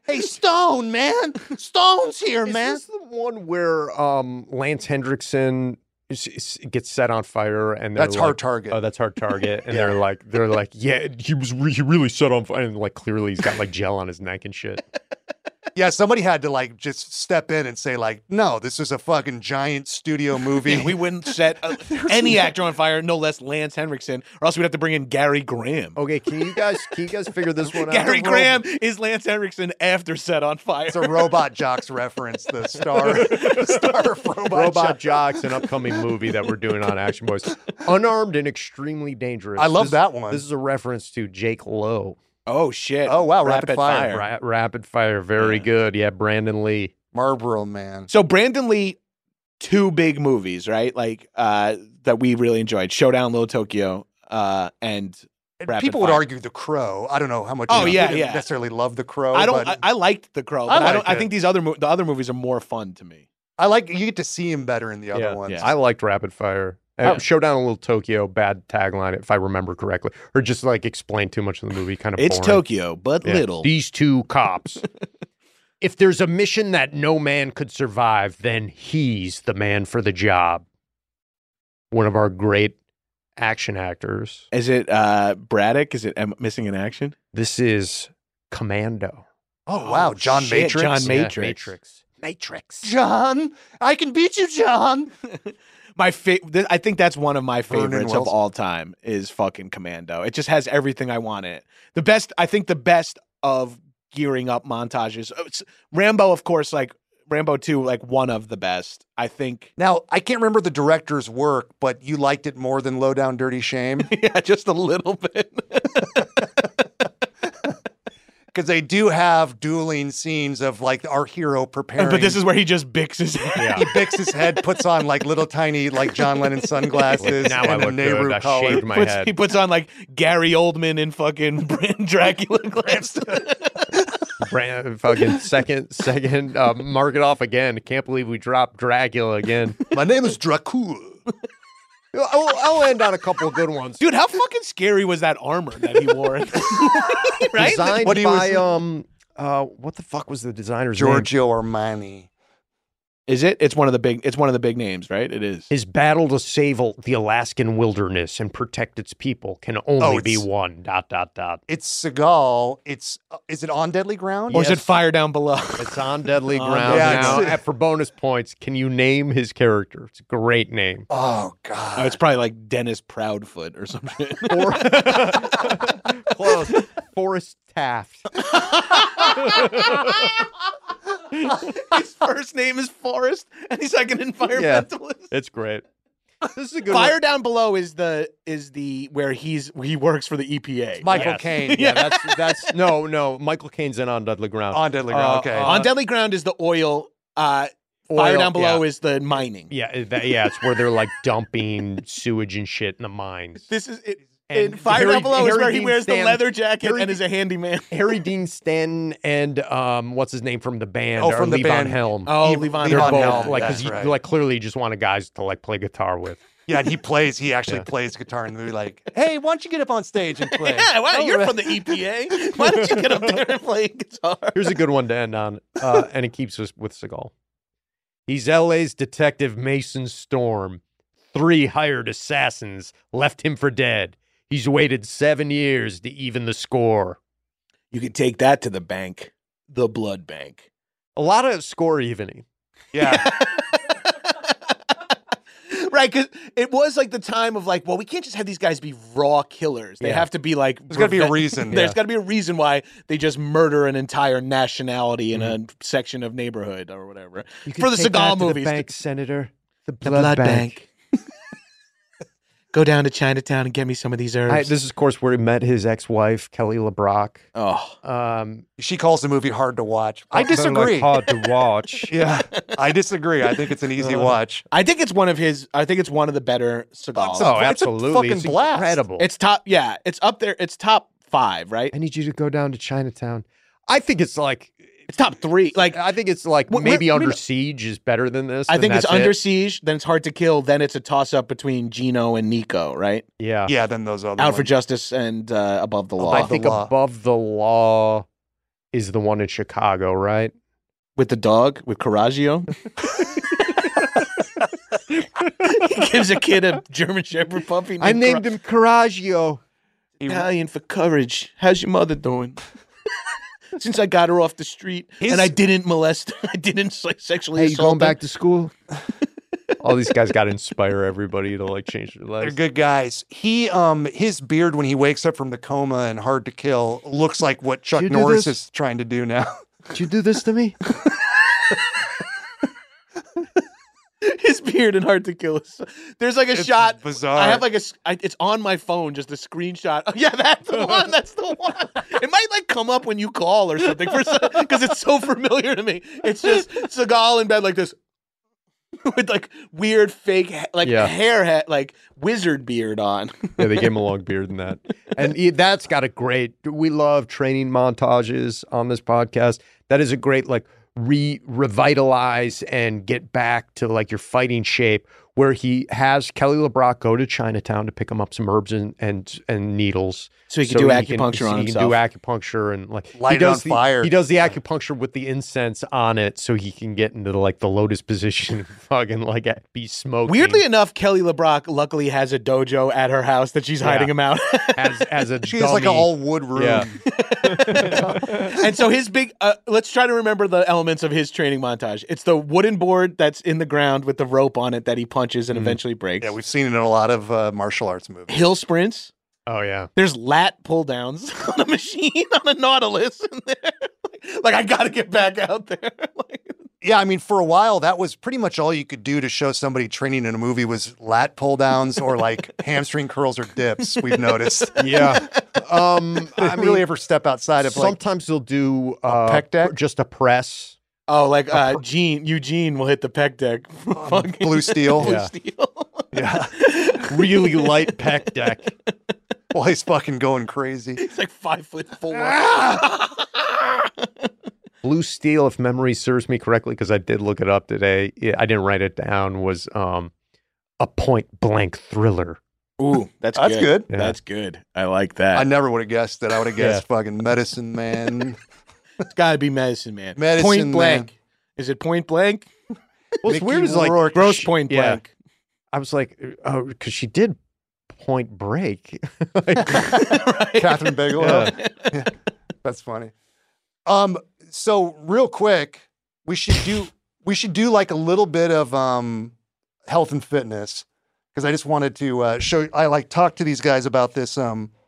Speaker 5: hey, Stone, man, Stone's here,
Speaker 4: Is
Speaker 5: man.
Speaker 4: this the one where um, Lance Hendrickson is, is- gets set on fire and they're
Speaker 5: That's hard
Speaker 4: like,
Speaker 5: target.
Speaker 4: Oh, that's hard target, and they're like, they're like, yeah, he was re- he really set on fire, and like clearly he's got like gel on his neck and shit.
Speaker 5: yeah, somebody had to like just step in and say like, no, this is a fucking giant studio movie.
Speaker 6: Yeah, we wouldn't set uh, any actor on fire, no less Lance Henriksen, or else we'd have to bring in Gary Graham.
Speaker 4: Okay, can you guys can you guys figure this one
Speaker 6: Gary Graham is Lance Henriksen after set on fire.
Speaker 5: it's a robot jocks reference. The star, star of robot,
Speaker 4: Robot
Speaker 5: Jocks.
Speaker 4: Jocks, an upcoming movie that we're doing on Action Boys. Unarmed and extremely dangerous.
Speaker 5: I love
Speaker 4: This-
Speaker 5: that one.
Speaker 4: This is a reference to Jake Lowe.
Speaker 6: Oh shit!
Speaker 5: Oh, wow, rapid fire.
Speaker 4: Ra- rapid fire, very
Speaker 6: Yeah.
Speaker 4: good. Yeah, Brandon Lee.
Speaker 5: Marlboro Man.
Speaker 6: So Brandon Lee, two big movies, right? Like uh, that we really enjoyed: Showdown, Little Tokyo, uh, and
Speaker 5: And
Speaker 6: rapid
Speaker 5: people would
Speaker 6: fire.
Speaker 5: argue the crow. I don't know how much.
Speaker 6: Oh,
Speaker 5: you
Speaker 6: yeah,
Speaker 5: didn't
Speaker 6: yeah.
Speaker 5: necessarily love the crow.
Speaker 6: I don't. I,
Speaker 5: but I,
Speaker 6: I liked The Crow.
Speaker 5: Oh, I
Speaker 6: But I, don't.
Speaker 5: like
Speaker 6: I
Speaker 5: it.
Speaker 6: think these other mo- the other movies are more fun to me.
Speaker 5: like you get to see him better in the other
Speaker 4: Yeah,
Speaker 5: ones.
Speaker 6: yeah.
Speaker 4: I liked Rapid Fire. Uh,
Speaker 6: Yeah.
Speaker 5: Oh.
Speaker 4: Showdown in Little Tokyo, bad tagline if I remember correctly, or just like explain too much of the movie, kind of.
Speaker 6: It's
Speaker 4: boring.
Speaker 6: Tokyo, but
Speaker 4: Yeah.
Speaker 6: little.
Speaker 4: These two cops. if there's a mission that no man could survive, then he's the man for the job. One of our great action actors.
Speaker 6: Is it uh, Braddock? Is it Em- Missing in Action?
Speaker 4: This is Commando.
Speaker 5: Oh wow, John
Speaker 6: shit,
Speaker 5: Matrix.
Speaker 6: John
Speaker 4: Yeah,
Speaker 6: Matrix.
Speaker 4: Matrix. Matrix.
Speaker 5: John, I can beat you, John.
Speaker 6: My fa- th- I think that's one of my
Speaker 5: Vernon
Speaker 6: favorites of
Speaker 5: Wells.
Speaker 6: all time is fucking Commando. It just has everything I want in it. The best, I think, the best of gearing up montages. Oh, it's- Rambo, of course, like Rambo Two, like one of the best. I think.
Speaker 5: Now I can't remember the director's work, but you liked it more than Low Down Dirty Shame.
Speaker 6: Yeah, just a little bit.
Speaker 5: because they do have dueling scenes of like our hero preparing.
Speaker 6: But this is where he just bicks his head.
Speaker 5: he bicks his head, puts on like little tiny like John Lennon sunglasses
Speaker 4: now
Speaker 5: and
Speaker 4: I
Speaker 5: a
Speaker 4: look
Speaker 5: Nehru
Speaker 4: good. I
Speaker 5: collar.
Speaker 4: shaved my
Speaker 6: Puts-
Speaker 4: head.
Speaker 6: he puts on like Gary Oldman and fucking Dracula glass.
Speaker 4: Brand, fucking second, second. Uh, mark it off again. Can't believe we dropped Dracula again.
Speaker 8: My name is Dracul.
Speaker 4: I'll, I'll end on a couple of good ones.
Speaker 6: Dude, how fucking scary was that armor that he wore? right?
Speaker 4: Designed
Speaker 5: What he was-
Speaker 4: by um, uh, what the fuck was the designer's name?
Speaker 5: Giorgio Armani.
Speaker 6: Is it? It's one of the big. It's one of the big names, right? It is.
Speaker 4: His battle to save al- the Alaskan wilderness and protect its people can only
Speaker 5: Oh,
Speaker 4: be
Speaker 5: it's-
Speaker 4: one. Dot dot dot.
Speaker 5: It's Seagal. It's uh, is it on Deadly Ground?
Speaker 6: Or is it fire down below?
Speaker 4: It's on deadly
Speaker 6: On
Speaker 4: ground
Speaker 5: Deadly
Speaker 4: now.
Speaker 5: Ground.
Speaker 4: And for bonus points, can you name his character? It's a great name.
Speaker 5: Oh God.
Speaker 6: Oh, it's probably like Dennis Proudfoot or something.
Speaker 4: For- Close. Forrest Taft.
Speaker 6: His first name is Forrest, and he's like an environmentalist.
Speaker 4: It's great. This is a good one.
Speaker 6: Fire down below is the is the where he's he works for the E EPA.
Speaker 5: Michael
Speaker 4: Yes.
Speaker 5: Caine.
Speaker 4: Uh, Yeah, that's that's no, no. Michael Caine's in on Deadly Ground.
Speaker 5: On Deadly Ground.
Speaker 4: Uh,
Speaker 5: okay.
Speaker 4: uh,
Speaker 6: On Deadly Ground is the oil. Uh, Fire
Speaker 4: Oil,
Speaker 6: down below
Speaker 4: yeah.
Speaker 6: is the mining.
Speaker 4: Yeah, it- that, yeah, it's where they're like dumping sewage and shit in the mines.
Speaker 6: This is it.
Speaker 4: And
Speaker 6: And Fire
Speaker 4: Harry-
Speaker 6: Down Below is
Speaker 4: Harry
Speaker 6: where he
Speaker 4: Dean
Speaker 6: wears the
Speaker 4: Stanton-
Speaker 6: leather jacket
Speaker 4: Harry
Speaker 6: and is a handyman.
Speaker 4: Harry Dean Stanton and um, what's his name from the band?
Speaker 5: Oh,
Speaker 4: are
Speaker 5: from the
Speaker 4: Levon
Speaker 5: band.
Speaker 4: Helm.
Speaker 6: Oh,
Speaker 5: Lev-
Speaker 6: Levon
Speaker 5: Levon
Speaker 4: they're both
Speaker 5: Helm,
Speaker 4: like because
Speaker 5: that's
Speaker 4: you
Speaker 5: right.
Speaker 4: like clearly you just wanted guys to like play guitar with.
Speaker 5: Yeah, and he plays. He actually
Speaker 4: Yeah.
Speaker 5: plays guitar in the movie. Like, hey, why don't you get up on stage and play?
Speaker 6: Yeah, wow,
Speaker 5: Oh,
Speaker 6: you're
Speaker 5: right.
Speaker 6: from the EPA. Why don't you get up there and play guitar?
Speaker 4: Here's a good one to end on, uh, and it keeps us with Seagal. He's LA's detective Mason Storm. Three hired assassins left him for dead. He's waited seven years to even the score.
Speaker 6: You could take that to the bank, the blood bank.
Speaker 4: A lot of score evening.
Speaker 5: Yeah.
Speaker 6: right, because it was like the time of like, well, we can't just have these guys be raw killers. They
Speaker 4: Yeah.
Speaker 6: have to be like.
Speaker 5: There's gotta be a
Speaker 6: reven-
Speaker 5: reason.
Speaker 6: There's got to be a reason why they just murder an entire nationality in
Speaker 5: Mm-hmm.
Speaker 6: a section of neighborhood or whatever. For the Seagal movies,
Speaker 4: Senator.
Speaker 6: the blood, bank. Go down to Chinatown and get me some of these herbs.
Speaker 4: I, this is, of course, where he met his ex-wife Kelly LeBrock.
Speaker 6: oh,
Speaker 4: Um,
Speaker 5: She calls the movie hard to watch. I
Speaker 4: something like
Speaker 5: disagree.
Speaker 4: hard to watch.
Speaker 5: yeah, I disagree. I think it's an easy watch.
Speaker 6: I think it's one of his. I think it's one of the better Seagals.
Speaker 4: oh,
Speaker 5: It's a
Speaker 4: absolutely!
Speaker 5: fucking
Speaker 4: It's
Speaker 5: blast.
Speaker 4: incredible.
Speaker 6: It's top. Yeah, it's up there. It's top five, right?
Speaker 4: I need you to go down to Chinatown. I think it's like
Speaker 6: It's top three. Like
Speaker 4: I think it's like
Speaker 6: Wh- wh-
Speaker 4: maybe
Speaker 6: I
Speaker 4: Under
Speaker 6: mean-
Speaker 4: Siege is better than this.
Speaker 6: I
Speaker 4: and
Speaker 6: think it's
Speaker 4: that's
Speaker 6: under
Speaker 4: it.
Speaker 6: siege. Then it's hard to kill. Then it's a toss up between Gino and Nico, right?
Speaker 4: Yeah,
Speaker 5: Yeah, than those other.
Speaker 6: Out for
Speaker 5: ones.
Speaker 6: justice and uh, above the law
Speaker 4: Oh, I
Speaker 5: Above the
Speaker 4: think
Speaker 5: Law.
Speaker 4: Above the Law is the one in Chicago, right?
Speaker 6: with the dog with Carraggio. he gives a kid a German Shepherd puppy.
Speaker 4: I named him Caraggio.
Speaker 5: him-
Speaker 6: Italian for courage. How's your mother doing? Since I got her off the street
Speaker 5: His-
Speaker 6: and I didn't molest, I didn't se- sexually
Speaker 4: Hey, you going
Speaker 6: assault her.
Speaker 4: back to school? All these guys got to inspire everybody to like change their
Speaker 5: They're
Speaker 4: lives.
Speaker 5: good guys. He, um, his beard when he wakes up from the coma and Hard to Kill looks like what Chuck
Speaker 4: You do
Speaker 5: Norris
Speaker 4: this?
Speaker 5: is trying to do now.
Speaker 4: Did you do this to me?
Speaker 6: his beard and hard to kill. Us. There's like a
Speaker 5: It's
Speaker 6: shot.
Speaker 5: bizarre.
Speaker 6: I have like a. s- I- it's on my phone, just a screenshot. Oh, yeah, that's the one. That's the one. It might like come up when you call or something for because it's so familiar to me. It's just Seagal in bed like this. With like weird fake ha- like
Speaker 4: Yeah.
Speaker 6: hair hat like wizard beard on.
Speaker 4: yeah, they gave him a long beard in that. And he- that's got a great. We love training montages on this podcast. That is a great like re revitalize and get back to like your fighting shape. Where he has Kelly LeBrock go to Chinatown to pick him up some herbs and and, and needles.
Speaker 6: So he can do acupuncture on
Speaker 4: he
Speaker 6: himself.
Speaker 4: Can do acupuncture and like
Speaker 5: Light
Speaker 4: he
Speaker 5: it on
Speaker 4: does the,
Speaker 5: fire.
Speaker 4: He does the acupuncture with the incense on it, so he can get into like the lotus position, and fucking like be smoking.
Speaker 6: Weirdly enough, Kelly LeBrock luckily has a dojo at her house that she's hiding
Speaker 4: Yeah.
Speaker 6: him out.
Speaker 4: as as a
Speaker 5: She has like an
Speaker 4: dummy.
Speaker 5: all wood room.
Speaker 4: Yeah.
Speaker 6: and so his big uh, let's try to remember the elements of his training montage it's the wooden board that's in the ground with the rope on it that he punches and eventually breaks
Speaker 5: Mm-hmm. Yeah, we've seen it in a lot of uh, martial arts movies.
Speaker 6: hill sprints
Speaker 4: oh yeah.
Speaker 6: there's lat pull downs on a machine on a nautilus in there like, i gotta get back out there like,
Speaker 5: yeah, I mean, for a while, that was pretty much all you could do to show somebody training in a movie was lat pull downs or like hamstring curls or dips. We've noticed.
Speaker 4: Yeah. um,
Speaker 5: I
Speaker 4: I
Speaker 5: didn't
Speaker 4: mean,
Speaker 5: really ever step outside of like
Speaker 4: sometimes they'll do uh,
Speaker 5: pec deck?
Speaker 4: pr- just a press.
Speaker 6: Oh, like uh, Gene Eugene will hit the pec deck. Fucking
Speaker 5: blue steel
Speaker 6: blue
Speaker 4: Yeah.
Speaker 6: steel.
Speaker 5: Yeah.
Speaker 4: Really light pec deck.
Speaker 5: while he's fucking going crazy.
Speaker 6: It's like five foot four.
Speaker 5: Ah!
Speaker 4: Blue Steel, if memory serves me correctly, because I did look it up today. Yeah, I didn't write it down. Was um, a point blank thriller.
Speaker 6: Ooh, that's,
Speaker 5: That's good.
Speaker 4: Yeah.
Speaker 6: That's good. I like that.
Speaker 5: I never would have guessed that. I would have guessed fucking medicine man.
Speaker 6: it's got to be medicine man.
Speaker 5: Medicine
Speaker 6: point
Speaker 5: Man.
Speaker 6: blank. Is it point blank?
Speaker 4: Well, it's
Speaker 5: Mickey
Speaker 4: weird. Is like
Speaker 5: Rourke.
Speaker 6: Gross point
Speaker 4: yeah.
Speaker 6: blank.
Speaker 4: I was like, oh, because she did Point Break.
Speaker 6: right?
Speaker 5: Catherine Bigelow. That's funny. Um, so real quick, we should do we should do like a little bit of um health and fitness because I just wanted to uh, show I like talk to these guys about this um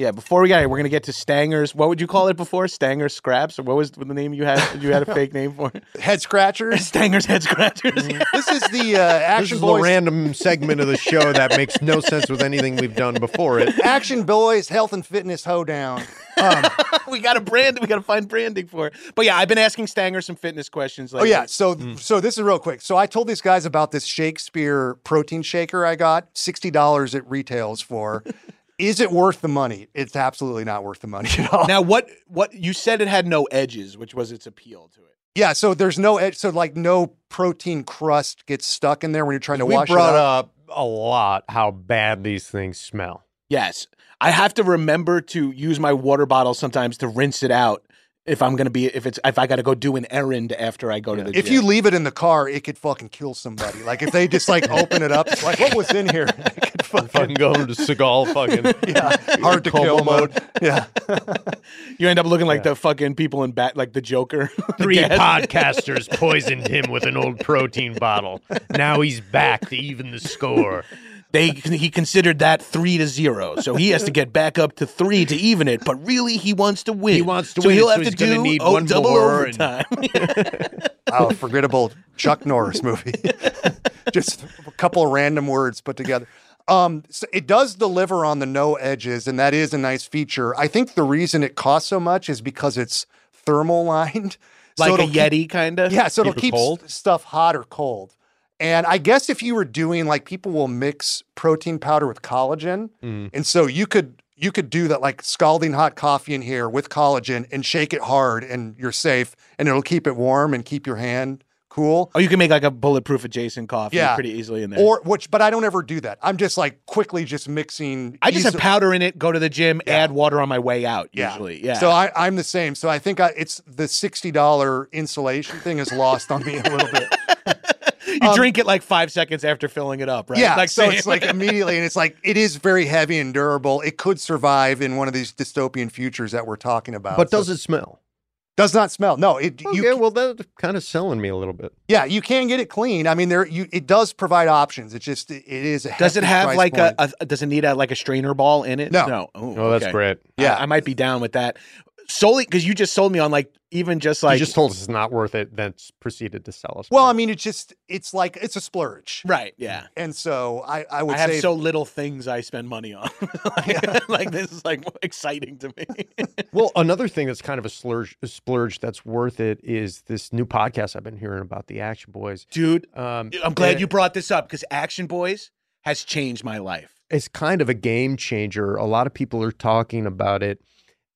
Speaker 6: Yeah, before we got here, we're gonna get to Stanger's. What would you call it before? Stanger's scraps, or what was the name you had? You had a fake name for Mm-hmm. it?
Speaker 5: head scratchers.
Speaker 6: Stanger's head scratchers.
Speaker 5: this is the uh,
Speaker 4: this
Speaker 5: action
Speaker 4: is a
Speaker 5: boys
Speaker 4: random segment of the show that makes no sense with anything we've done before it.
Speaker 5: action boys health and fitness hoedown. Um,
Speaker 6: we got a brand. We got to find branding for it. But yeah, I've been asking Stanger some fitness questions. Like,
Speaker 5: Oh yeah, so so this is real quick. So I told these guys about this Shakespeare protein shaker I got, sixty dollars it retails for. is it worth the money? It's absolutely not worth the money at all.
Speaker 6: Now, what? What you said it had no edges, which was its appeal to it.
Speaker 5: yeah, so there's no edge, so like no protein crust gets stuck in there when you're trying to
Speaker 4: We
Speaker 5: wash it
Speaker 4: brought
Speaker 5: up.
Speaker 4: up a lot how bad these things smell.
Speaker 6: Yes, I have to remember to use my water bottle sometimes to rinse it out if I'm gonna be if it's if I got to go do an errand after I go to the.
Speaker 5: If
Speaker 6: gym.
Speaker 5: you leave it in the car, it could fucking kill somebody. Like if they just like open it up, it's like what was in here? It could
Speaker 4: Fucking
Speaker 5: fucking
Speaker 4: going to Seagal fucking
Speaker 5: yeah, hard to
Speaker 4: Combo
Speaker 5: kill mode.
Speaker 4: mode.
Speaker 5: Yeah.
Speaker 6: you end up looking like the fucking people in bat, like the Joker. The
Speaker 4: Three
Speaker 6: gas-
Speaker 4: podcasters poisoned him with an old protein bottle. Now he's back to even the score.
Speaker 6: They he considered that three to zero, so he has to get back up to three to even it. But really, he wants to win.
Speaker 4: He wants to
Speaker 6: so
Speaker 4: win,
Speaker 6: He'll
Speaker 4: so
Speaker 6: have
Speaker 4: he's
Speaker 6: to
Speaker 4: gonna
Speaker 6: do
Speaker 4: need
Speaker 6: oh,
Speaker 4: one
Speaker 6: double
Speaker 4: more and-
Speaker 6: overtime.
Speaker 5: Oh, forgettable Chuck Norris movie. Just a couple of random words put together. Um, so it does deliver on the no edges, and that is a nice feature. I think the reason it costs so much is because it's thermal lined.
Speaker 6: like
Speaker 5: it'll
Speaker 6: a Yeti, kind of.
Speaker 5: Keep, yeah, so it'll
Speaker 4: Keep it
Speaker 5: keep s-
Speaker 4: cold?
Speaker 5: stuff hot or cold. And I guess if you were doing like people will mix protein powder with collagen,
Speaker 6: Mm.
Speaker 5: and so you could you could do that like scalding hot coffee in here with collagen and shake it hard and you're safe and it'll keep it warm and keep your hand cool.
Speaker 6: Oh, you can make like a bulletproof adjacent coffee
Speaker 5: Yeah.
Speaker 6: pretty easily in there.
Speaker 5: Or which but I don't ever do that. I'm just like quickly just mixing
Speaker 6: I just have
Speaker 5: easily-
Speaker 6: powder in it, go to the gym,
Speaker 5: Yeah.
Speaker 6: add water on my way out
Speaker 5: Yeah.
Speaker 6: usually. Yeah.
Speaker 5: So I, I'm the same. So I think I, it's the sixty dollar insulation thing is lost on me a little bit.
Speaker 6: you drink it like five seconds after filling it up, right?
Speaker 5: um, Yeah,
Speaker 6: Like
Speaker 5: so
Speaker 6: same.
Speaker 5: it's like immediately, and it's like it is very heavy and durable. It could survive in one of these dystopian futures that we're talking about.
Speaker 4: But
Speaker 5: So
Speaker 4: does it smell?
Speaker 5: does not smell? No, it
Speaker 6: Oh,
Speaker 4: Okay,
Speaker 5: you
Speaker 4: well, that's kind of selling me a little bit.
Speaker 5: yeah you can get it clean. I mean, there you it does provide options. It just it is. A
Speaker 6: does it
Speaker 5: hefty
Speaker 6: have
Speaker 5: price
Speaker 6: like
Speaker 5: point.
Speaker 6: a, a does it need a like a strainer ball in it?
Speaker 5: No.
Speaker 6: No. Oh,
Speaker 4: Oh, that's
Speaker 6: okay.
Speaker 4: great.
Speaker 5: Yeah.
Speaker 6: I, I might be down with that. Solely because you just sold me on like even just
Speaker 4: He
Speaker 6: like
Speaker 4: just told us it's not worth it, then s- proceeded to sell us.
Speaker 5: Well, I
Speaker 4: one.
Speaker 5: mean, it's just it's like it's a splurge,
Speaker 6: Right. Yeah.
Speaker 5: and so I I would
Speaker 6: I have
Speaker 5: say
Speaker 6: so little things I spend money on. like, like, this is like exciting to me.
Speaker 4: well, another thing that's kind of a splurge, a splurge that's worth it is this new podcast I've been hearing about the Action Boys.
Speaker 6: Dude,
Speaker 4: Um,
Speaker 6: I'm glad
Speaker 4: and
Speaker 6: you brought this up because Action Boys has changed my life.
Speaker 4: It's kind of a game changer. A lot of people are talking about it,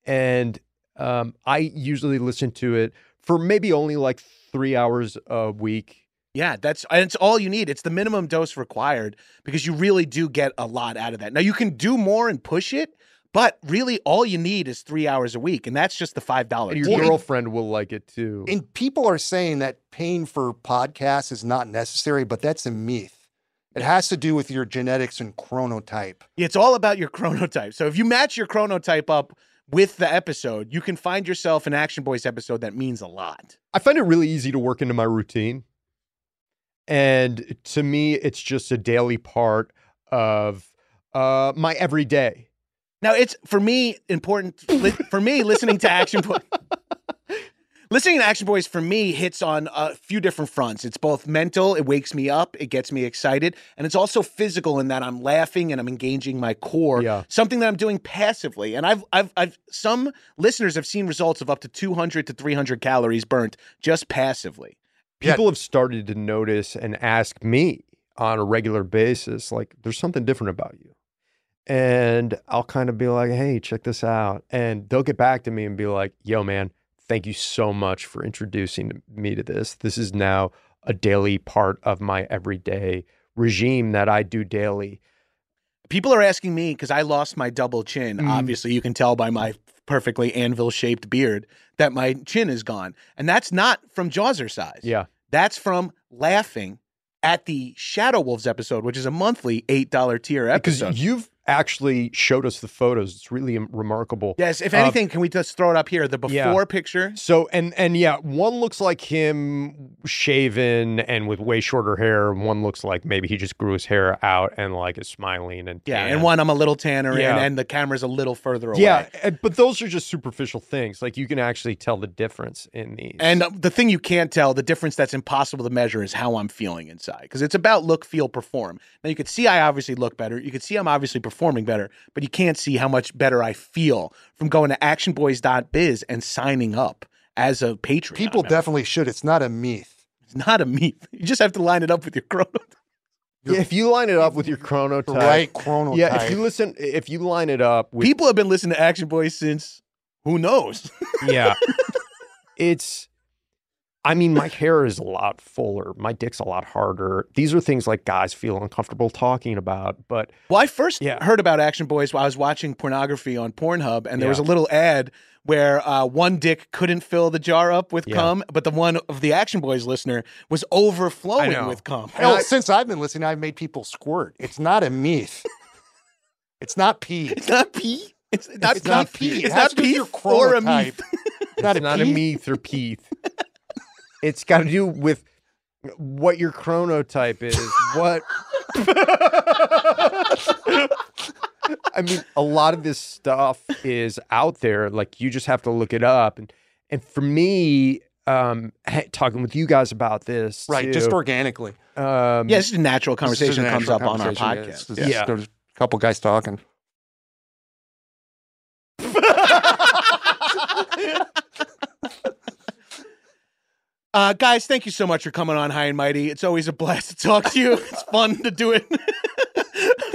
Speaker 4: and um, I usually listen to it for maybe only like three hours a week.
Speaker 6: Yeah, that's and it's all you need. It's the minimum dose required because you really do get a lot out of that. Now you can do more and push it, but really all you need is three hours a week, and that's just the five
Speaker 4: And
Speaker 6: dollars.
Speaker 4: your girlfriend will like it too.
Speaker 5: And people are saying that paying for podcasts is not necessary, but that's a myth. It has to do with your genetics and chronotype.
Speaker 6: It's all about your chronotype. So if you match your chronotype up with the episode, you can find yourself an Action Boys episode that means a lot.
Speaker 4: I find it really easy to work into my routine. And to me, it's just a daily part of uh, my everyday.
Speaker 6: Now it's for me important li- for me listening to Action Boys. listening to Action Boys for me hits on a few different fronts. It's both mental, it wakes me up, it gets me excited, and it's also physical in that I'm laughing and I'm engaging my core.
Speaker 4: Yeah.
Speaker 6: Something that I'm doing passively. And I've I've I've some listeners have seen results of up to 200 to 300 calories burnt just passively.
Speaker 5: Yeah.
Speaker 4: People have started to notice and ask me on a regular basis, like, there's something different about you. And I'll kind of be like, hey, check this out. And they'll get back to me and be like, yo, man, thank you so much for introducing me to this. This is now a daily part of my everyday regime that I do daily.
Speaker 6: People are asking me because I lost my double chin.
Speaker 4: Mm.
Speaker 6: Obviously, you can tell by my perfectly anvil shaped beard that my chin is gone. And that's not from Jawser size.
Speaker 4: Yeah.
Speaker 6: That's from laughing at the Shadow Wolves episode, which is a monthly $8 tier
Speaker 4: Because
Speaker 6: episode.
Speaker 4: you've actually showed us the photos. It's really remarkable.
Speaker 6: yes, if
Speaker 4: Uh,
Speaker 6: anything, can we just throw it up here? The before
Speaker 4: Yeah.
Speaker 6: picture.
Speaker 4: So and and yeah, one looks like him shaven and with way shorter hair. and One looks like maybe he just grew his hair out and like is smiling and
Speaker 6: Yeah,
Speaker 4: tan.
Speaker 6: and one I'm a little tanner
Speaker 4: Yeah.
Speaker 6: in, and the camera's a little further away.
Speaker 4: Yeah, and- but those are just superficial things. Like you can actually tell the difference in these.
Speaker 6: And uh, the thing you can't tell, the difference that's impossible to measure is how I'm feeling inside. Because it's about look, feel, perform. Now, you could see I obviously look better. You could see I'm obviously performing better, but you can't see how much better I feel from going to actionboys.biz and signing up as a patron.
Speaker 5: People
Speaker 6: member.
Speaker 5: definitely should. It's not a myth.
Speaker 6: It's not a myth. You just have to line it up with your chrono.
Speaker 4: Yeah, if you line it up with your chronotype,
Speaker 5: Right chronotype.
Speaker 4: Yeah, if you listen, if you line it up with
Speaker 6: People have been listening to Action Boys since who knows?
Speaker 4: yeah, it's. I mean, my hair is a lot fuller. My dick's a lot harder. These are things like guys feel uncomfortable talking about, but
Speaker 6: Well, I first
Speaker 4: Yeah.
Speaker 6: heard about Action Boys while I was watching pornography on Pornhub, and there was a
Speaker 4: Yeah.
Speaker 6: little ad where uh, one dick couldn't fill the jar up with
Speaker 4: Yeah.
Speaker 6: cum, but the one of the Action Boys listener was overflowing
Speaker 4: know.
Speaker 6: with cum.
Speaker 5: Hell, since I've been listening, I've made people squirt. It's not a myth. it's not pee.
Speaker 6: It's not pee. It's not
Speaker 5: It's
Speaker 6: pee.
Speaker 5: not pee. It
Speaker 6: It's
Speaker 5: has
Speaker 6: not
Speaker 5: to do with
Speaker 6: pee
Speaker 5: your
Speaker 6: or a
Speaker 5: chronotype.
Speaker 6: meat.
Speaker 5: It's not
Speaker 4: it's
Speaker 5: a
Speaker 4: not
Speaker 5: pee.
Speaker 4: a meath or peeth. it's got to do with what your chronotype is. What? I mean, a lot of this stuff is out there. Like you just have to look it up. And and for me, um, ha- talking with you guys about this,
Speaker 5: Right,
Speaker 4: too,
Speaker 5: just organically.
Speaker 4: um,
Speaker 6: Yeah, it's just a natural
Speaker 5: This is
Speaker 6: conversation
Speaker 5: an
Speaker 6: that comes
Speaker 5: actual
Speaker 6: up on our
Speaker 5: conversation. Yeah,
Speaker 6: podcast.
Speaker 5: it's- it's
Speaker 4: Yeah.
Speaker 5: just A couple guys talking.
Speaker 6: Uh, guys, thank you so much for coming on High and Mighty. It's always a blast to talk to you. It's fun to do it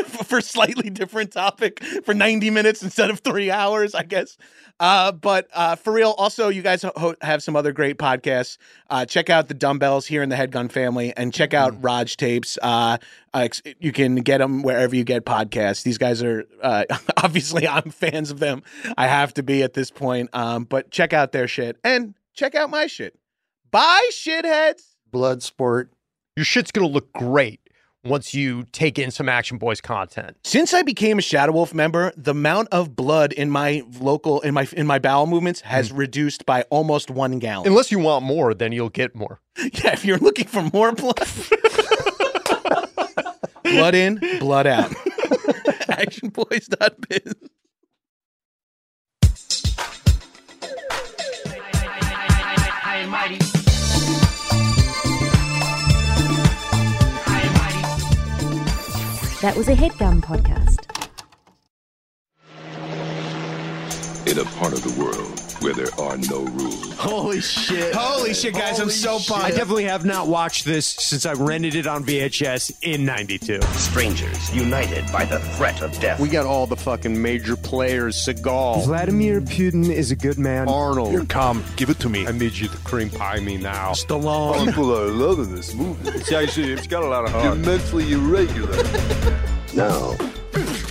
Speaker 6: for slightly different topic for 90 minutes instead of three hours, I guess. Uh, but uh, for real, also, you guys ho- have some other great podcasts. Uh, check out the Dumbbells here in the Headgun family and check out Raj Tapes. Uh, uh, ex- you can get them wherever you get podcasts. These guys are uh, obviously, I'm fans of them. I have to be at this point. Um, but check out their shit and check out my shit. Bye, shitheads.
Speaker 5: Blood sport.
Speaker 4: your shit's gonna look great once you take in some Action Boys content.
Speaker 6: Since I became a Shadow Wolf member, the amount of blood in my local in my in my bowel movements has reduced by almost one gallon.
Speaker 4: Unless you want more, then you'll get more.
Speaker 6: yeah, if you're looking for more blood, blood in, blood out. Actionboys.biz.
Speaker 2: That was a headgum podcast.
Speaker 11: in a part of the world where there are no rules.
Speaker 13: Holy shit. Holy shit, guys. I'm so pumped. I definitely have not watched this since I rented it on VHS in 92.
Speaker 14: Strangers united by the threat of death.
Speaker 13: We got all the fucking major players Seagal,
Speaker 8: Vladimir Putin is a good man.
Speaker 13: Arnold. You're calm. Give it to me.
Speaker 4: I need you to cream pie me now.
Speaker 13: Stallone.
Speaker 11: People are loving this movie. It's actually, it's got a lot of heart. You're mentally irregular.
Speaker 14: Now,